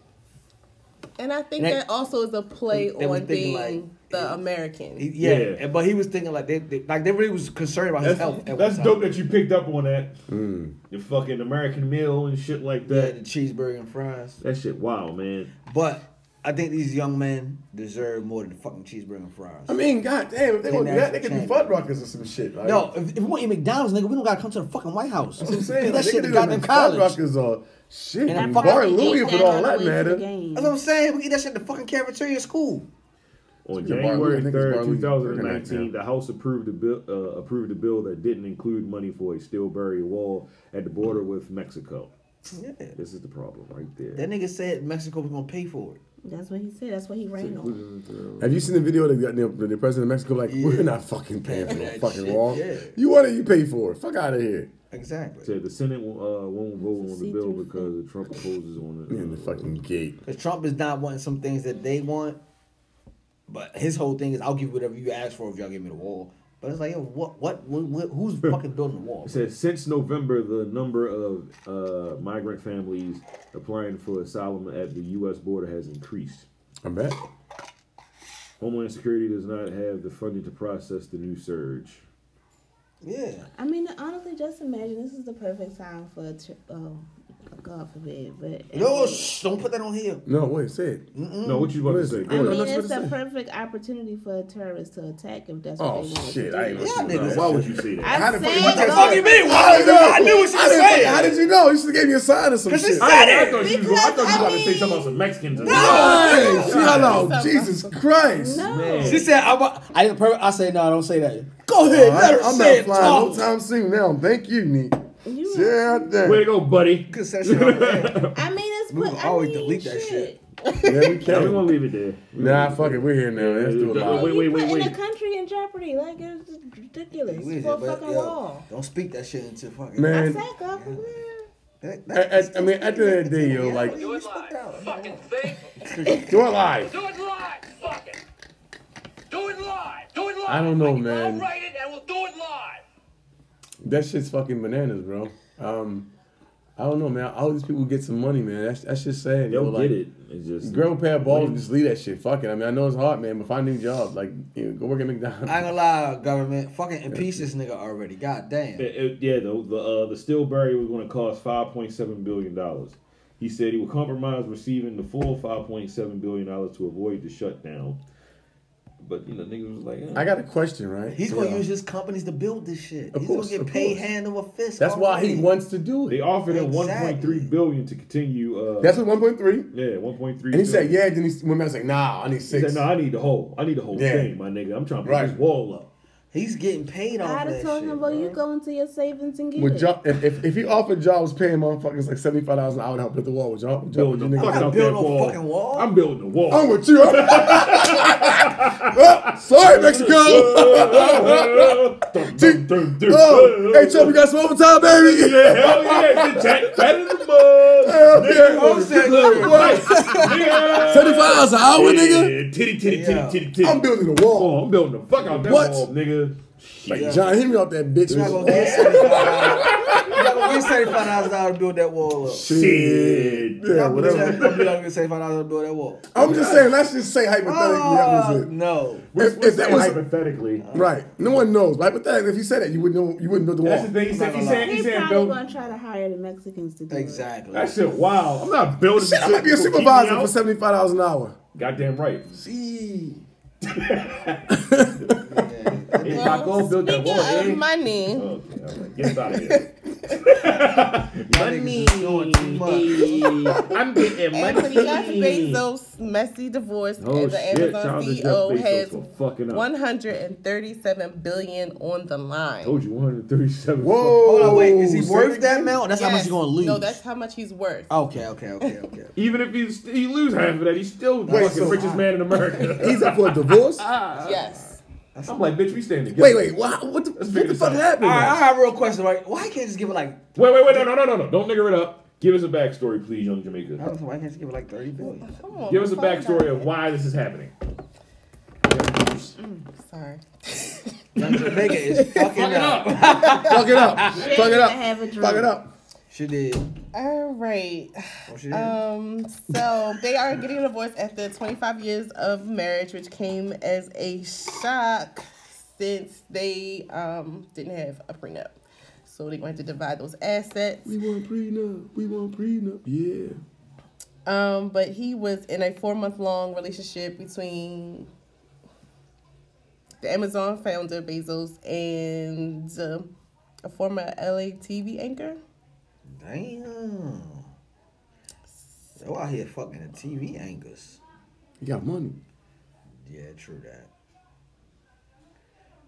J: And I think
E: And that-
J: that, also is a play
E: They was
J: on
E: thinking,
J: being
E: like,
J: the
E: it-
J: American.
E: He- yeah,
F: Yeah.
E: and- but he was thinking like they, they- like they really was concerned about his health.
F: That's,
E: at
F: that's
E: one
F: dope
E: time.
F: that you picked up on that. Your fucking American meal and shit like
E: Yeah, the
F: that.
E: cheeseburger and fries.
F: That shit, wow, man.
E: But I think these young men deserve more than fucking cheeseburger and fries.
D: I mean, goddamn, if they
E: They
D: gonna do that, they could be
E: naturally
D: Fuddruckers or some shit. Like,
E: no, if, if we want to eat McDonald's, nigga, we don't gotta come to the fucking White House.
D: that's what I'm saying.
E: Eat that
D: Like, they
E: shit
D: could
E: in
D: do
E: goddamn
D: them
E: college.
D: Fuddruckers or uh, shit.
E: And I
D: And
E: fucking
D: Bar and Louie
I: Eat
D: for
I: that
D: all
I: on the
D: that
I: way to the
D: matter.
I: game.
E: That's what I'm saying. We eat that shit in the fucking cafeteria at school.
F: On
D: Yeah, Bar
F: January
D: Louie, I think it's Bar
F: third,
D: Louie
F: two thousand and
D: Burger Night,
F: nineteen,
D: yeah.
F: the House approved a bill uh, approved a bill that didn't include money for a steel barrier wall at the border with Mexico.
E: Yeah.
F: This is the problem right there.
E: That nigga said Mexico was gonna pay for it.
I: That's what he said. That's what he ran on.
D: Have you seen the video of the, the, the president of Mexico? Like, we're not fucking paying for no
E: That
D: fucking
E: shit,
D: wall.
E: yeah.
D: You want it, you pay for it. Fuck out of here.
E: Exactly.
F: Said the Senate will, uh, won't vote on the bill
I: See-through
F: because of Trump opposes on it.
D: In the fucking gate.
E: Because Trump is not wanting some things that they want. But his whole thing is, I'll give you whatever you ask for if y'all give me the wall. But it's like, yo, what, what, what, what- who's fucking building the wall?
F: It says since November, the number of uh, migrant families applying for asylum at the U.S. border has increased.
D: I'm back.
F: Homeland Security does not have the funding to process the new surge.
E: Yeah.
I: I mean, honestly, just imagine this is the perfect time for a tri- oh, God forbid, but
E: Yo, shh, don't put that on here.
D: No, wait, say it.
F: No, what you about to say?
I: I
F: Go
I: mean,
F: ahead.
I: it's the perfect opportunity for a terrorist to attack if that's what
D: Oh,
I: they want to
D: shit.
I: do.
D: I ain't
E: Yeah,
D: listening to
E: niggas.
D: that.
F: Why would you say that?
D: How
I: I'm
D: the
I: saying,
D: fuck- what the
I: no,
E: fuck you mean? Why
D: I
E: would
D: didn't
E: you-
D: know.
E: I knew what she
D: I
E: was
D: didn't fucking-
E: saying.
D: How did you know? You should have gave me a sign or some
E: Because she
D: shit.
E: said
F: I
E: it.
F: thought you was going to say something about some Mexicans.
D: Hey, see, hello, Jesus Christ.
F: Man.
E: She said, I'm a, I, didn't per- I said, no, don't say that. Go ahead,
D: I,
E: let her
D: am
E: say
D: Oh, not
E: it.
D: flying
E: Talk.
D: no time soon now. Thank you, Neat.
I: You-
D: Yeah, damn.
F: Way to go, buddy.
E: Could've said shit on the air.
I: I mean, it's
E: We
I: put,
E: would
I: I
E: always
I: mean,
E: delete that shit.
D: Yeah, we
F: Yeah, we're going
D: can.
F: to leave it there.
D: Nah, fuck it. We're here now. Let's do it
F: Wait, wait,
D: live.
F: wait,
I: you
F: wait,
I: putting
F: wait.
I: the country in jeopardy. Like, it's just ridiculous.
E: We did,
I: for a
E: but,
I: fucking
E: yo,
I: wall.
E: Don't speak that shit into fucking.
D: Man.
I: Attack off of there.
E: That-
D: At-
E: that-
D: at- I mean, at the end of the day, yo, like, do
E: you stuck out.
H: Fucking thing.
D: it live.
H: Do it live. Fuck it. Do it live. Do it live.
D: I don't know,
H: can- I'll
D: man.
H: write it and we'll do it live.
D: That shit's fucking bananas, bro. Um, I don't know, man. All these people get some money, man. That's that's just sad. yo,
F: They'll
D: like,
F: get it. It's just.
D: Grow a pair of balls and just leave that shit. Fuck it. I mean, I know it's hard, man, but find a new job. Like, you know, go work at McDonald's.
E: I ain't gonna lie, government. Fucking impeach this nigga already. God damn.
F: It- it- yeah, the the uh, the steel barrier was going to cost five point seven billion dollars. He said he would compromise receiving the full five point seven billion dollars to avoid the shutdown. But you know, niggas was like, eh.
D: I got a question, right?
E: He's gonna
D: Yeah.
E: use his companies to build this shit.
D: Of
E: He's
D: course,
E: gonna
D: of
E: get paid
D: course.
E: hand over fist.
D: That's why he
E: already.
D: wants to do
F: they
D: it.
F: offered him
E: Exactly.
F: one point three billion to continue. Uh,
D: That's what 1.3.
F: yeah, one point three.
D: And he said, yeah. Then he went back and said, nah, I need
F: He
D: six.
F: said, no, I need the whole. I need the whole
D: Yeah.
F: thing, my nigga. I'm trying to put
D: Right.
F: this wall up.
E: He's getting paid off
I: I'd
E: that
I: have told
E: shit.
I: him, well, you
E: bro.
I: go into your savings and get
D: Would
I: it.
D: y'all, if, if, if he offered jobs paying motherfuckers like seventy five dollars an hour to help with the wall, would y'all? Would y'all would you
F: Building the
D: niggas
F: fuck
E: I'm
D: do
E: not
F: out that
E: building no
D: it?
F: wall.
E: fucking wall.
F: I'm building the wall.
D: I'm with you. Well, sorry, Mexico.
F: Dun, dun, dun, dun.
D: oh, hey, Trump, we got some overtime, baby.
F: Yeah, hell yeah, it's Jack Fat in the mud.
D: Hell yeah.
E: I'm saying, look,
D: Seventy five dollars an hour, nigga.
F: Yeah, titty, titty,
E: Yeah.
F: titty, titty, titty.
D: I'm building a wall.
F: Oh, I'm building the fuck out that
D: What?
F: wall, nigga. Shit.
D: Like John Henry off that bitch.
E: You're not gonna get $75. You're not gonna get seventy-five thousand dollars to build that wall up.
F: Shit.
D: Yeah,
E: I'm
D: whatever.
E: gonna get seventy-five dollars to build that wall.
D: I'm just saying. Let's just say hypothetically that was
E: Oh,
D: it.
E: no.
F: We're-
D: If-
F: we're
D: if that
F: saying
D: was-
F: hypothetically.
J: Uh,
D: Right. No one knows. But hypothetically, if he said that, you wouldn't know. You wouldn't build the
F: That's the
D: wall.
F: thing. He said, he
E: gonna
F: said,
I: He
F: he said,
I: probably
F: build.
I: gonna try to hire the Mexicans to do
E: Exactly.
F: That shit, wow. I'm not building
D: Shit, I might be a
F: People keep me
D: supervisor
F: out.
D: for seventy five dollars an hour.
F: Goddamn right.
E: See.
F: If I go build that wall,
J: Speaking
F: eh?
J: of money,
F: Okay, all right. Get us out of here.
N: Money. I'm getting
J: Anthony Jeff Bezos' messy divorce
F: Oh,
J: as the
F: shit.
J: Amazon
F: Shout out to Jeff
J: CEO
F: Bezos
J: has
F: for fucking up.
J: 137 billion on the line.
E: Oh,
F: Told you 137.
E: Whoa. Hold on, wait. Is he worth that amount? That's how much
J: Yes.
E: he's gonna lose.
J: No, that's how much he's worth.
E: okay, okay, okay, okay.
F: Even if he's, he lose half of that, he's still the
D: Wait,
F: fucking
D: so-
F: richest man in America.
D: He's up for a divorce?
E: Ah.
J: Yes.
F: I'm like, bitch, we stand together.
D: wait, wait, what, what the,
F: Let's
D: what
F: figure
D: the
F: this
D: fuck
F: out.
D: happened?
E: All right, I have a real question. Right? Why can't you just give it like?
F: Wait, wait, wait, no, no, no, no, no. Don't nigger it up. Give us a backstory, please, Young
E: I
F: Jamaica.
E: don't know, why can't you just give it like thirty billion?
J: Come on,
F: Give us a
J: find
F: backstory
J: out.
F: of why this is happening.
J: Sorry.
E: Young Jamaica is fucking up.
D: Fuck it up. Fuck it up.
I: Have a drink.
D: Fuck it up.
E: She did.
J: All right.
E: Oh, she did.
J: Um, so they are getting divorced after 25 years of marriage, which came as a shock since they um didn't have a prenup. So they're going to divide those assets.
D: We want prenup. We want prenup. Yeah.
J: Um, but he was in a four month long relationship between the Amazon founder Bezos and uh, a former LA TV anchor.
E: Damn. So out here fucking the TV anchors.
D: You got money.
E: Yeah, true that.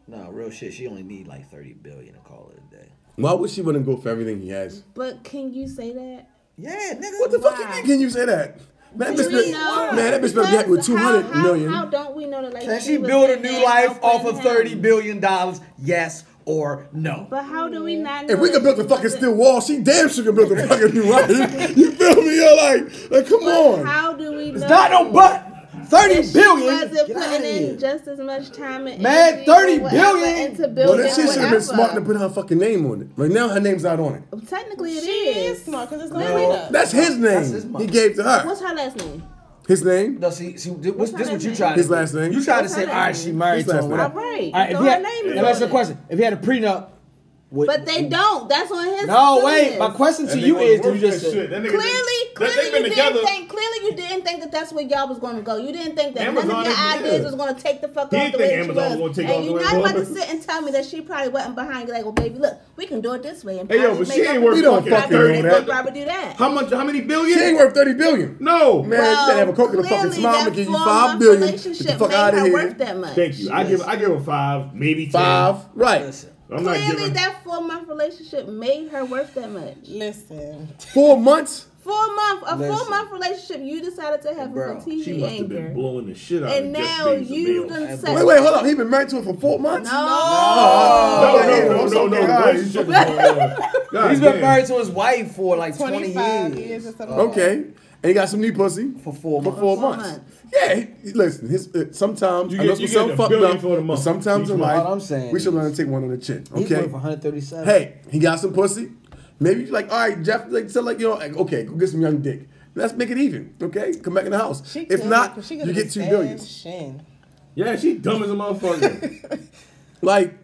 E: No, real shit. She only need like thirty billion to call it a day.
D: Why would she want to go for everything he has?
I: But can you say that?
E: Yeah, nigga.
D: What the fuck you
I: Why?
D: mean? Can you say that? Man, that bitch,
I: we
D: been-
I: know?
D: man, that bitch better be happy with
I: Because
D: two hundred
I: how,
D: million.
I: How, how don't we know that? Like,
E: Can
I: she
E: she
I: was
E: build a
I: in
E: new
I: there
E: life off
I: helping
E: of
I: him?
E: thirty billion dollars? Yes or no?
I: But how do we not? Know
D: If we could
I: that
D: build
I: she
D: a fucking
I: was in-
D: steel wall, she damn sure can build a fucking new life. You feel me? You're like, like come
I: But
D: on.
I: How do we know?
E: It's not no but. Thirty
I: She
E: billion.
I: wasn't
E: Get outta
I: putting in
E: here.
I: just as much time and
E: Man,
I: energy
E: 30
I: or whatever
E: billion.
I: into
D: Well,
I: building
D: that shit should have
I: whatever.
D: been smart to put her fucking name on it. Right now, her name's not on it.
I: Technically, it
J: She
I: is.
J: is smart because it's not
E: No.
J: prenup.
D: That's his
E: That's
D: name.
E: his mother.
D: he gave to her.
I: What's her last name?
D: His name?
E: No, see, see, this, what's, this
I: her
E: what you
I: name?
E: trying to
D: His
E: do.
D: last name?
E: You trying to
I: What's
E: say,
I: her
E: all right,
I: name?
E: she married
D: His
E: to
D: last
E: him.
D: name.
E: whatever.
I: All right.
E: All right, if
I: so
E: he
I: her
E: had,
I: name
E: let
I: is
E: me ask you a
I: on it.
E: question. If he had a prenup, would,
I: But they don't. That's on his.
E: No,
I: business.
E: wait. My question to you is, you just said,
I: Clearly, clearly you didn't think. Clearly, you didn't think that that's where y'all was going to go. You didn't think that
F: Amazon
I: none of
F: is-
I: your ideas
F: yeah.
I: was going to take the fuck
F: He didn't
I: off the way
F: think
I: it
F: Amazon was
I: was.
F: gonna take
I: and
F: off
I: you're
F: the
I: not
F: way it
I: about to
F: was.
I: sit and tell me that she probably wasn't behind you like, well, baby, look, we can do it this way. And
F: Hey, yo,
I: probably
F: but
I: make
F: she
I: up
F: ain't
I: for
F: worth
I: the
D: fucking
I: fact that
D: doing
I: they
D: that.
I: could Probably do that.
F: How much? How many billion?
D: She ain't worth 30 billion.
F: No.
D: Man,
I: Well,
D: that have a coke in the fucking
I: clearly
D: smile
I: that
D: and give you
I: four-month
D: 5 billion. Get
I: Relationship
D: the fuck
I: made
D: out of
I: her
D: here.
I: worth that much.
F: Thank you. I give. I give her five, maybe ten.
D: Five. Right.
E: listen,
F: I'm not
I: Clearly,
F: giving.
I: that four month relationship made her worth that much.
J: Listen.
D: Four months?
I: Four month, a four
E: Listen.
I: month relationship you decided to have
E: Bro,
I: with a TV
F: she must have
I: anchor,
F: been blowing the shit out
I: and
F: of Jeff
I: now
F: Bezos'
I: you
F: bills.
I: done set.
D: Wait, wait, hold up. He been married to her for four months?
I: No.
F: No,
D: Yeah,
F: no,
D: I'm
F: no, no,
D: so
F: no.
D: glad.
F: The relationship is going on.
E: he's
F: God
E: been
F: damn.
E: married to his wife for like 20
J: 25
E: years.
J: years. or something. like
D: Okay. And he got some new pussy.
E: For four
D: for
E: months.
D: four
I: Four
D: months.
I: months.
D: Yeah, he- he- listen. His, uh, sometimes
F: You
D: you
F: get-
D: get,
F: you
D: you
F: get a
D: fucked
F: billion
D: up.
F: for the
D: but
F: month.
D: Sometimes in
E: What
D: life,
E: I'm saying
D: we should
E: is-
D: learn to take one on the chin.
E: He's
D: Okay.
E: worth 137.
D: Hey, he got some pussy. Maybe you like, all right, Jeff, like, so like, you know, like, okay, go get some young dick. Let's make it even. Okay, come back in the house.
J: She
D: if
J: good,
D: not,
J: 'cause she
D: you
J: gonna
D: get
J: be
D: two
J: fat
D: billions.
J: as Shin.
F: Yeah, she dumb as a motherfucker.
D: Like,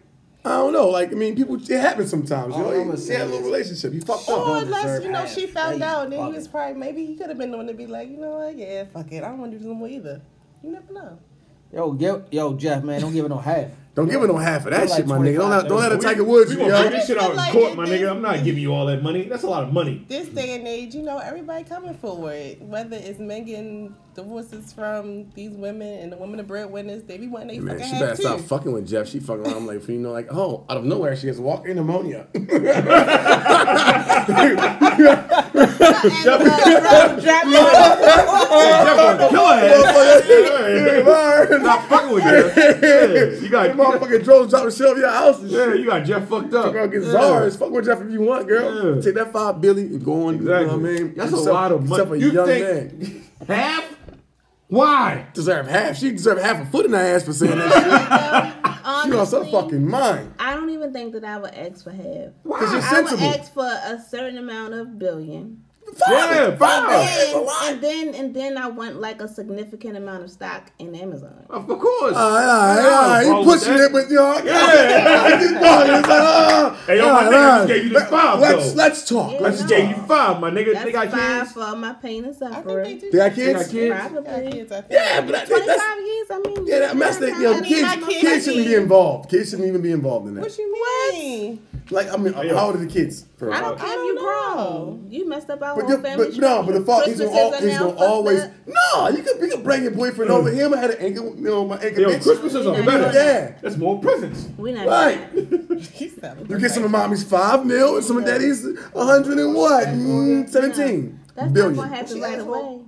D: I don't know. Like, I mean, people, it happens sometimes.
E: All
D: You know,
E: I'm
D: you
E: gonna
D: you
E: say
D: had a
E: is-
D: little relationship. You fucked
J: Or
D: up.
E: Don't
J: unless
E: deserve
J: you know she
E: ass.
J: found
E: Hey,
J: out, and then he
E: fuck
J: was
E: it.
J: probably maybe he could have been the one to be like, you know what, yeah, fuck it, I don't want to do no more either. You never know.
E: Yo, get, yo, Jeff, man, don't give it no half.
D: Don't give her no half of that
E: You're like
D: shit, my nigga. Don't let, don't let her
F: We-
D: Tiger Woods.
F: We
D: you,
F: gonna
D: yo.
F: bring this shit out in court, my nigga. I'm not giving you all that money. That's a lot of money.
J: This day and age, you know, everybody coming forward. Whether it's Megan divorces from these women and the women of breadwinners, they be wanting they
D: Man,
J: fucking
D: she better
J: half
D: stop
J: too.
D: fucking with Jeff. She fucking around like, you know, like, oh, out of nowhere, she gets walking pneumonia.
F: Jeff gonna kill her ass.
D: Motherfucker,
F: Not fucking with Jeff. Yeah, You got
D: motherfucking drones drop the shit off your house and
F: yeah,
D: shit.
F: you got Jeff fucked up.
D: Girl, get
F: Yeah.
D: czars. Fuck with Jeff if you want, girl.
F: Yeah.
D: Take that five Billy and go on. You know what I
F: Exactly.
D: mean?
F: That's
D: Get
F: a
D: yourself-
F: lot of
D: get
F: money.
D: yourself a
F: You
D: young
F: think-
D: man.
F: Half? Why?
D: Deserve half. She deserve half a foot in her ass for saying that shit. She lost her
I: Honestly,
D: fucking mind.
I: I don't even think that I would ask for half.
D: Because you're
I: I would
D: sensible.
I: ask for a certain amount of billion,
F: Yeah,
D: Oh,
F: five.
I: and, and then and then I want like a significant amount of stock in Amazon.
D: Oh,
F: Of course.
D: All right, all right, all right.
F: I don't
D: You ah, pushing
F: follow
D: it, but you know, I-
F: Yeah.
D: I just thought it was like, ah.
F: Hey, yo,
D: all
F: my
D: right,
F: nigga just
D: all right.
F: gave you this five,
D: Let's
F: though.
D: let's talk.
I: Yeah,
F: I
D: Let's
F: just
I: no.
F: gave you five, my nigga.
I: That's
F: they got
I: five
F: kids.
I: for all my pain
J: I
I: and
J: think they
I: suffering.
J: do.
D: They got
F: They got
D: kids?
F: kids.
J: Got
I: Probably.
J: kids, I think.
D: Yeah, but that,
I: Twenty
D: that's
I: five years. I mean,
D: yeah, that mess. That, you know,
I: I mean,
D: kids,
I: my
D: kids shouldn't be involved. Kids shouldn't even be involved in that.
J: What you mean?
I: What? mean?
D: Like, I mean, how old are the kids?
J: I don't care if you grow. You messed up our
D: But,
J: whole
D: the,
J: family.
D: but no, but the fault is
J: Christmases
D: gonna, al-
J: are
D: is
J: now
D: gonna
J: fucked
D: always.
J: up.
D: No, you could, you could bring your boyfriend over here. I had an anchor, you know, my anchor
F: Yo,
D: bitch.
F: Christmases are better.
D: Yeah.
F: That's more presents.
J: We not
D: Right. You get some of mommy's five mil and some of daddy's a hundred and what? Mm, Seventeen
J: That's not what
D: billion.
J: happened right away.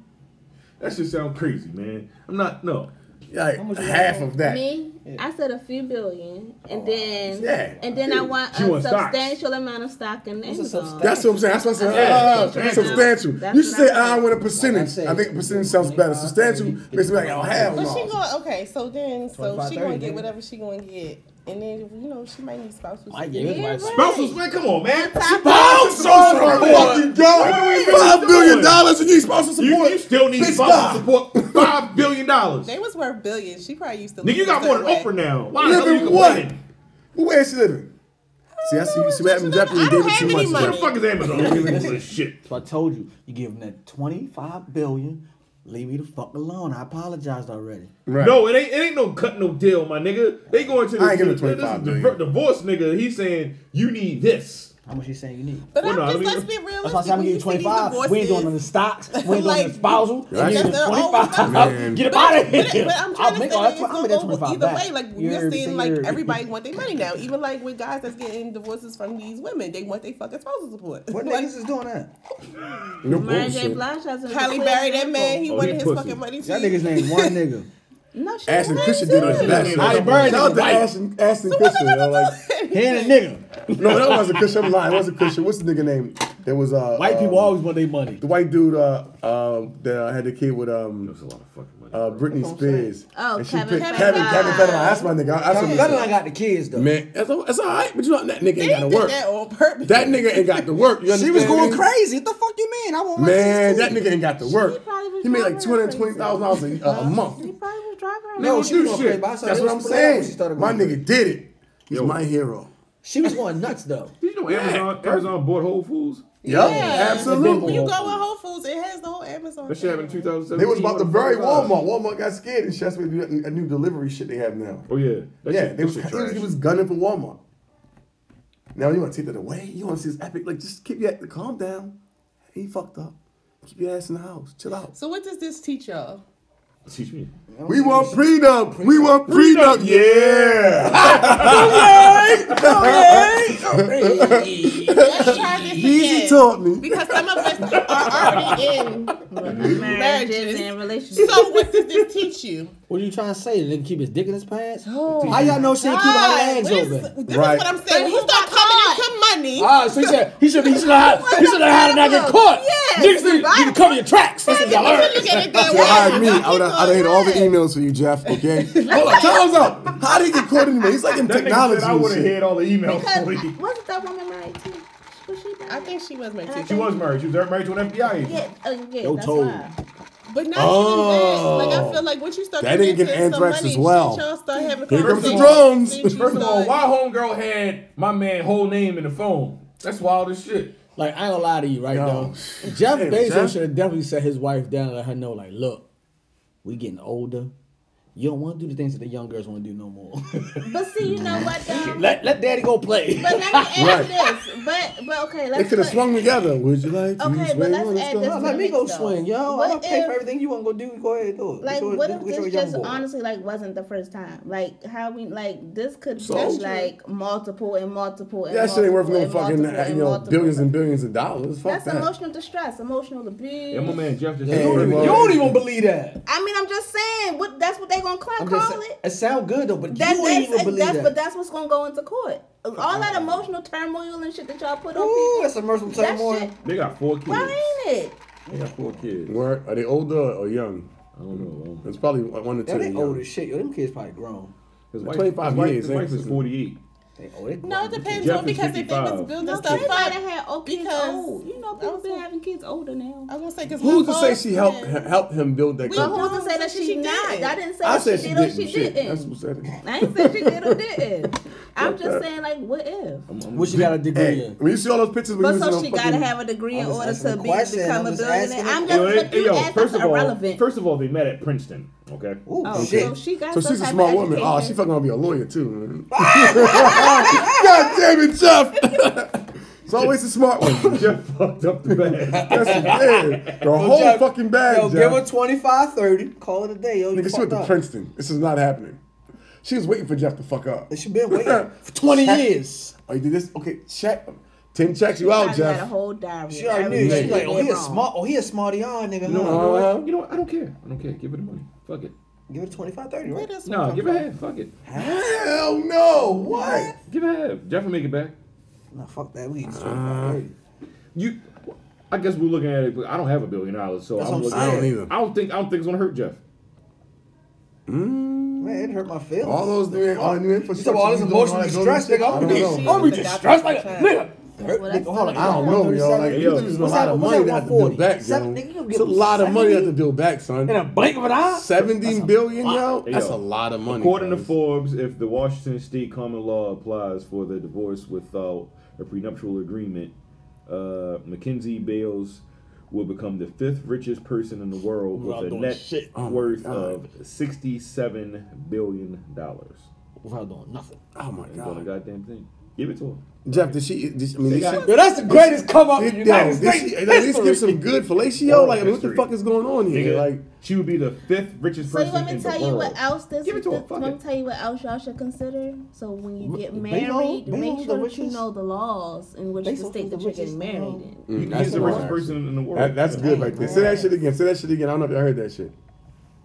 F: That should sound crazy, man. I'm not. No.
D: Like half of that.
J: Me, I said a few billion, and then
D: Oh, yeah.
J: and then I want
F: She
J: a
F: wants stocks.
J: substantial amount of stock in Amazon.
D: That's what I'm saying. That's what I'm saying. Ah, substantial.
J: That's
D: You should
J: what
D: say
J: I-
D: I want a percentage.
E: Like I
D: I think
E: said.
D: percentage sounds better. Substantial makes me like, oh hell
I: But she
D: no.
I: going okay. So then, so
E: 25,
I: she gonna
E: 30,
I: get
E: nigga.
I: whatever she gonna get, and then you know she might need spouse.
E: My years, my
F: Spouses, man, come on, man.
D: Spousal support. Fucking
F: What
D: God.
F: are we
D: Five
F: doing?
D: billion dollars and you need spousal
F: You,
D: support.
F: you still need
D: Bitch,
F: spousal
D: die.
F: support. Five billion dollars.
I: They was worth billions. She probably used to.
F: Nigga, you got more than Oprah now. Why the hell
D: Living
F: you
D: what?
F: complaining?
D: Where is she living? See, I see you. See what happened? Definitely gave it too much.
F: What the
D: Jeff.
F: fuck is Amazon? This is shit.
E: So I told you, you give them that 25 billion, leave me the fuck alone. I apologized already.
D: Right.
F: No, it ain't. It ain't no cut, no deal, my nigga. They going to the,
D: I ain't giving
F: this is
D: 25
F: the
D: million.
F: divorce, nigga. He's saying you need this.
E: How much you saying you need?
I: But
F: Well,
I: I'm
F: no,
I: just
F: I mean-
I: let's be realistic.
E: That's why I said I'm gonna
I: when
E: give you
I: see these
E: 25. We ain't doing
I: divorces-
E: none of the stocks. We ain't doing none of
I: Like,
E: the spousal.
D: Right.
E: You need
I: They're
E: the
I: always
E: 25.
D: Man.
E: Get up
I: But,
E: out
I: I'm-
E: of here.
I: but, but I'm
E: I'll
I: trying
E: make
I: to
E: all
I: say
E: that
I: it's
E: twen- I'll
I: gonna
E: make that
I: go
E: 25
I: either
E: back.
I: way. Like
E: You
I: we're
E: heard me
I: seeing
E: say
I: like
E: you heard.
I: everybody want their money now. Even like with guys that's getting divorces from these women, they want their fucking spousal support.
E: What
I: like,
E: niggas is doing that?
D: No
J: Mary J.
D: bullshit.
J: Blige has a
I: Halle
J: clear
I: Berry, that
J: example.
I: man, he
F: Oh,
I: wanted
F: he
I: his
F: pussy.
I: fucking money.
E: Y'all
I: too.
E: niggas named one nigga.
J: No, she
D: Ashton
J: was
D: Kutcher
J: too.
D: did her best.
F: Halle
E: Berry
D: Shout out
E: did
D: to
E: right.
D: Ashton, Ashton Kutcher. yo, like-
E: He ain't a nigga.
D: no, that wasn't Kutcher. I'm lying. It wasn't Kutcher. What's the nigga name? There was uh,
E: White
D: uh,
E: people always want their money.
D: the white dude uh, uh, that uh, had the kid with um,
F: That's a lot of fucking money.
D: uh, Britney Spears.
J: Oh,
D: And she
J: Kevin
D: picked-
J: Federline.
D: Kevin Kevin Federline. That's my nigga. That's
E: I'm
D: what
E: better
D: I'm
E: than I got the kids though.
D: Man, that's, all- that's all right, but you know that nigga ain't
I: They
D: got to
I: did
D: work.
I: that on purpose.
D: That nigga ain't got to work. You
E: She was
D: understand
E: going
D: me?
E: crazy. What the fuck you mean? I want my
D: Man,
E: kids
D: that
E: too.
D: nigga ain't got to work.
J: probably was
D: He made like two
J: driving her
D: hundred twenty thousand dollars uh, a a
J: He
D: month.
J: probably was driving her.
E: No,
F: don't
E: she
F: do
E: was going
F: shit.
E: crazy. but I saw
D: That's
E: it
D: what I'm
E: was split up when she
D: saying.
E: started
D: My
E: going
D: nigga did it. He's
F: Yo.
D: my hero.
E: She was going nuts though.
F: Did you know Amazon Amazon bought Whole Foods?
D: Yup,
I: Yeah.
D: absolutely.
I: When you go with Whole Foods, it has the whole Amazon.
F: That shit happened in 2017.
D: They was about to bury
F: What the fuck?
D: Walmart. Walmart got scared and shut down a new delivery shit they have now.
F: Oh yeah, that
D: yeah,
F: shit,
D: they
F: that
D: was,
F: shit
D: he,
F: trash.
D: was, he was gunning for Walmart. Now you want to take that away? You want to see this epic? Like, just keep your calm down. He fucked up. Keep your ass in the house. Chill out.
I: So what does this teach y'all?
F: Teach me.
D: We want prenup. We want prenup. Yeah.
I: Let's try this
D: Yeezy
I: again.
D: taught me.
I: Because some of us are already in
J: Marriages and relationships.
I: So what does this teach you?
E: What are you trying to say? They can keep his dick in his pants? Oh. How y'all know she ain't keep her legs
I: this,
E: open?
I: this
D: Right.
I: is what I'm saying. When you start coming into money,
E: Ah, so he said he should be he should have he should have had it not get caught.
I: Yes,
E: Niggas need you can cover your tracks. That's what y'all
I: you should
E: learned.
I: look at it that
D: If you hired me,
I: way.
D: I would have I'd have had all the emails for you, Jeff. Okay. Hold on. Time's up. How did he get caught anyway? He's like in
F: That nigga
D: technology.
F: said I would
D: and
F: have
D: shit.
F: had all the emails for
J: Because
F: you.
J: wasn't that woman married too? Was she married?
I: I think she was my
F: She
I: teacher.
F: was married. She was married to an FBI agent.
J: Yeah, uh, yeah,
E: Yo,
J: that's
E: told.
J: why.
I: But not
D: Oh.
I: even that. Like I feel like once you start
D: That
I: getting
D: nigga get
I: into some
D: anthrax
I: money,
D: as well.
I: shit, y'all start having
D: Here comes the
I: conversations,
D: drones.
I: shit, you
F: First of all,
I: start-
F: why homegirl had my man whole name in the phone? That's wild as shit.
E: Like I ain't gonna lie to you right
D: No.
E: though. Jeff
D: Damn,
E: Bezos
D: Jeff.
E: should have definitely set his wife down and let her know, like, look, we getting older. You don't wanna do the things that the young girls wanna do no more.
J: But see, you know what though?
E: let let daddy go play.
J: But let me
D: Right.
J: ask this. But but okay,
D: They
J: let's
D: could have
J: put-
D: swung together. Would you like to
J: Okay,
D: swing
J: but
D: on
J: let's
D: this
J: add
D: stuff?
J: this.
E: No,
J: to
E: let
J: the
E: me go
J: mix, though.
E: swing, yo. I
J: What
E: don't pay for
J: if-
E: everything you want to go do. Go ahead, do it.
J: Like,
E: Get your-
J: what
E: do-
J: if
E: get your
J: this
E: young
J: just
E: boy.
J: honestly like wasn't the first time? Like, how we like this could
D: So?
J: just like multiple and multiple and
D: That shit ain't worth
J: multiple
D: no
J: and
D: fucking uh,
J: multiple and
D: you know
J: multiple.
D: billions and billions of dollars. Fuck
J: That's
D: that.
J: emotional distress, emotional abuse.
F: Yeah, my man Jeff just
D: Yeah,
F: had
D: you
F: a-
D: don't
E: You don't even believe that.
J: I mean, I'm just saying what that's what they gonna cla-
E: I'm
J: call
E: just saying,
J: it.
E: it sound good though, but
J: That,
E: you don't
J: that's, uh,
E: even believe
J: that's
E: that.
J: but that's what's gonna go into court. All that emotional turmoil and shit that y'all put on
E: Ooh,
J: people.
E: that's immersive
J: that
E: turmoil.
J: shit,
F: They got four kids.
J: why ain't it?
F: They got four kids.
D: Where- Are they older or young?
F: I don't know.
D: It's probably one or two.
E: Yo, they
D: young.
E: old as shit. Yo, them kids probably grown.
F: His
D: 25
F: his wife-
D: years,
F: His wife
D: ain't
F: is
D: it?
F: 48.
E: They old. They
I: No,
E: grown.
I: it depends
F: Jeff
I: on
F: is
I: because if they
F: 55.
I: was building
J: No,
I: stuff
J: they might
I: up,
J: have had old kids
I: because-
J: old. Oh, You know, people been having kids older now.
I: I was gonna say because
D: Who's to say she helped help him build that
I: We
J: But
D: company?
I: don't-
J: who's to say that she,
I: She
J: not?
I: did.
J: I didn't say
D: I
J: that
D: said
J: she
D: she
J: did or
D: didn't.
J: she
D: Shit, that's
J: didn't.
D: who said it.
J: I ain't say she did or didn't. I'm just saying, like, what if?
E: What you got a degree
D: Hey,
E: in?
D: when you see all those pictures, when
J: But
D: you
J: so
D: was
J: she
D: in a
J: gotta
D: fucking-
J: have a degree in
E: I'm just
J: order
E: asking
J: to
E: a
J: be
E: question.
J: become
E: I'm
J: a
E: just
J: billionaire.
E: asking a-
J: I'm
F: Yo,
J: just
F: hey,
J: you
F: yo,
J: asked
F: first
J: that's
F: of all,
J: irrelevant.
F: first of all, they met at Princeton. Okay.
E: Ooh,
C: Oh,
E: shit.
C: so she got
D: So
C: some
D: she's a
C: type of
D: smart woman. Oh,
C: education.
D: she fucking gonna be a lawyer too. Man. God damn it, Jeff. It's always the smart one.
F: Jeff fucked up the bag.
D: That's it. The whole
E: Jeff,
D: fucking bag,
E: Yo, give
D: Jeff.
E: her 25, 30. Call it a day. Yo, you
D: Nigga, she
E: fucked
D: went to
E: up.
D: Princeton. This is not happening. She was waiting for Jeff to fuck up.
E: She been waiting for 20
D: Check.
E: years.
D: Oh, you did this? Okay, check. Ten checks you
C: I
D: out,
C: got a
D: Jeff.
C: whole diary.
E: She already knew. She like, oh, he a smart, oh, he a smarty on nigga.
F: You know,
E: huh?
F: what? you,
D: Uh-huh.
F: know what? you know what? I don't care. I don't care. Give her the money. Fuck it.
E: Give her 25, 30, right?
F: No, give her half. Fuck it.
D: Hell no. What?
F: Give her half. Jeff will make it back.
E: Nah, fuck that. We get 25, 30.
F: You. I guess we're looking at it, but I don't have a billion dollars, so
E: That's
F: I'm
E: what
F: looking
E: I'm
F: at it.
D: saying.
F: I don't think I don't think it's gonna hurt Jeff.
E: Man, it hurt my feelings.
D: All those new, all the new
E: You
D: infrastructure.
E: talk about all this
D: you doing,
E: emotional
D: that building
E: distress,
D: shit,
E: nigga.
D: I
E: I'm
D: don't
E: gonna be,
D: know.
E: I'm gonna be distressed like a nigga. Hurt,
C: Well,
E: nigga,
C: that's
E: hold on.
D: I don't know, yo. Like,
E: 137.
D: you think it's a
E: What's
D: lot
E: that-
D: of
E: what's
D: money
E: that
D: to have to bill
E: 140?
D: back, yo.
E: Seven- nigga, you gonna
D: It's
E: get
D: a lot of money to have to
E: 70?
D: bill back, son.
E: In a blink of an eye?
D: Seventeen billion, yo.
F: Hey,
D: That's
F: yo.
D: a lot of money.
F: According to
D: guys.
F: Forbes, if the Washington state common law applies for the divorce without a prenuptial agreement, uh, Mackenzie Bales will become the fifth richest person in the world
E: Without
F: with a
E: doing
F: net
E: shit.
D: Oh my
F: worth
D: God.
F: of sixty-seven billion dollars.
E: Without doing nothing.
D: Oh my
F: Ain't doing a
D: god,
F: goddamn thing. Give it to her.
D: Jeff, did she? Did she I mean, did
F: got-
D: she?
E: Yo, that's the greatest come up in
D: Did,
E: United
D: yo, did
E: States
D: she at least
E: history.
D: give some good fellatio? Like, I mean, what the
F: History.
D: fuck is going on here?
F: Nigga,
D: Like,
F: she would be the fifth richest
I: So you
F: person
I: want me
F: in
I: to
F: the
I: tell
F: world.
I: you what else this?
F: Give it to
I: this
F: her, fuck
I: want
F: it.
I: me to tell you what else y'all should consider? So when you get
E: Bezos-
I: married, make
E: Bezos
I: sure
E: the
I: that you
E: richest-
I: know the laws in which
E: Bezos
I: the
E: was
I: state
E: the
I: that you're
E: richest,
I: getting married
E: um,
I: in.
D: mm,
F: He's the
D: a
F: richest
D: lot.
F: person in the world.
D: That, that's good right there. Say that shit again. Say that shit again. I don't know if I heard that shit.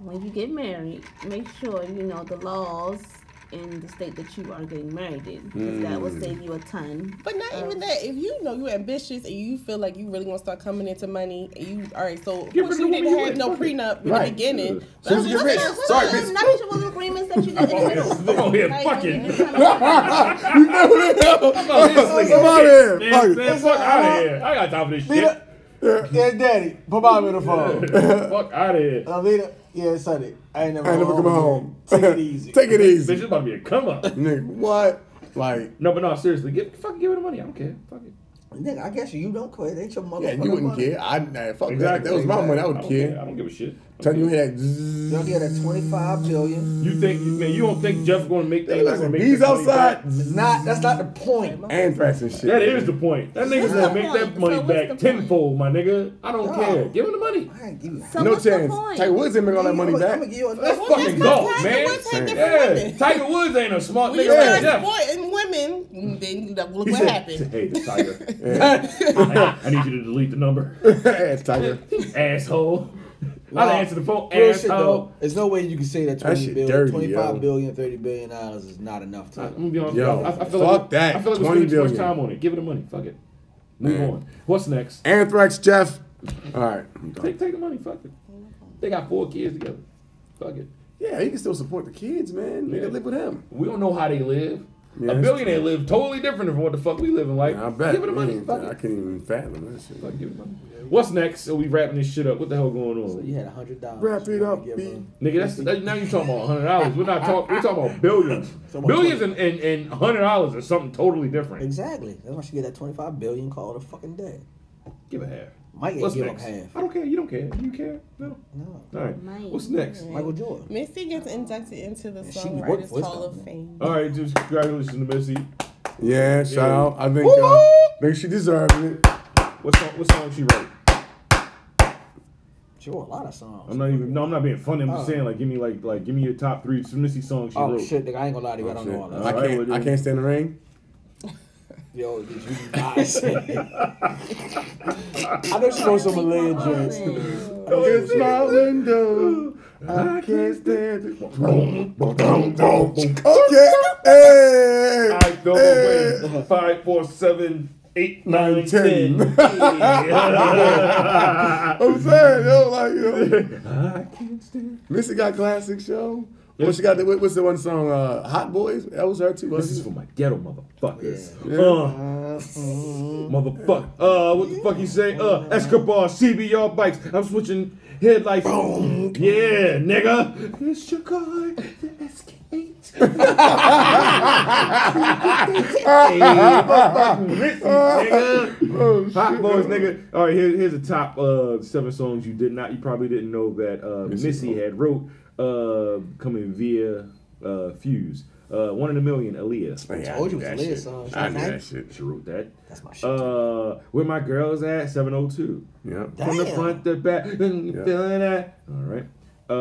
I: When you get married, make sure you know the laws in the state that you are getting married in, because that will save you a ton.
J: But not even that. If you know you're ambitious and you feel like you really want to start coming into money, and you all right, so of
F: Give
J: course
F: her the
J: you
F: woman
J: didn't
F: you
J: have
F: with.
J: no
F: Fuck it.
J: prenup in
D: Right.
J: the beginning.
F: Yeah.
D: Soon as you get rich, sorry, bitch.
I: nuptial agreements that you get in the middle.
F: Oh yeah,
I: Like,
F: fuck
I: when you
F: it.
I: come out-
D: Come
F: Fuck this nigga.
D: out of
F: Man,
D: here. Fuck
F: man,
D: it.
F: fuck out of here. I got time for this shit.
E: Leader, yeah, daddy, put mom in the phone.
F: fuck out of here.
E: Uh, Leader, yeah, it's Sunday. I ain't never,
D: I ain't never come home.
E: Take it easy.
D: Take it
F: Bitch, it's
D: easy.
F: about to be a come up.
D: Nigga, what? Like,
F: No, but no, seriously, give fuck, give her the money. I don't care. Fuck it.
E: Nigga, I guess you don't quit. Ain't your motherfucking
D: yeah, you wouldn't
E: money.
D: care. I nah, fuck that. If that was my money. I
F: I
D: would
F: don't I
D: care.
F: don't give a shit.
D: Tell you hear that.
E: Y'all
D: zzzz.
E: get that 25 billion.
F: You think, man? You don't think Jeff's gonna make that? He's not
D: Look at
F: gonna
D: some
F: make
D: bees
F: that money
D: outside.
F: back.
D: Zzz.
E: Not, that's not the point.
D: Anthrax and shit.
F: That is the point. That nigga's
I: What's
F: gonna
I: the
F: make
I: point?
F: that money
I: So what's the
F: back
I: point?
F: tenfold, my nigga. I don't
E: No.
F: care. Give him the money.
E: I ain't give you
I: So
D: no
I: what's the
D: chance.
I: point?
D: Tiger Woods didn't make all that money
E: I'm
D: back.
E: gonna give you another
F: That's fucking
J: that's
F: golf,
J: why
F: man.
J: Tiger Woods take it
F: Yeah,
J: from women.
F: Tiger Woods ain't a smart
J: When
F: nigga
J: you
F: like
J: start
F: Jeff.
J: supporting women, then look
D: He
J: what
D: said,
J: happened.
F: Hey, the Tiger. I, I need you to delete the number,
D: Ass Tiger.
F: asshole. I
E: Nah,
F: done answer the phone,
E: Real shit, though.
F: asshole.
E: There's no way you can say that
D: That
E: 20
D: shit
E: billion,
D: dirty,
E: 25
D: yo.
E: billion, 30 billion dollars is not enough
F: I'm
E: to.
F: gonna be honest.
D: Yo,
F: with you. I, I feel
D: fuck
F: like we-
D: that.
F: I feel like we're
D: 20
F: spending too much
D: billion.
F: time on it. Give it the money. Fuck it. Move
D: Man.
F: on. What's next?
D: Anthrax, Jeff. All right. I'm done.
F: Take, take the money. Fuck it. They got four kids together. Fuck it.
D: Yeah, he can still support the kids, man. Nigga,
F: Yeah.
D: live with him.
F: We don't know how they live.
D: Yeah,
F: a
D: that's
F: billionaire live totally different from what the fuck we living like.
D: I bet.
F: Give it the money.
D: man,
F: Fuck
D: I
F: it.
D: can't even fathom that shit.
F: Fuck, give it the money. What's next? So we wrapping this shit up. What the hell going on?
E: So you had a hundred dollars.
D: Wrap it up,
E: Give
D: B.
E: her-
F: Nigga, that's that, now you talking about hundred dollars. We're not talking. We're talking about billions.
E: Someone
F: billions and, and, and hundred dollars is something totally different.
E: Exactly. That's why she get that 25 billion call it a fucking day.
F: Give a half.
E: Mike ain't
F: What's
E: give
F: next?
E: up half.
F: I don't care. You don't care. You care? No.
E: No.
F: All right.
I: Mike.
F: What's next?
E: Michael Jordan.
J: Missy gets inducted into the
E: she worked
J: Songwriters
E: for his
J: Hall of
E: company.
J: Fame.
F: All right, just congratulations to Missy.
D: Yeah, shout
F: Yeah.
D: out. I think uh, think she deserved it.
F: What song? What song she wrote?
E: She wrote a lot of songs.
F: I'm not even. No, I'm not being funny. I'm just
E: Oh.
F: saying, like, give me like, like, give me your top three Missy songs she
E: oh
F: wrote.
E: shit, nigga, I ain't gonna lie to you. I
D: Shit.
E: don't know all
D: I
E: that.
F: Alright, well,
D: can't. I
F: then.
D: can't stand the rain.
E: Yo, did you guys? I know she wrote some Malayan joints.
D: Against my window, I can't stand it. Okay. Hey.
F: I go away. Five, four, seven, eight, nine,
D: Nine, ten.
F: ten. Yeah.
D: I'm saying, yo, like, yo. Missy got classics, yo. What she got? the- What's the one song? Uh, Hot Boys. That was her too.
F: This is for
D: Wasn't it?
F: my ghetto motherfuckers.
D: Yeah.
F: Uh, motherfucker. Uh, what the fuck you say? Uh, Escobar, CBR bikes. I'm switching headlights. Yeah, nigga. It's your car, the SK8.
D: Oh,
F: hey, motherfucking Missy, nigga. Hot boys, nigga. All right, here, here's the top uh, seven songs you did not, you probably didn't know that uh, Missy, had wrote. uh, coming via uh, Fuse. Uh, One in a Million, Aaliyah.
D: Yeah,
E: told you
D: knew
E: it was
D: that
E: Aaliyah
D: shit.
E: song.
D: I knew
E: Nice.
D: that shit.
F: She wrote that.
E: That's my shit.
F: Uh, where my girls at? Seven oh two.
D: Yeah.
F: From the
E: Damn.
F: front to back, and you
D: Yeah.
F: feeling that? All right. Uh,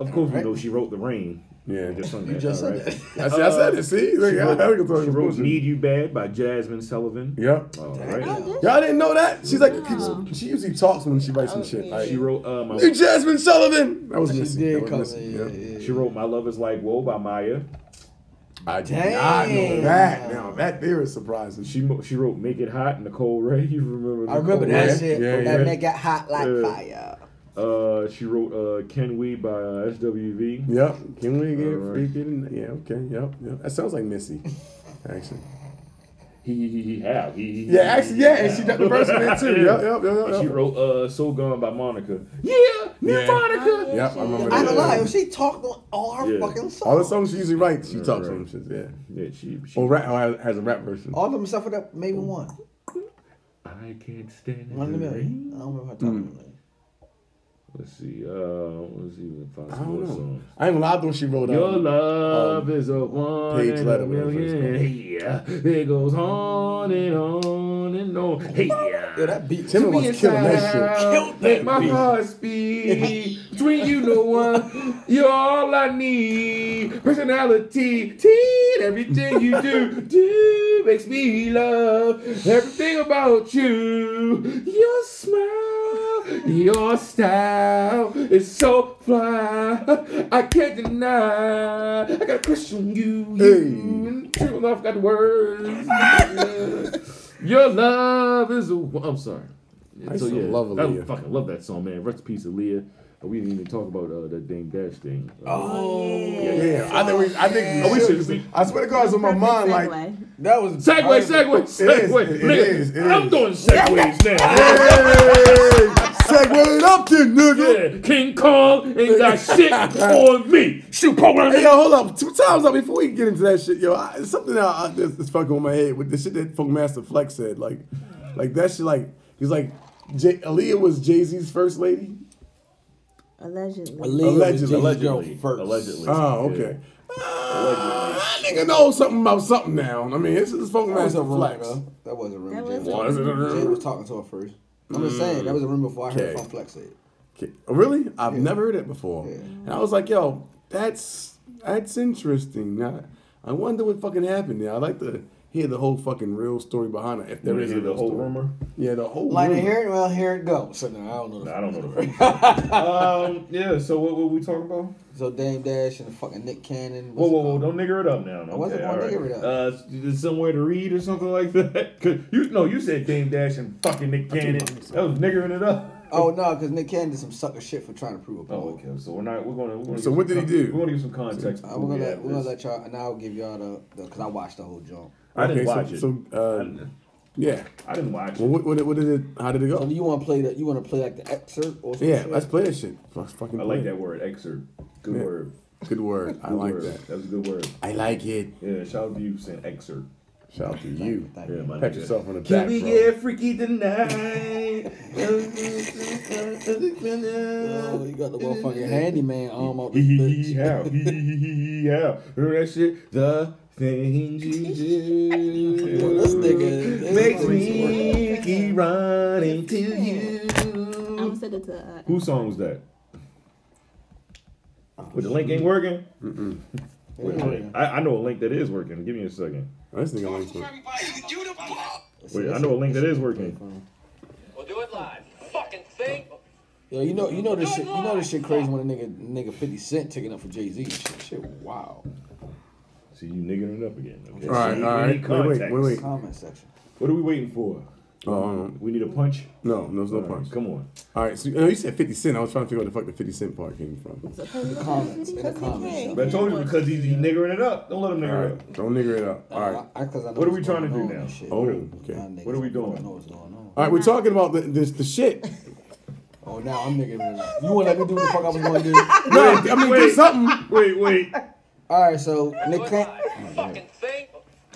F: of course we know she wrote the rain.
D: Yeah.
F: We just sung that.
E: you just
F: all
E: said
F: right.
E: that.
D: I, see, I said it. See, look, I, I can talk
F: Uh, She wrote Oh. "Need You Bad" by Jasmine Sullivan.
D: Yeah.
F: All right.
D: Y'all didn't know that? She's like, she usually talks when she writes some shit. Like,
F: She wrote uh, my.
D: you Jasmine Sullivan. That was
E: She
D: missing.
E: did
D: that
E: cover
D: was
E: it,
D: missing. yeah.
E: yeah, yeah.
F: She wrote "My Love Is Like Whoa" by Maya.
D: I did not know
E: Damn.
D: that. Now that there is surprising.
F: She mo- she wrote "Make It Hot" Nicole Ray. You remember?
E: I remember
F: Nicole
E: that
F: Ray?
E: shit.
D: yeah,
E: that
D: yeah.
E: man got hot like
F: Yeah.
E: fire.
F: Uh, she wrote uh, "Can We" by uh, SWV.
D: Yep. Can we get
F: Alright.
D: freaking? Yeah. Okay. Yep. Yep. That sounds like Missy, actually.
F: He he he how he, he
D: Yeah. Actually. Yeah. And she got the verse in there too. Yep. Yep. Yep.
F: And
D: yep,
F: she
D: Yep.
F: wrote uh, "So Gone" by Monica. Yeah,
D: Yeah.
F: Monica.
D: Yep. I remember
E: I ain't gonna lie,
D: that.
E: if she talked on all her
F: Yeah.
E: fucking songs.
D: All the songs she usually writes, she
F: Right,
D: talks
F: right.
D: on shit. Yeah.
F: Yeah, she. she
D: Or rap, or has a rap version.
E: All of them except for that maybe one.
F: I can't stand
E: One in a
F: the
E: million.
F: rain.
E: I don't remember her talking about it.
F: Let's see. Uh, let's see if I
D: I
F: find some
D: don't
F: more
D: know.
F: songs.
D: I ain't gonna lie, I thought she wrote
F: Your
D: um,
F: love
D: um,
F: is a one in
D: Page Letter,
F: a
D: whatever it's
F: million. Yeah, it goes on and on and on. Hey, yeah.
E: Yo, that beat.
D: Timmy was killing that shit.
F: Killed that my heart speed. Between you, no one. You're all I need. Personality, teen. Everything you do, do makes me love everything about you. Your smile, your style is so fly. I can't deny. I got a crush on you. you. True enough, got the words. Your love is a. I'm sorry.
D: I used to love
F: I
D: Aaliyah.
F: fucking love that song, man. Rest in peace, Aaliyah. But we didn't even talk about uh, that Dame Dash thing. Uh,
D: Yeah, I think we, I think we
F: Oh, we
D: should.
F: should-
D: I swear to God, it's on my mind. Like
I: Segue.
E: That was
F: Segway, segway,
D: is,
F: segway.
D: it
F: Nigga,
D: is, it
F: I'm
D: is.
F: doing segways now.
D: hey, segue it up, then, nigga.
F: Yeah, King Kong ain't got shit on me. Shoot, program.
D: Hey, yo, hold up. Two times up before we get into that shit, yo. I, it's something that I, that's, that's fucking with my head with the shit that Funk Master Flex said. Like, like that shit. Like he's like, J- Aaliyah was Jay Z's first lady.
I: Allegedly.
E: Allegedly.
D: Allegedly.
E: Allegedly. First.
F: Allegedly.
D: Oh, okay. Ah, that nigga knows something about something now. I mean, this is Funk
E: That was
D: Master
E: a rumor,
D: Flex.
E: though. That was a rumor.
I: That
E: Jay
I: was
E: was-
I: a-
D: Was it a rumor?
E: Jay was talking to her first. I'm just saying, that was a rumor before I heard
D: Okay.
E: Funk Flex say it.
D: Okay. Oh, Really? I've never heard it before. And I was like, yo, that's that's interesting. Now, I wonder what fucking happened there. I'd like to hear the whole fucking real story behind it. If there
F: Wanna
D: is a
F: hear the
D: real
F: whole
D: story.
F: rumor?
D: Yeah, the whole
E: Like,
D: rumor.
E: here, well, here it goes. So, no, I don't know. The
F: I don't know the first. um, yeah. So what were we talking about?
E: So, Dame Dash and fucking Nick Cannon.
F: Whoa, whoa, whoa! Don't nigger it up now. Okay,
E: wasn't gonna
F: all right.
E: nigger it up.
F: Uh, s- is somewhere to read or something like that. Cause you no, you said Dame Dash and fucking Nick Cannon. That was niggering it up.
E: Oh, no, because Nick Cannon did some sucker shit for trying to prove a point.
F: Oh, okay. So we're not. We're gonna. We're gonna
D: So
F: give
D: what
F: some
D: did he
F: con-
D: do?
F: We're gonna give some context.
E: Uh, we're
F: before we
E: gonna let,
F: have
E: we're gonna
F: this.
E: let y'all, and I'll give y'all the, the cause I watched the whole jump.
F: I didn't
D: Okay,
F: watch it.
D: so, So, uh, yeah.
F: I didn't watch
D: Well,
F: it.
D: what, what, what did it? How did it
E: So
D: go?
E: Oh, do you want to play that? You want to play like the excerpt or some
D: Yeah,
E: shit?
D: let's play that shit. Let's fucking.
F: I
D: play
F: like
D: it.
F: that word, excerpt. Good
D: Yeah.
F: word.
D: Good word. I
F: Good
D: like
F: word.
D: that.
F: That was a good word.
D: I like it.
F: Yeah. Shout out to you for saying excerpt.
D: Shout out to you.
E: Thank
F: Yeah,
E: you.
F: my
D: Pat
F: nigga.
D: yourself on the
F: Can
D: back,
F: we
D: bro.
F: get freaky tonight?
E: Oh, you got the motherfucking handyman arm out this
F: Hee hee hee
E: bitch.
F: how, hee hee hee hee hee how. Remember that shit? The things you do
E: This nigga
F: makes me keep running to
I: I'm gonna
F: you.
I: send it to. Uh,
F: Whose song was that? With the link ain't working. Wait, wait. I, I know a link that is working. Give me a second.
D: Oh, this nigga likes it.
F: Wait, I know a link that is working.
H: We'll do it live. Fucking thing.
E: Yo, you know, you know this shit. You know this shit crazy when a nigga, nigga Fifty Cent taking up for Jay Z. Shit, shit, wow.
F: See you niggering it up again. Okay.
D: All right,
F: See,
D: all
F: we need
D: right. Wait, wait,
F: context.
D: wait, wait.
E: Comment section.
F: What are we waiting for?
D: Um,
F: We need a punch.
D: no, no, there's no
F: All right,
D: punch.
F: Come on.
D: All right, so oh, you said 50 Cent. I was trying to figure out where the fuck the 50 Cent part came from.
E: Comments in the comments. section.
F: But I told you because he's, he's niggering it up. Don't let him
D: All
F: nigger it up.
D: right, don't nigger it up. All right.
E: I, I, 'cause I know
F: What are we
E: what's
F: trying to
E: going
F: do
E: on
F: now?
E: and shit.
D: Oh,
E: Y'all
D: okay.
E: niggas
F: What are we
E: don't
F: doing?
E: Know what's going on.
D: All right, we're talking about the this, the shit.
E: Oh, now I'm nigga. You want to let me do what the fuck I was going to do?
D: No, I mean,
F: wait.
D: get something.
F: Wait, wait.
E: All right, so Nick Cannon.
H: Fucking thing.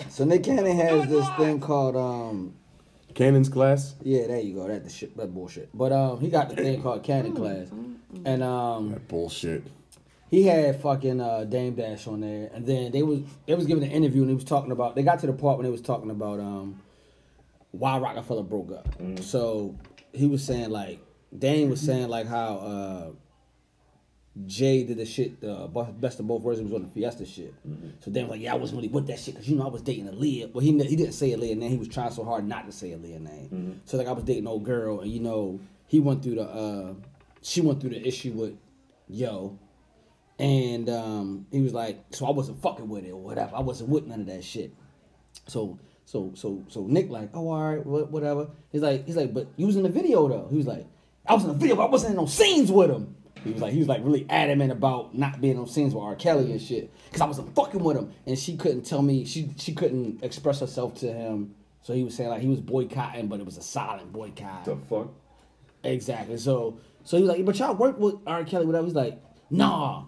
E: So Nick Cannon has this thing called um.
D: Cannon's class.
E: Yeah, there you go. That the shit. That bullshit. But um, he got the thing called Cannon Class, and um,
D: That bullshit.
E: He had fucking uh, Dame Dash on there, and then they was they was giving an interview and he was talking about. They got to the part when they was talking about um why Rockefeller broke up. So he was saying like Dame was saying like how uh Jay did the shit uh, bu- best of both worlds. He was on the Fiesta shit. So Dame was like, yeah, I wasn't really with that shit because you know I was dating Aaliyah. Well, he kn- he didn't say Aaliyah name. He was trying so hard not to say Aaliyah name. So like I was dating an old girl, and you know he went through the uh she went through the issue with yo. And um, he was like, so I wasn't fucking with it or whatever. I wasn't with none of that shit. So so so so Nick like, oh all right, what, whatever. He's like he's like, but you was in the video though. He was like, I was in the video, but I wasn't in no scenes with him. He was like, he was like really adamant about not being on scenes with R. Kelly and shit, cause I wasn't fucking with him. And she couldn't tell me, she she couldn't express herself to him. So he was saying like he was boycotting, but it was a silent boycott.
F: The fuck?
E: Exactly. So so he was like, but y'all work with R. Kelly, whatever. He's like, nah.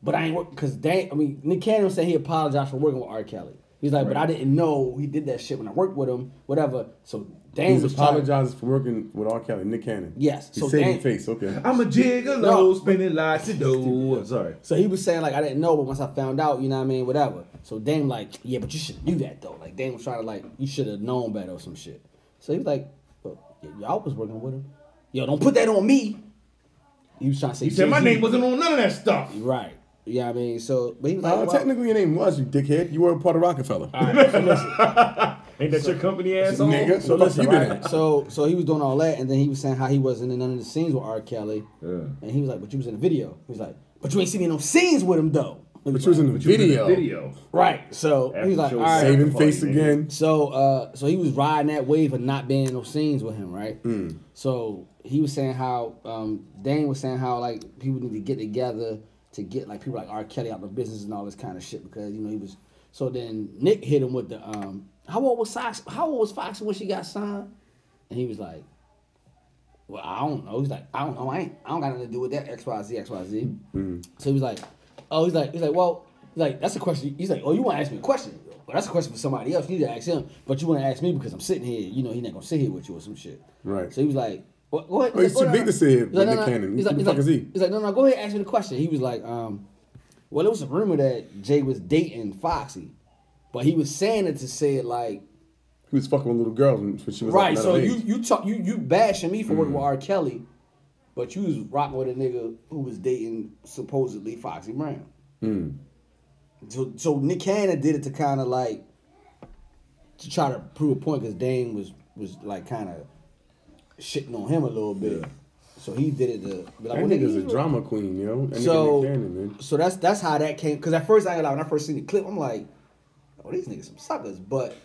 E: But I ain't work because they. I mean, Nick Cannon said he apologized for working with R. Kelly. He's like, but I didn't know he did that shit when I worked with him, whatever. So Dan
D: He's
E: was trying-
D: apologizing for working with R. Kelly, Nick Cannon.
E: Yes,
D: He
E: so
D: saved
E: they-
D: your face. Okay. Uh,
F: I'm a gigolo,
E: No.
F: spinning lots of dough. Sorry.
E: So he was saying like I didn't know, but once I found out, you know what I mean, whatever. So Dame like, yeah, but you should do that though. Like Dame was trying to like, you should have known better or some shit. So he was like, well, y- y'all was working with him. Yo, don't put that on me. He was trying to say.
F: He said my
E: Jay-Z.
F: name wasn't on none of that stuff.
E: Right. Yeah, I mean, so but he was like,
D: Uh,
E: well,
D: technically, your name was you dickhead. You were a part of Rockefeller,
F: Ain't that your company asshole?
D: nigga. So listen, you did it.
E: So so he was doing all that, and then he was saying how he wasn't in none of the scenes with R. Kelly.
F: Yeah.
E: And he was like, but you was in the video. He was like, but you ain't seen me in no scenes with him though.
D: But you was in the video.
F: Video.
E: Right. So he
F: After
E: was like,
F: show
E: all right.
D: Saving
F: Party,
D: face
F: nigga.
D: again.
E: So uh so he was riding that wave of not being in no scenes with him, right?
D: Hmm.
E: So he was saying how um Dane was saying how like people need to get together to get like people like R. Kelly out of business and all this kind of shit because you know he was so then Nick hit him with the um how old was Fox how old was Foxy when she got signed? And he was like well, I don't know. He's like, I don't know. I ain't. I don't got nothing to do with that X Y Z X Y Z.
D: Mm-hmm.
E: So he was like, oh, he's like, he's like, well, he's like, that's a question. He's like, oh, you want to ask me a question? Well, that's a question for somebody else. You need to ask him, but you want to ask me because I'm sitting here. You know, he not gonna sit here with you or some shit.
D: Right.
E: So he was like, what? Go ahead.
D: Oh, he's
E: like,
D: too big to sit here
E: He's
D: with
E: like,
D: Nick Cannon.
E: He's
D: Who
E: like,
D: the
E: he's
D: fuck
E: like,
D: is he?
E: He's like, no, no, go ahead, and ask me the question. He was like, um, well, it was a rumor that Jay was dating Foxy, but he was saying it to say it like
D: He was fucking with little girls when she was
E: Right,
D: Like
E: so
D: another
E: you
D: age.
E: you talk you you bashing me for working
D: Mm-hmm.
E: with R. Kelly, but you was rocking with a nigga who was dating supposedly Foxy Brown.
D: Hmm.
E: So so Nick Cannon did it to kind of like to try to prove a point because Dane was was like kind of shitting on him a little bit. So he did it to be like,
D: That
E: well, nigga,
D: nigga's
E: you
D: a drama queen, yo. That nigga
E: so,
D: Nick Cannon, man.
E: so that's that's how that came. Because at first I like when I first seen the clip, I'm like, oh these niggas some suckers. But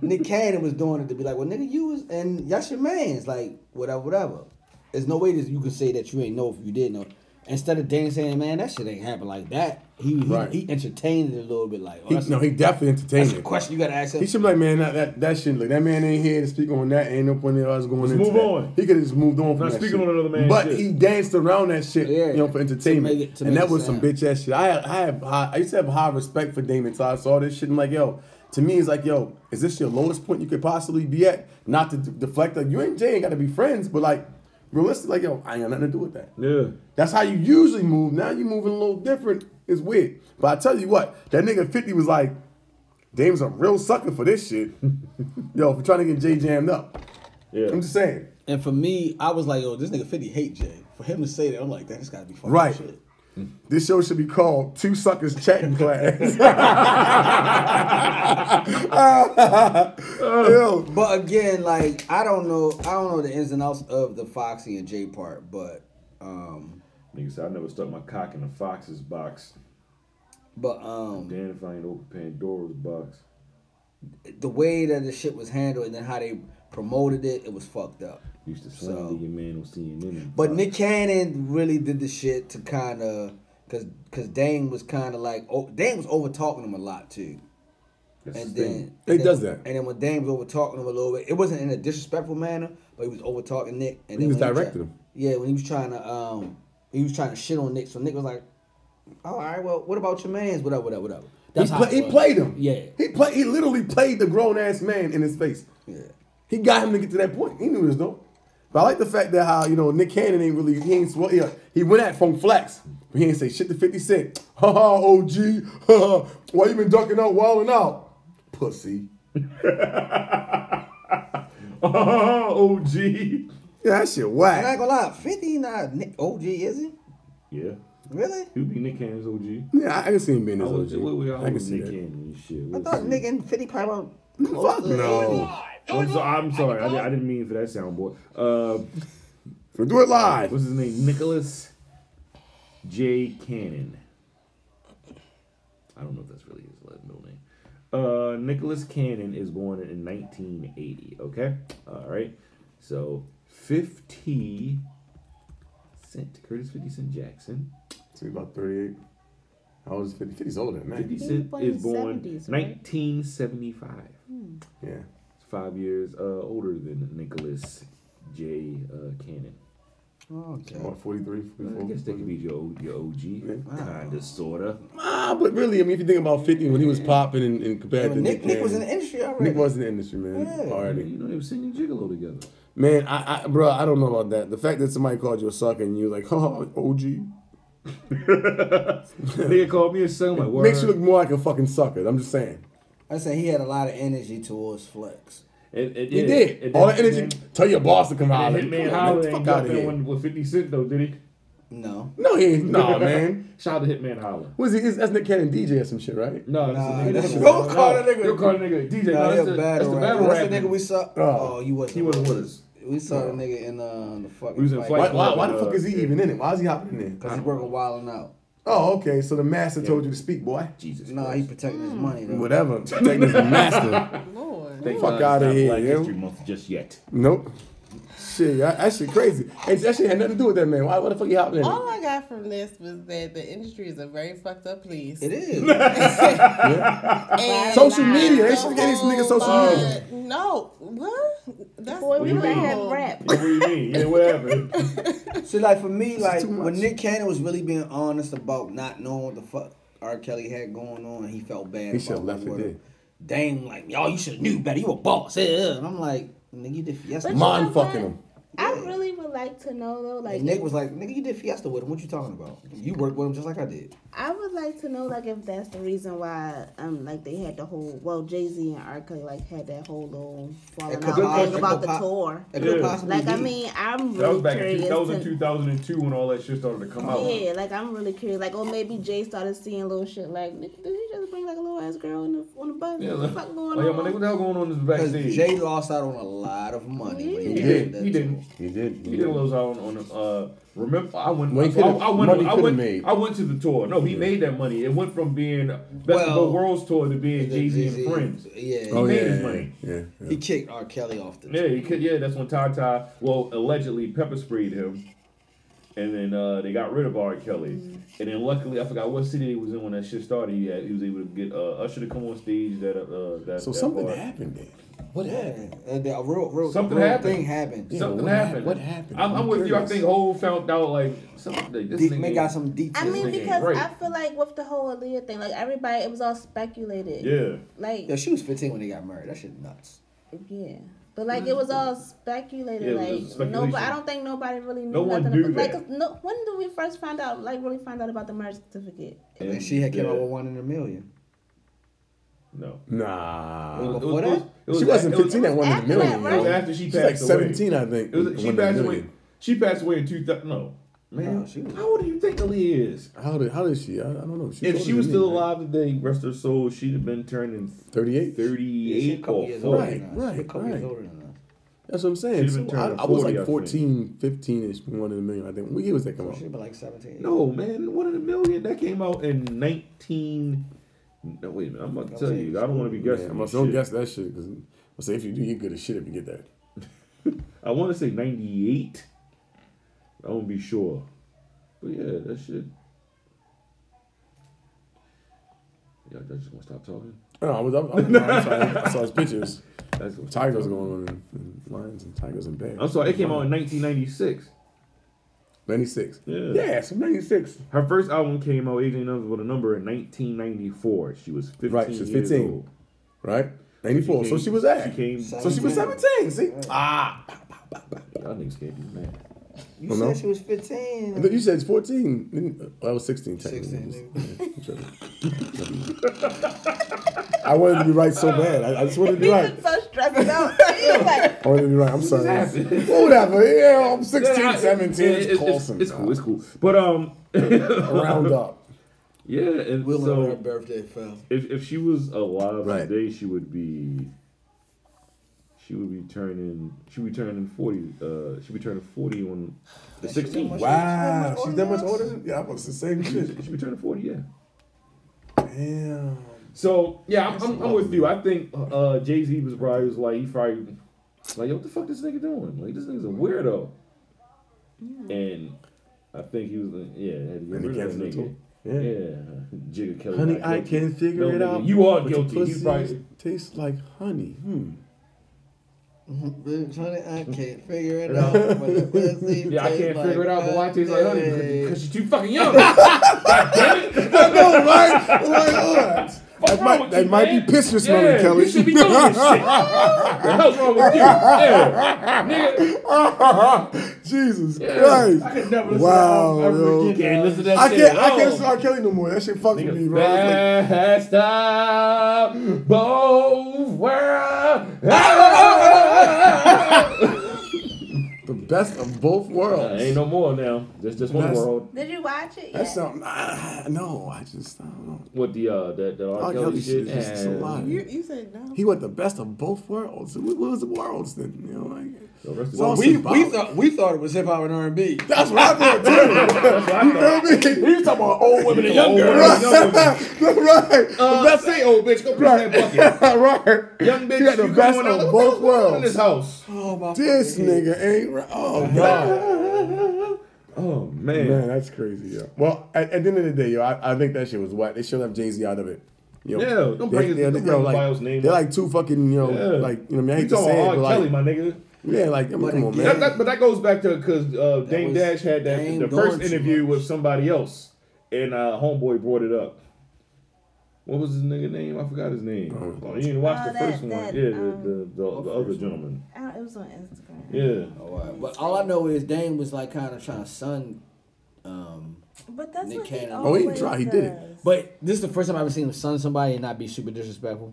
E: Nick Cannon was doing it to be like, well nigga you was and that's your man's like whatever whatever. There's no way that you can say that you ain't know if you did know. Instead of Dan saying, man, that shit ain't happen like that. He he,
D: Right.
E: he entertained it a little bit like, oh,
D: He,
E: that's,
D: no, he definitely
E: that's
D: entertained
E: a
D: it.
E: question you gotta ask him.
D: He should be like, man, that that, that shit, like, that man ain't here to speak on that. Ain't no point in us going
F: Let's
D: into
F: move
D: that.
F: on.
D: He could have just moved on from
F: Not
D: that
F: speaking
D: shit.
F: on another man's
D: But
F: shit.
D: he danced around that shit,
E: Yeah.
D: you know, for
E: To
D: entertainment.
E: make it- to
D: and
E: make
D: that
E: it
D: was some
E: sound.
D: bitch ass shit. I I have high, I used to have high respect for Damon Todd. I saw this shit and like, yo, to me, it's like, yo, is this your lowest point you could possibly be at? Not to d- deflect, like, you and Jay ain't got to be friends, but like, realistic, like, yo, I ain't got nothing to do with that.
F: Yeah.
D: That's how you usually move. Now you moving a little different. It's weird. But I tell you what, that nigga 50 was like, Dame's a real sucker for this shit. Yo, for trying to get Jay jammed up.
F: Yeah.
D: I'm just saying.
E: and for me, I was like, oh, this nigga 50 hate Jay. For him to say that, I'm like, that has gotta be fucking
D: Right.
E: shit.
D: This show should be called Two Suckers Chatting Class. Yo,
E: But again, like I don't know, I don't know the ins and outs of the Foxy and J part, but um,
F: Nigga said I never stuck my cock in a fox's box.
E: but um,
F: Damn if I ain't open Pandora's box.
E: the way that the shit was handled and then how they promoted it, it was fucked up.
F: Used to slander
E: So-
F: your man on CNN.
E: But Nick Cannon really did the shit to kind of, cause cause Dane was kind of like, oh, Dane was over talking him a lot too.
F: That's
E: And
F: his thing.
E: then
D: He
E: and then-
D: does that.
E: And then when Dame was over talking him a little bit, it wasn't in a disrespectful manner, but he was over talking Nick. And
D: He
E: then
D: was
E: when tri-
D: directing him.
E: Yeah, when he was trying to um, he was trying to shit on Nick. So Nick was like, oh, "All right, well, what about your man's? Whatever, whatever, whatever."
D: he,
E: how
D: play,
E: it
D: he
E: was.
D: played him.
E: Yeah,
D: He play, He literally played the grown ass man in his face.
E: yeah.
D: He got him to get to that point. He knew this though. But I like the fact that how you know Nick Cannon ain't really he ain't well, yeah, he went at Funk Flex, but he ain't say shit to Fifty Cent. Ha ha, OG. Ha ha. Why you been ducking out, wilding out, pussy?
F: Oh, OG.
D: Yeah, that shit
E: I'm not
D: whack.
E: gonna lie, 50 not Nick OG, is he?
F: Yeah.
E: Really?
F: He would be Nick Cannon's OG.
D: Yeah, I can see him being
F: I
D: his
F: was, we, we,
D: OG.
F: I
D: I can
F: was
D: see
F: Nick
D: that.
F: Cannon and shit.
E: I
F: We'll
E: thought
F: see.
E: Nick and 50 probably were
D: Fuck no.
F: I'm, so, I'm sorry. I, di- I didn't mean for that soundboard. Uh,
D: We'll do it live.
F: what's his name? Nicholas J. Cannon. I don't know if that's really his la- middle name. Uh, Nicholas Cannon is born in 1980. Okay, all right. So 50 Cent, Curtis 50 Cent Jackson.
D: So he's about 38. I was 50. 50's older than
F: 50
D: that.
F: Cent
I: born in
F: is born
I: 70s, right?
F: 1975.
D: Yeah.
F: Five years uh, older than Nicholas J. Uh, Cannon.
E: Okay.
D: What, 43,
F: I
D: 44?
F: guess they could be your, your OG, kinda, sorta.
D: Ah, but really, I mean, if you think about 50 when he was popping and, and compared
E: But
D: to
E: Nick,
D: Nick,
E: Nick was in the
D: Cannon,
E: industry already.
D: Nick was in the industry, man.
E: Yeah.
D: Already.
F: You know, they were singing Gigolo together.
D: Man, I, I, bro, I don't know about that. The fact that somebody called you a sucker and you like, oh, OG,
F: Nigga called me a son. I'm like, word.
D: makes you look more like a fucking sucker. I'm just saying.
E: I said he had a lot of energy towards Flex.
F: It, it,
D: He did.
F: It
D: All the energy.
F: Hitman-
D: Tell your boss to come
F: and
D: out.
F: then Ah, Hitman Holler ain't got that one with 50 Cent, though, did he?
E: No.
D: No, he ain't. Nah, man.
F: Shout out to Hitman Holler.
D: What is he? Is, that's Nick Cannon DJ or some shit, right?
F: No, that's
E: Nah,
F: a nigga.
E: that's-
F: a-
E: Don't call that nigga-
F: Don't call that nigga. DJ,
E: Nah,
F: no, that's, a, that's
E: he a
F: the
E: rapper.
F: battle
E: That's
F: rapper.
E: the nigga we saw.
D: Oh.
E: Oh, you wasn't.
F: He wasn't with us.
E: We saw the nigga in uh, in the fucking.
F: We was in
D: Why,
F: Flight
D: why, why
F: Club,
D: the
F: uh,
D: fuck is he even in it? Why is he hopping in there?
E: Cause he's working wild and out.
D: Oh, okay. So the master told you to speak, boy.
F: Jesus
E: Nah, he protecting
F: Hmm.
E: his money though.
D: Whatever. Take this master.
J: Lord.
F: Thank
D: fuck
F: God it's
D: outta
F: not
D: here,
F: Black
D: yo.
F: History Month just yet.
D: Nope. Shit, that, that shit crazy. Hey, that shit had nothing to do with that man. Why, why the fuck you hopping in
I: Oh,
D: it?
J: All I got from this was that the industry is a very fucked up place.
E: It is.
J: And
D: Social media. They
J: the
D: should get these
J: whole
D: niggas social
J: lot-
D: media.
J: No, what? That's
I: Boy, we
F: you
I: might
F: mean?
I: have rap.
F: What do you mean? Yeah, whatever.
E: See, like for me, like
D: too
E: when
D: much.
E: Nick Cannon was really being honest about not knowing what the fuck R. Kelly had going on, he felt bad.
D: He should have
E: about
D: left it
E: what-
D: there.
E: Dame like, y'all, you should have knew better. You a boss. Yeah, yeah. And I'm like, nigga, you did fiesta.
I: But you know
D: Mind
I: what?
D: fucking him.
I: I really would like to know though, like
E: And Nick was like, nigga, you did fiesta with him. What you talking about? You worked with him just like I did.
I: I would like to know like if that's the reason why um like they had the whole well Jay Z and R Kelly like had that whole little falling
E: could
I: out
E: be
I: like,
E: possible
I: about the
E: po-
I: tour.
E: It could
F: Yeah.
E: possibly
I: Like I
E: be.
I: mean, I'm
F: That was
I: really
F: back in
I: curious.
F: 2000,
I: To,
F: 2002 when all that shit started to come out.
I: yeah, like I'm really curious. Like, oh, maybe Jay started seeing little shit. Like, nigga, did he just bring like a little ass girl on the on the bus?
F: Yeah,
I: what
F: like,
I: the fuck
F: oh,
I: going
F: yeah,
I: on?
F: my nigga, what the hell going on in this
E: Because
F: backstage?
E: Jay lost out on a lot of money. when
I: He
F: He
E: did
F: did.
E: that
F: He
E: tour.
F: didn't.
D: He did.
F: He didn't lose out on. on uh, remember, I went.
D: Well, Mm. he
F: so I, I
D: could've-
F: went.
D: money
F: I
D: could've
F: went.
D: made.
F: I went to the tour. No, he made that money. It went from being best of
E: Well,
F: the world's tour to being
E: the
F: Jay Z
E: Jay-Z,
F: and Friends.
E: yeah.
F: he
E: Oh,
F: made
D: yeah,
F: his
D: yeah,
F: money.
D: Yeah. yeah.
E: He kicked R. Kelly off the.
F: Yeah, he could. Yeah, that's when Tata, well, allegedly pepper sprayed him, and then uh, they got rid of R. Kelly. And then luckily, I forgot what city he was in when that shit started. He had, he was able to get uh, Usher to come on stage. That uh, that
D: So
F: that
D: something
F: bar.
D: happened there.
E: What happened? Uh, the- a real, real,
F: Something
E: real
F: happened.
E: thing happened.
D: Yeah,
F: Something
D: what hap-
F: happened.
D: what happened?
F: I'm, I'm
D: I'm
F: with you. I
D: curious.
F: think Hove found out like something. Like, this
E: Deep,
F: nigga
E: man got some deep.
I: I mean,
F: This nigga
I: because
F: ain't
I: I
F: right.
I: feel like with the whole Aaliyah thing, like everybody, it was all speculated.
F: Yeah.
I: Like,
E: yeah, she was 15 when they got married. That shit nuts.
I: yeah. But like it was all speculated.
F: Yeah, it was
I: like
F: speculation.
I: nobody, I don't think nobody really knew
F: No one
I: nothing.
F: knew
I: about, like,
F: that.
I: 'cause no, when did we first find out? Like, really find out about the marriage certificate?
E: And, she had came
F: yeah.
E: out with one in a million.
F: No.
D: Nah.
E: Before that?
D: She wasn't 15
F: It
D: at
F: was,
D: one in a
I: after
D: million.
I: that,
F: it was
D: yo.
F: after she
D: She's
F: passed
D: like
F: away.
D: 17, I think.
F: It was, she
D: when the
F: passed away.
D: million.
F: She passed away in 2000. No, man.
E: No, she was-
F: how old do you think Aaliyah is?
D: How did how did she? I, I don't know. She
F: If
D: older
F: she
D: than
F: was
D: me,
F: still
D: right?
F: alive today, rest her soul, she'd have been turning
D: 38.
F: 38
E: couple
F: or
E: years
F: 40.
E: older
D: Right,
E: than us. She a
D: right,
E: couple
D: right.
E: years older than us.
D: That's what I'm saying.
F: She's been
D: So I,
F: turning
D: I
F: 40,
D: was
F: I
D: like
F: think.
D: 14, 15 ish, one in a million, I think. What year was that come out?
E: She'd be like 17.
F: No, man, one in a million. That came out in 19. No, wait a minute. I'm about to tell you. I don't want to be guessing.
D: Yeah, I'm like,
F: this
D: don't
F: shit.
D: guess that shit because I say if you do, you're good as shit if you get that.
F: I want to say 98. I won't be sure. But yeah, that shit. Y'all y'all just want to stop talking?
D: No, I was. I, was, I, was, I, saw, I saw his pictures.
F: That's what
D: Tigers going on and, and lions and tigers and bears.
F: I'm sorry, it came out in 1996.
D: 96.
F: Yeah.
D: Yeah, so 96.
F: Her first album came out, Agent Numbers with a Number, in 1994. She was 15
D: Right, she was
F: years
D: 15.
F: old.
D: Right? 94. So she was at.
F: came-
D: So she was 17. See? Ah.
F: Y'all niggas can't do that.
E: You
D: Well,
E: said
D: no.
E: she was 15.
D: And then You said it's 14. Then- well, I was 16. technically.
E: 16,
D: I wanted to be right so bad. I, I just wanted to be right.
I: so stressed out. He's like,
D: I wanted to be right. I'm sorry.
F: happened?
D: Whatever. Yeah, I'm
F: Yeah,
D: 16,
F: I-
D: 17.
F: yeah,
D: It's Carlson.
F: it's cool. It's cool. But um,
D: Round up.
F: yeah. And
E: Will know her
F: so
E: birthday fell.
F: if if she was alive
D: Right.
F: today, she would be. She would be turning. She would be turning forty. Uh, she would be turning forty on the sixteenth.
D: Wow. She's that much older than Yeah, I was the same shit.
F: She would be turning forty. Yeah.
D: Damn.
F: So yeah, I'm, I'm, I'm with you. I think uh, Jay Z was probably was like he probably like yo, what the fuck this nigga doing? Like this nigga's a weirdo. And I think he was like, yeah, had to get
D: And
F: rid
D: he
F: of that
D: canceled
F: nigga.
D: it too.
F: Yeah,
D: Yeah.
F: Jigga Kelly.
D: Honey,
F: got
D: I
F: guilty.
D: can figure
F: No,
D: it
F: nigga,
D: out.
F: You are
D: but your
F: guilty. He's
D: pussy
F: probably
D: Tastes like honey. Hmm.
E: Bitch, honey, I can't figure it out. but the pussy
F: yeah, I
E: tastes
F: can't figure it out, but why it tastes like honey? Because
E: honey?
F: she's too fucking young. God damn it!
D: I know, right? I'm like, oh, that
F: wrong
D: might,
F: with
D: that
F: you,
D: might
F: man?
D: be piss you're smelling,
F: Yeah,
D: Kelly.
F: you should be doing this shit. What the hell's wrong with you? Yeah. Nigga,
D: Jesus
F: Yeah.
D: Christ.
F: I could never listen
D: wow,
F: to that ever
D: yo.
F: again. Can't listen to that
D: I
F: shit at
D: can't, I can't
F: all.
D: listen to R. Kelly no more. That shit fucks with me, bro. It's like-
F: Best of both worlds.
D: The best of both
F: Uh,
D: worlds.
F: ain't no more now. Just just one
D: That's-
F: world.
I: did you watch it?
D: That
I: yet?
D: sound. Ah, no, I just I don't know.
F: With the uh that the R.
D: R.
F: Kelly, shit.
D: is just a
F: and
D: lot.
J: You, you said no.
D: He went the best of both worlds. What, what was the worlds then? You know, like
F: the rest of
D: Well,
F: it.
E: We, we,
D: Symbolic.
E: thought, we thought it was hip hop and R&B.
D: that's what I thought too. you feel me?
F: He's talking about old women and
E: Oh,
F: young
D: Right,
F: girls. Young women.
D: right.
F: Uh,
D: the best,
F: say old bitch, go piss that bucket.
D: right.
F: Young bitch,
D: He got the
F: you
D: best
F: going out. What the
D: of both
F: hell's going on in this
D: worlds.
F: house.
E: Oh, my
D: This
E: fucking head.
D: nigga ain't. Right. Oh god.
F: Oh man.
D: Man, that's crazy, yo. Well, at, at the end of the day, yo, I, I think that shit was whack. They should have Jay Z out of it. Yo,
F: Yeah, don't bring his- don't bring
D: yo,
F: his
D: like,
F: bio's name
D: They're
F: up.
D: like two fucking, you know,
F: Yeah.
D: like you know, I, mean, I
F: You
D: hate to
F: talking about
D: say it,
F: R.
D: but
F: Kelly,
D: like,
F: my nigga.
D: yeah, like I mean, come on,
E: again-
D: man.
F: That, that, but that goes back to because uh, Dame
E: was
F: Dash had that
E: Dame
F: the first
E: doing too
F: interview
E: much.
F: with somebody else, and uh, Homeboy brought it up. What was his nigga name? I forgot his name.
D: Oh.
F: Oh, you didn't watch
I: Oh,
F: the
I: that-
F: first one.
I: that,
F: Yeah,
I: um,
F: the, the, the, the other gentleman.
I: I don't, it was on Instagram.
F: Yeah.
E: All right, But all I know is Dame was like kind of trying to sun. Um,
I: But that's
E: Nick
I: what he
E: Cannon.
I: always
E: Oh,
D: he tried. He did it.
I: does.
E: but this is the first time I've ever seen him sun somebody and not be super disrespectful.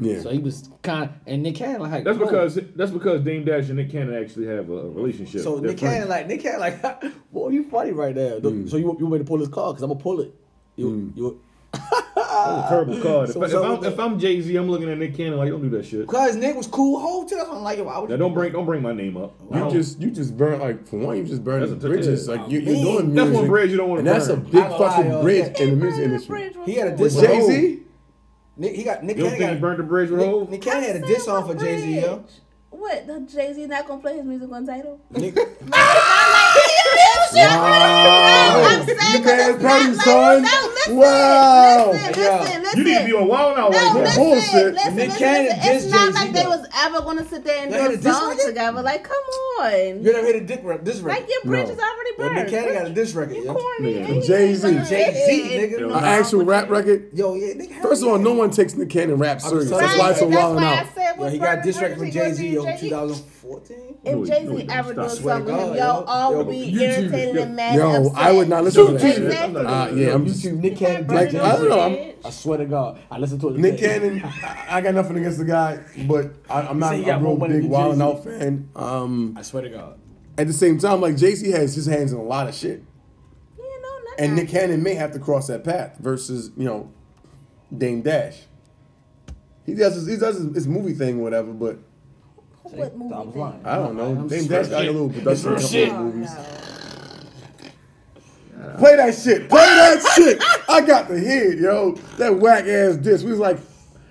D: Yeah.
E: So he was kind of and Nick Cannon like
F: That's
E: whoa.
F: because that's because Dame Dash and Nick Cannon actually have a, a relationship.
E: So
F: They're
E: Nick
F: friends.
E: Cannon
F: Mm.
E: like Nick Cannon like, boy, you funny right now. So you you want me to pull his car? Cause I'm gonna pull it. You you.
F: That was a terrible card. If,
E: uh, So-
F: I- if
E: so-
F: I'm, if I'm Jay Z, I'm looking at Nick Cannon like, don't do that shit.
E: Cause Nick was cool whole too. That's what I'm like. Why would
F: Now
E: you
F: don't bring don't bring my name up. I
D: You
F: don't-
D: just you just burn like for one you just burn
F: That's a-
D: bridges
F: yeah.
D: like you,
E: Man,
D: you're doing music.
F: that's one bridge you don't wanna
D: and that's a
F: burn.
D: big
E: I'm a
D: fucking
E: liar.
D: bridge in the
I: Burn
D: music
I: the
D: industry.
I: bridge
E: He
I: with
E: had a
I: Hov.
E: dis-
D: With Jay Z,
E: Nick he got Nick
F: You don't
E: Cannon
F: think
E: got
F: he burned the bridge with
E: Nick,
F: Hov?
E: Nick Cannon had a
I: Sing
E: diss
I: on
E: off
I: the
E: of Jay Z. Yo.
I: bridge. What? The Jay Z not gonna play his music on title?
E: Nick,
D: wow,
I: I'm saying
D: you
I: 'cause
D: man,
I: it's not
D: Patty,
I: like-
D: son,
I: no, listen,
D: wow,
I: Listen,
E: Yo,
I: listen, listen.
F: You need to be on Wild Out
I: No,
F: right
I: listen,
F: now.
D: Bullshit.
I: listen,
E: Nick
I: listen,
E: Cannon
I: listen.
E: dissed
I: It's not
E: Jay-Z,
I: like they
E: though.
I: was ever gonna sit there and
E: They had
I: do
E: a
I: a
E: diss
I: song
E: record?
I: together. Like, come
E: you
I: on.
E: ever heard a dick rap, diss record?
I: Like your bridge is already
E: Yo,
I: burned.
E: Nick Cannon got a diss record.
I: You
E: Yo,
I: corny.
F: Yeah.
I: and you
D: Jay-Z.
I: ain't gonna
E: Jay Z
I: hit it.
E: nigga.
D: an actual rap record.
E: Yo, yeah, Nick Cannon-
D: First of all, no one takes Nick Cannon rap
E: I'm
D: serious.
E: sorry.
D: That's why it's so
I: Right, that's
D: wild
I: why I
D: out.
I: said
E: Yo,
I: what's
E: he
I: burning
E: got diss
I: bridges
E: record with
I: he gonna
E: Jay Z
I: do,
E: yo
I: Jay-Z.
E: 2014.
F: No,
I: If Jay
F: no,
I: Z ever
F: stop.
I: do a
F: Swear
E: to
I: song with
E: God,
I: him,
E: yo,
I: y'all all
E: yo,
I: be
E: YouTube
I: irritated and mad.
D: Yo,
I: and upset.
D: I would not listen to that.
I: Exactly.
D: shit. Uh, yeah,
E: Yo,
D: I'm
E: you
D: just
E: see Nick Cannon
I: burn
E: diss
I: it
E: Jay
D: Like, I
I: up
D: don't
E: Z.
D: know.
I: with
E: I swear to God, I listened to it.
D: Nick
E: today.
D: Cannon, I I got nothing against the guy, but I, I'm not
E: said he
D: a
E: got
D: real
E: more money
D: big
E: than
D: Wild
E: Jay-Z.
D: Out fan. Um,
E: I swear to God.
D: at the same time, like Jay Z has his hands in a lot of shit.
I: Yeah, no, not
D: And Nick
I: that.
D: Cannon may have to cross that path versus, you know, Dame Dash. He does his, he does his, his movie thing, or whatever, but
I: What movie
E: I'm
I: thing?
E: lying.
D: I don't know.
E: I'm
D: Dame
E: just-
D: Dash got a little production company
I: Oh,
D: movies.
I: no.
D: Play that shit. Play that shit. I got the hit, yo. That whack ass disc. We was like,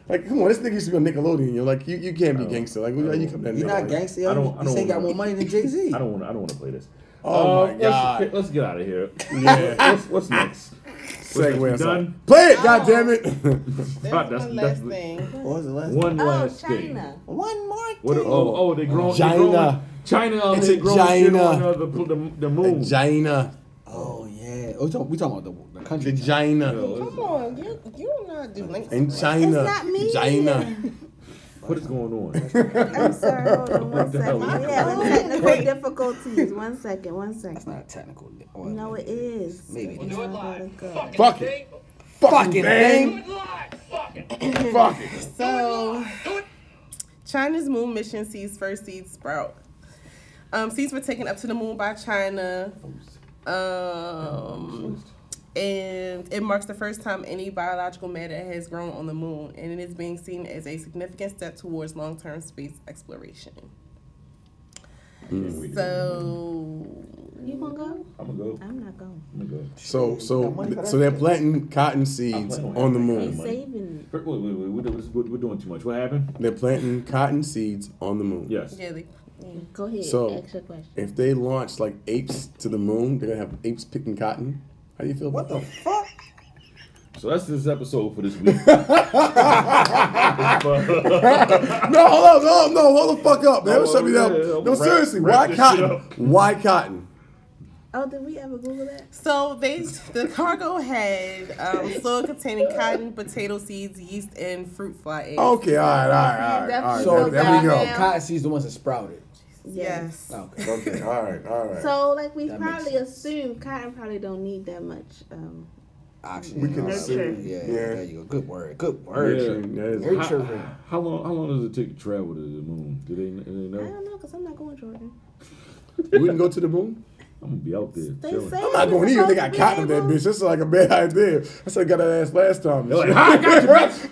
D: like, come on, this nigga used to be on Nickelodeon. You're like, you, you can't be gangster. Like, why you come that
E: He
D: nigga,
E: Oh. not
D: like-
E: gangster.
F: I don't- I
E: He
F: don't
E: say he got
F: wanna-
E: more money than Jay Z.
F: I don't want I don't want to play this. Uh,
D: Oh my
F: let's-
D: God.
F: Let's, get out of here.
D: Yeah.
F: What's, what's next?
D: Segway.
F: Done?
D: Done. Play it. God damn it.
J: That's
F: Ah, that's-
J: one
F: that's-
J: last thing.
E: What was the last
F: One
I: Oh,
F: last thing.
I: China.
E: One more.
F: What?
E: thing.
F: oh, oh, they grown. China. They
D: China.
F: growing, China. out
D: It's
F: here
D: a
F: growing shit
D: China.
F: on, uh, the, pl- the, the moon.
D: Vagina.
E: Oh yeah. Oh, we talk- we talking about the, the country.
D: Vagina.
J: Come on, you you not do links.
D: In China.
I: It's not me.
D: China.
F: What is going on?
I: I'm sorry, hold on one
F: What the hell is
I: second. We're
F: going
I: having
F: on?
I: technical difficulties. One second, one second. That's
E: not technical.
I: No, it is.
E: Maybe it
I: It's
E: is.
I: not gotta go.
D: Fuck it.
E: Fuck it,
D: bang. Fuck it.
J: So, China's moon mission sees first seeds sprout. Um, seeds were taken up to the moon by China. Um, and it marks the first time any biological matter has grown on the moon, and it is being seen as a significant step towards long term space exploration. So,
I: You gonna go?
F: I'm gonna go.
I: I'm not going.
F: I'm gonna go.
D: So
F: Got money
D: so
F: for
D: so
F: that?
D: they're planting cotton seeds
F: planting
D: on the
F: it.
D: moon.
F: Money.
I: Saving
F: Wait, wait, wait, we're, doing- we're- we're doing too much. What happened?
D: They're planting cotton seeds on the moon.
F: Yes.
J: yeah, they, yeah.
I: it. Go ahead.
D: So
I: Ask your question.
D: if they launch like apes to the moon, they're gonna have apes picking cotton. How do you feel
E: What
D: about
E: the
D: that?
E: fuck?
F: So that's this episode for this week.
D: No, hold on, no, no, hold the fuck up, man.
F: Oh,
D: Don't shut me
F: yeah,
D: down.
F: I'm
D: No,
F: wrap-
D: seriously,
F: wrap
D: why
F: this shit
D: cotton?
F: up.
D: Why cotton?
I: Oh, did we ever Google that?
J: So they the cargo had um, soil containing cotton, potato seeds, yeast, and fruit fly eggs.
D: Okay, all right, all right, all right, all right.
E: So
D: there, there we go.
E: cotton- Cotton seeds the ones that sprouted.
J: Yes.
E: Okay.
D: Okay, all right, all right.
I: So, like, we
E: That makes
I: probably assume cotton probably don't need that much. Um,
E: Oxygen.
D: We can
E: Yeah,
D: assume,
E: Yeah,
D: yeah.
E: there you go. Good word. Good word.
D: yeah.
E: Very
D: yeah.
E: true.
F: how, how long? How long does it take to travel to the moon? Do they, do they
I: I
F: know?
I: don't know, cause I'm not going, Jordan.
D: You wouldn't go to the moon?
F: I'm gonna be out there.
I: They
F: chilling.
I: say
D: I'm not going to either. They got cotton in that bitch. That's like a bad idea. I said, got that ass last time.
F: They're like, "Ha, I got you,
D: bitch.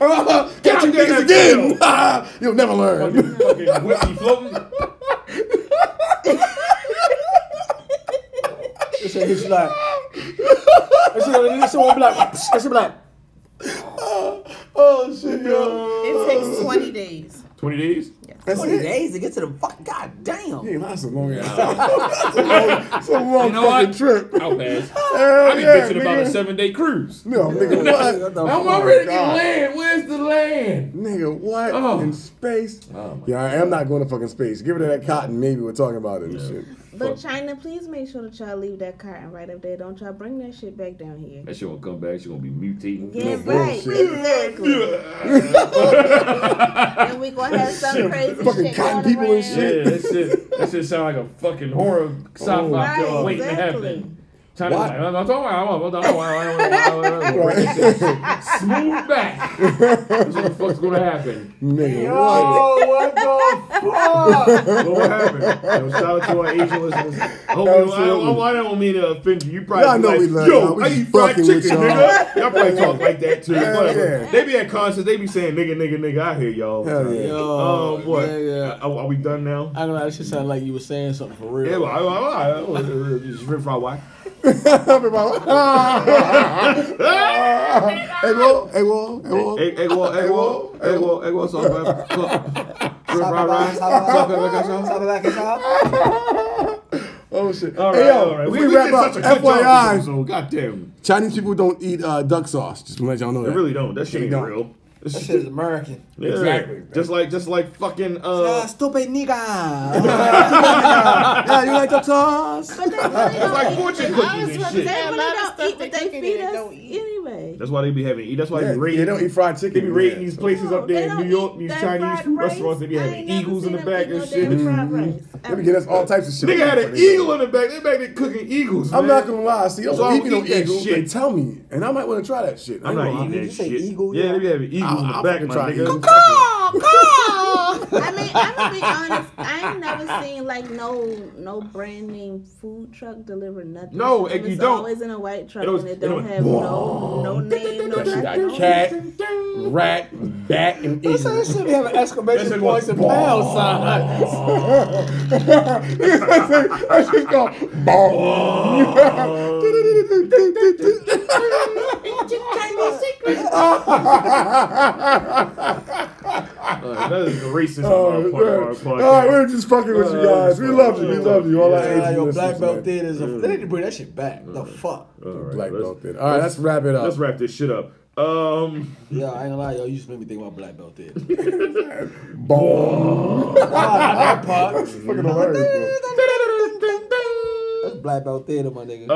D: got you
F: Goddamn
D: niggas again. You'll never learn.
F: Fucking whiskey floating.
E: It's a it's like. It's a it's a black. It's a black.
D: Oh, shit, yo.
J: It takes twenty days.
F: Twenty days.
D: That's
E: Twenty
D: it.
E: days to get to the fuck. God damn.
D: Damn, that's a long ass That's a long, that's a long
F: You know
D: fucking
F: what?
D: trip.
F: I'll pass.
D: Hell
F: I be
D: yeah,
F: bitching about a
D: nigga.
F: seven day cruise.
D: No, nigga, what?
E: I'm
D: Oh, my
F: already to
D: God.
F: land. Where's the land?
D: Nigga, what?
F: Oh.
D: In space?
F: Oh, my
D: yeah, I am not going to fucking space. Give it that cotton. Maybe we're talking about it and shit.
I: But China, please make sure that y'all leave that cotton right up there. Don't y'all bring that shit back down here.
F: That shit gonna come back. She gonna be mutating.
I: Yeah,
D: No
I: right.
D: bullshit.
I: Exactly. and we gonna have some crazy
D: Fucking
I: shit
D: cotton
I: going
D: people and
I: around.
F: Yeah, that shit. That shit sound like a fucking horror sci-fi
D: Right,
F: film waiting to
I: exactly.
F: happen. China
D: What?
F: like, I'm not talking about- I'm not talking about- smooth back. That's what the fuck's gonna happen?
D: Nigga, Oh, what?
E: Yo, what the fuck?
F: What will happen? Yo, shout out to our Asian listeners. I, hope we don't, I, don't, I don't mean to offend you. You probably
D: Y'all
F: be
D: know
F: like,
D: we love y'all.
F: yo,
D: We
F: I
D: just
F: eat fried
D: fucking with
F: chicken,
D: y'all."
F: nigga. Y'all probably talk like that too.
D: Hell
F: Whatever.
D: yeah.
F: They be at concerts. They be saying, nigga, nigga, nigga. I hear y'all.
D: Hell yeah.
F: Oh boy.
E: Yeah, yeah.
F: Are, are we done now?
E: I don't know. That shit sounded like you were saying something for
F: Yeah,
E: real.
F: well, I, I, I, I, just rip fried white.
D: Everybody, Uh, hey, whoa, hey, whoa, hey, whoa.
F: Egg, egg wall, egg wall, egg wall, egg wall, salt pepper, salt, rip fried rice, salt pepper, ketchup.
D: Oh shit!
F: All right,
D: hey, yo,
F: all right.
D: we, wrap
F: did
D: up.
F: such a good job
D: FYI,
F: this episode. God damn.
D: Chinese people don't eat uh, duck sauce. Just to let y'all know
F: They
D: that.
F: really don't. That shit
D: They
F: ain't
D: don't.
F: real.
E: That shit is American.
F: Yeah. Just like, just like fucking. Uh,
E: stupid nigga.
D: yeah, you like duck sauce?
I: But they really
F: it's
I: don't
F: like
I: eat-
F: fortune
J: I was
F: cookies
J: about
F: and
J: to
F: shit.
J: say-
I: They
J: Yeah, a
I: really
J: lot of
I: don't
J: stuff
I: eat what
J: they
I: they
J: cooking
I: feed
J: they
I: us
J: don't eat.
I: anyway.
F: That's why they be having. That's why they
D: Yeah,
F: be raiding.
D: they don't eat fried chicken.
F: They be raiding
D: Yeah,
F: these
D: so-
F: places
I: No,
F: up
I: they
F: there in
I: don't
F: New York.
I: eat
F: These
I: that
F: Chinese
I: fried
F: food
I: rice.
F: restaurants. They be
I: I
F: having
I: ain't never
F: eagles in
I: seen
F: the
I: them
F: back
I: eat no
F: and shit.
I: damn fried
D: Mm-hmm.
I: rice,
D: They be
I: ever.
D: getting us all types of shit.
F: Nigga had an eagle in the back. They back there cooking eagles.
D: I'm
F: man.
D: not gonna lie. See, those
F: So I don't
D: people don't
F: eat that
D: eat eagles.
F: shit.
D: They tell me, and I might want to try that shit. I
F: I'm
D: ain't gonna
F: not
D: lie.
F: eating that
E: you say
F: shit.
E: eagle,
F: yeah,
E: yeah?
F: they be having eagles in
D: I'll
F: the back,
D: fucking
F: my
D: try eagles.
F: nigga.
I: I mean, I'm gonna be honest. I ain't never seen like no no brand name food truck deliver nothing.
F: No,
I: And
F: if you
I: it's
F: don't-
I: always in a white truck
F: it was-
I: and it
F: it
I: don't
F: was-
I: have no no name, no
D: That shit got
I: nothing.
D: cat, rat, bat, and
E: That's how
D: eagle.
E: that shit be having
F: That
E: exclamation
F: shit
E: points
F: was
E: and pound signs.
D: That's just called
F: Uh, that is the racist
D: Oh,
F: part of our
D: man. All
F: podcast.
D: right, we're just fucking with you guys. We love you. We love you. All our
E: Yeah,
D: Asian
E: yo,
D: listeners,
E: black belt
D: man.
E: theaters. They need to bring that shit back. The fuck.
F: All right,
D: Black
F: let's-
D: belt theater. All right, let's wrap it up.
F: Let's wrap this shit up. Um,
E: Yeah, I ain't gonna lie, yo. You just made me think about black belt theater. Ah,
D: Boom.
E: that part.
D: Fucking hilarious,
E: That's black belt theater, my nigga.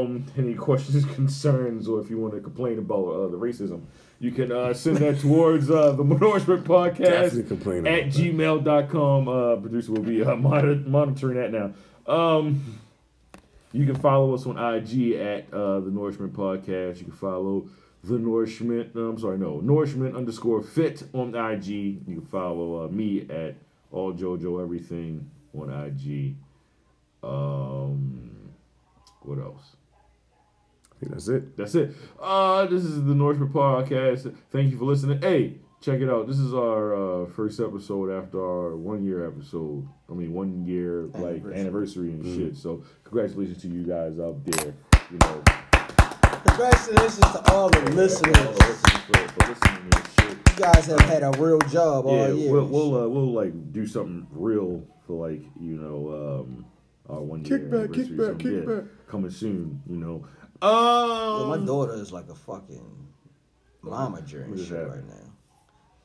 F: um, any questions, concerns, or if you want to complain about uh, the racism, You can uh, send that towards uh, the Norseman
D: Definitely
F: Podcast
D: complaining
F: at
D: about that.
F: gmail.com. Uh, producer will be uh, monitor- monitoring that now. Um, you can follow us on IG at uh, the Nourishment Podcast. You can follow the Nourishment. no, I'm sorry, no Nourishment underscore Fit on IG. You can follow uh, me at all JoJo everything on IG. Um, what else?
D: I think that's it.
F: That's it. Uh, this is the Northwood Podcast. Thank you for listening. Hey, check it out. This is our uh, first episode after our one year episode. I mean, one year like anniversary
D: Mm.
F: and shit. So congratulations to you guys out there. You know,
E: Congratulations to all the listeners.
F: for, for listening and shit.
E: You guys have had a real job all
F: Oh, Yeah,
E: year.
F: we'll we'll, uh, we'll like do something real for like you know um our one year
D: Kickback,
F: anniversary or
D: kickback,
F: something. Yeah,
D: kickback.
F: coming soon. You know.
E: Yeah,
F: Um,
E: my daughter is like a fucking mama and
F: What is
E: shit
F: that?
E: right now.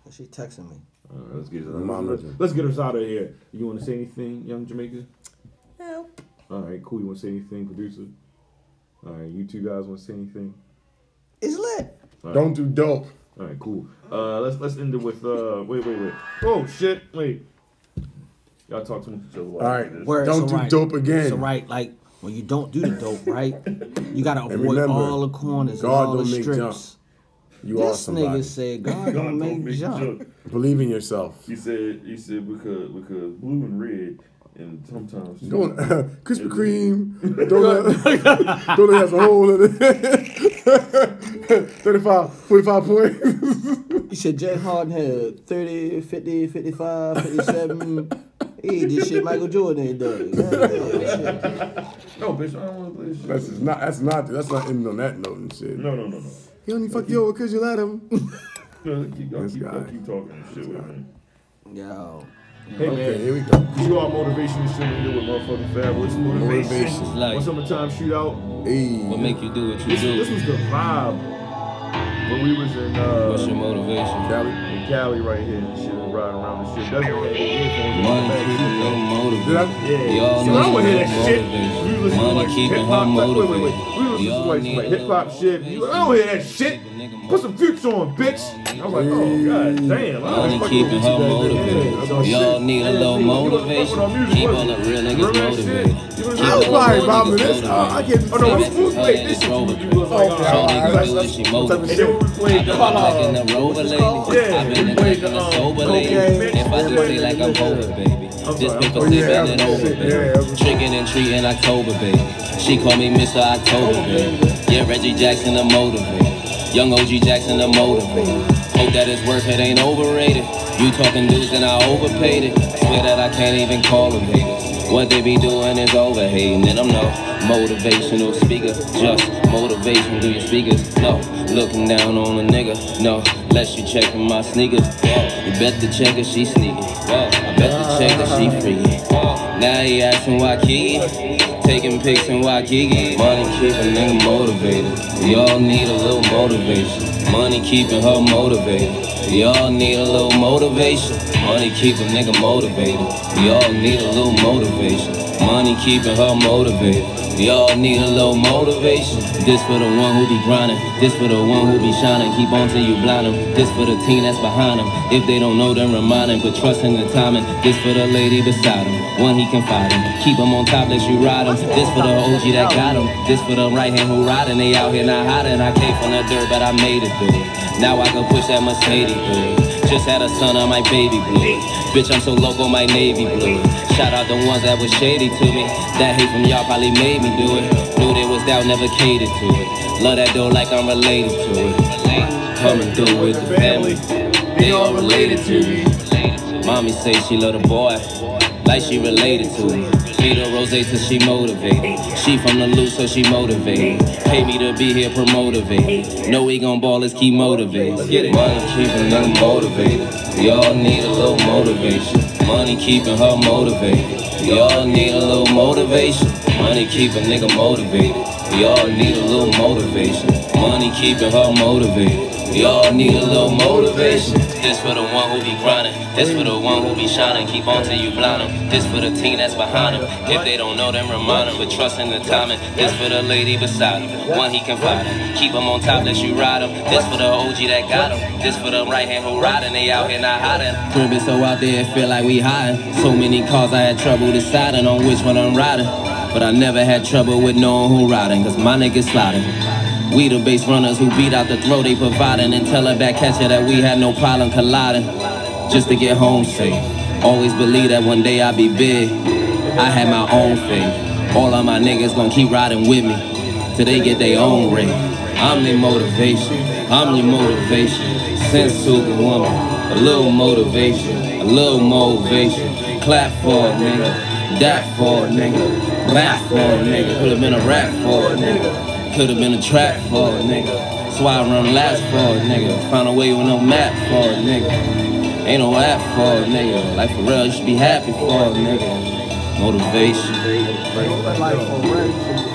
E: And she texting me.
F: All right, let's get
D: Mama.
F: let's, let's get us out of here. You want to say anything, young Jamaica?
J: No.
F: All right, cool. You want to say anything, producer? All right, you two guys want to say anything?
E: It's lit.
D: Don't do dope.
F: All right, cool. Uh, let's let's end it with uh, wait, wait, wait. Oh shit, wait. Y'all talk to me.
D: All right.
E: Word,
D: Don't
E: so
D: do
E: right.
D: dope again.
E: So right, like when you don't do the dope, right? You gotta avoid
D: remember,
E: all the corners, and
D: God
E: all the
D: don't make
E: strips.
D: jumps. You are
E: This
D: somebody.
E: nigga said God, don't make jump.
D: Believe in yourself.
F: He said he said because because blue and red and sometimes
D: Don't Krispy Kreme. Don't let, don't let has a hole in it. 35, 45 points.
E: He said Jay Harden had 30, 50, 55, 57. he did shit Michael Jordan ain't done. Yeah, shit.
F: No, bitch, I don't want to play this shit.
D: That's just not. That's not. That's not ending on that note and shit.
F: No, no, no, no.
D: He only fucked you over because you let him.
F: no keep, y'all
D: This
F: keep, y'all
D: guy.
F: keep talking and shit with me.
E: Yo.
F: Hey
D: Okay,
F: man,
D: here we go.
F: you all motivation and shit we do with motherfucking fabulous motivation.
D: Motivation.
O: Like-
F: One summertime shootout.
D: Hey,
O: What make you do what you
F: This, this
O: do?
F: was the vibe when we was in
O: What's your
F: uh,
O: motivation?
D: Cali.
F: in Cali right here and shit, and riding around and shit. That's what had the headphones on
O: Money
F: back
O: keeping her
F: then. Yeah,
O: motivated.
D: Did I?
O: Y'all
F: so
O: know
F: I would hear that
O: she
F: shit.
O: motivated.
F: We listen to
O: Money
F: like
O: keeping
F: hip hop.
O: her
F: Wait, wait, wait.
O: motivated.
F: We listen to
O: Y'all
F: like some
O: need
F: like
O: a
F: hip hop
O: little
F: shit. You, I don't hear that shit. Put some future on, bitch. I was like, oh god damn. I
O: Money
F: don't fucking
O: keeping
F: with you
O: her
F: guys.
O: motivated.
F: Yeah, that's my
O: Y'all
F: shit.
O: need a
F: Yeah,
O: little
F: you wanna fuck with our music,
O: motivation. Keep
F: what?
O: all the real
F: Real
O: niggas
F: ass shit.
O: motivated.
F: You wanna-
O: Keep
D: I
O: all
D: was
O: the real niggas
D: probably vibing with this. Uh, I
O: motivated.
D: get.
F: Oh no,
O: Shorty
F: we
O: can
F: we played this shit. Oh,
O: throw
F: You
O: it.
F: was like,
D: Oh, Okay,
F: alright.
O: Shorty can
D: alright,
O: do what she
F: And
D: type of
O: motivated.
F: then when we played the
O: I've been looking
F: uh,
O: in the rover lately.
F: Yeah,
O: I've been
F: we played the,
O: looking in the
F: um, cocaine,
O: sober lately. If I do
F: yeah.
O: they like I'm over, baby.
F: I'm
O: Just
F: sorry, I'm
O: been for
F: sorry.
O: sipping
D: Yeah,
O: and
D: I'm-
O: over,
D: yeah, I'm-
O: baby. Drinking and treating October, baby. She call me Mr. October, baby. Yeah, Reggie Jackson the motivator. Young OG Jackson the motivator. Hope that it's worth it, ain't overrated. You talking dudes and I overpaid it. Swear that I can't even call them haters. What they be doing is overhating, and I'm no motivational speaker. Just motivation through your speakers. No, looking down on a nigga. No, unless you checking my sneakers. You bet the check if she sneaky. I bet the check if she freaky. Now he asking why Kiki. Taking pics and why Kiki. Money keep a nigga motivated. We all need a little motivation. Money keeping her motivated. We all need a little motivation. Money keep a nigga motivated. We all need a little motivation. Money keeping her motivated. We all need a little motivation. This for the one who be grinding. This for the one who be shining. Keep on till you blind 'em. This for the team that's behind him. If they don't know, then remind 'em. But trust in the timing. This for the lady beside him. One he confide in. Keep him on top, let you ride him. This for the OG that got him. This for the right hand who riding. They out here not hiding. I came from the dirt, but I made it through. it. Now I can push that Mercedes through. it. Just had a son on my baby blue. Bitch, I'm so loco, my navy blue. Shout out the ones that was shady to me. That hate from y'all probably made me do it. Knew they was down, never catered to it. Love that dough like I'm related to it. Coming through with the family. They all related to me. Mommy say she love the boy. Like she related to me. Feed her rose till she motivated. She from the loose, so she motivated. Pay me to be here, promotivate. Know we gon' ball, let's keep motivated. Money keeping them motivated. We all need a little motivation. Money keeping her motivated. We all need a little motivation. Money keep a nigga motivated. We all need a little motivation. Money keeping her motivated.
E: We all need a little motivation. This for the one who be grinding. This for the one who be shining. Keep on till you blind 'em. This for the team that's behind 'em. If they don't know, then remind 'em. But trust in the timing. This for the lady beside him. One he can find him. Keep him on top, let you ride him. This for the OG that got him. This for the right hand who riding. They out here not hiding. Crib is so out there, it feel like we hiding. So many cars, I had trouble deciding on which one I'm riding. But I never had trouble with knowing who riding. Cause my niggas sliding. We the base runners who beat out the throw they providing and tell a back catcher that we had no problem colliding just to get home safe. Always believe that one day I'll be big. I had my own faith. All of my niggas gonna keep riding with me till they get their own ring. I'm their motivation. I'm your motivation. Since Superwoman, a little motivation, a little motivation. Clap for a nigga, that for a nigga, laugh for a nigga. Could have been a rap for a nigga. Could have been a trap for a nigga. So I run laps for a nigga. Found a way with no map for a nigga. Ain't no app for a nigga. Like for real, you should be happy for a nigga. Motivation.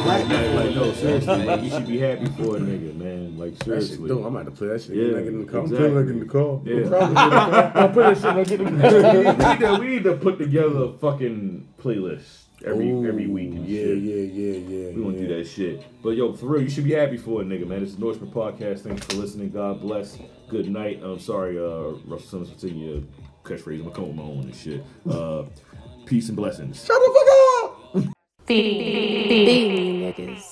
F: Like, no, seriously, man, you should be happy for a nigga, man. Like, seriously.
D: dope. I'm about to play that shit again, like, in the car. I'm
F: exactly.
D: putting it, like, in the car.
F: Yeah.
D: I'm probably in the car.
F: I'll put that shit, like, in the car. we, need to, we need to put together a fucking playlist every
D: Ooh,
F: every week and
D: yeah,
F: shit.
D: yeah, yeah, yeah.
F: We gonna do that shit. But yo, for real, you should be happy for it, nigga, man. It's the Norseman Podcast. Thanks for listening. God bless. Good night. I'm sorry, uh, Russell Simmons, for taking your catchphrase. I'm gonna come up with my own and shit. Uh, peace and blessings.
A: Thieving niggas.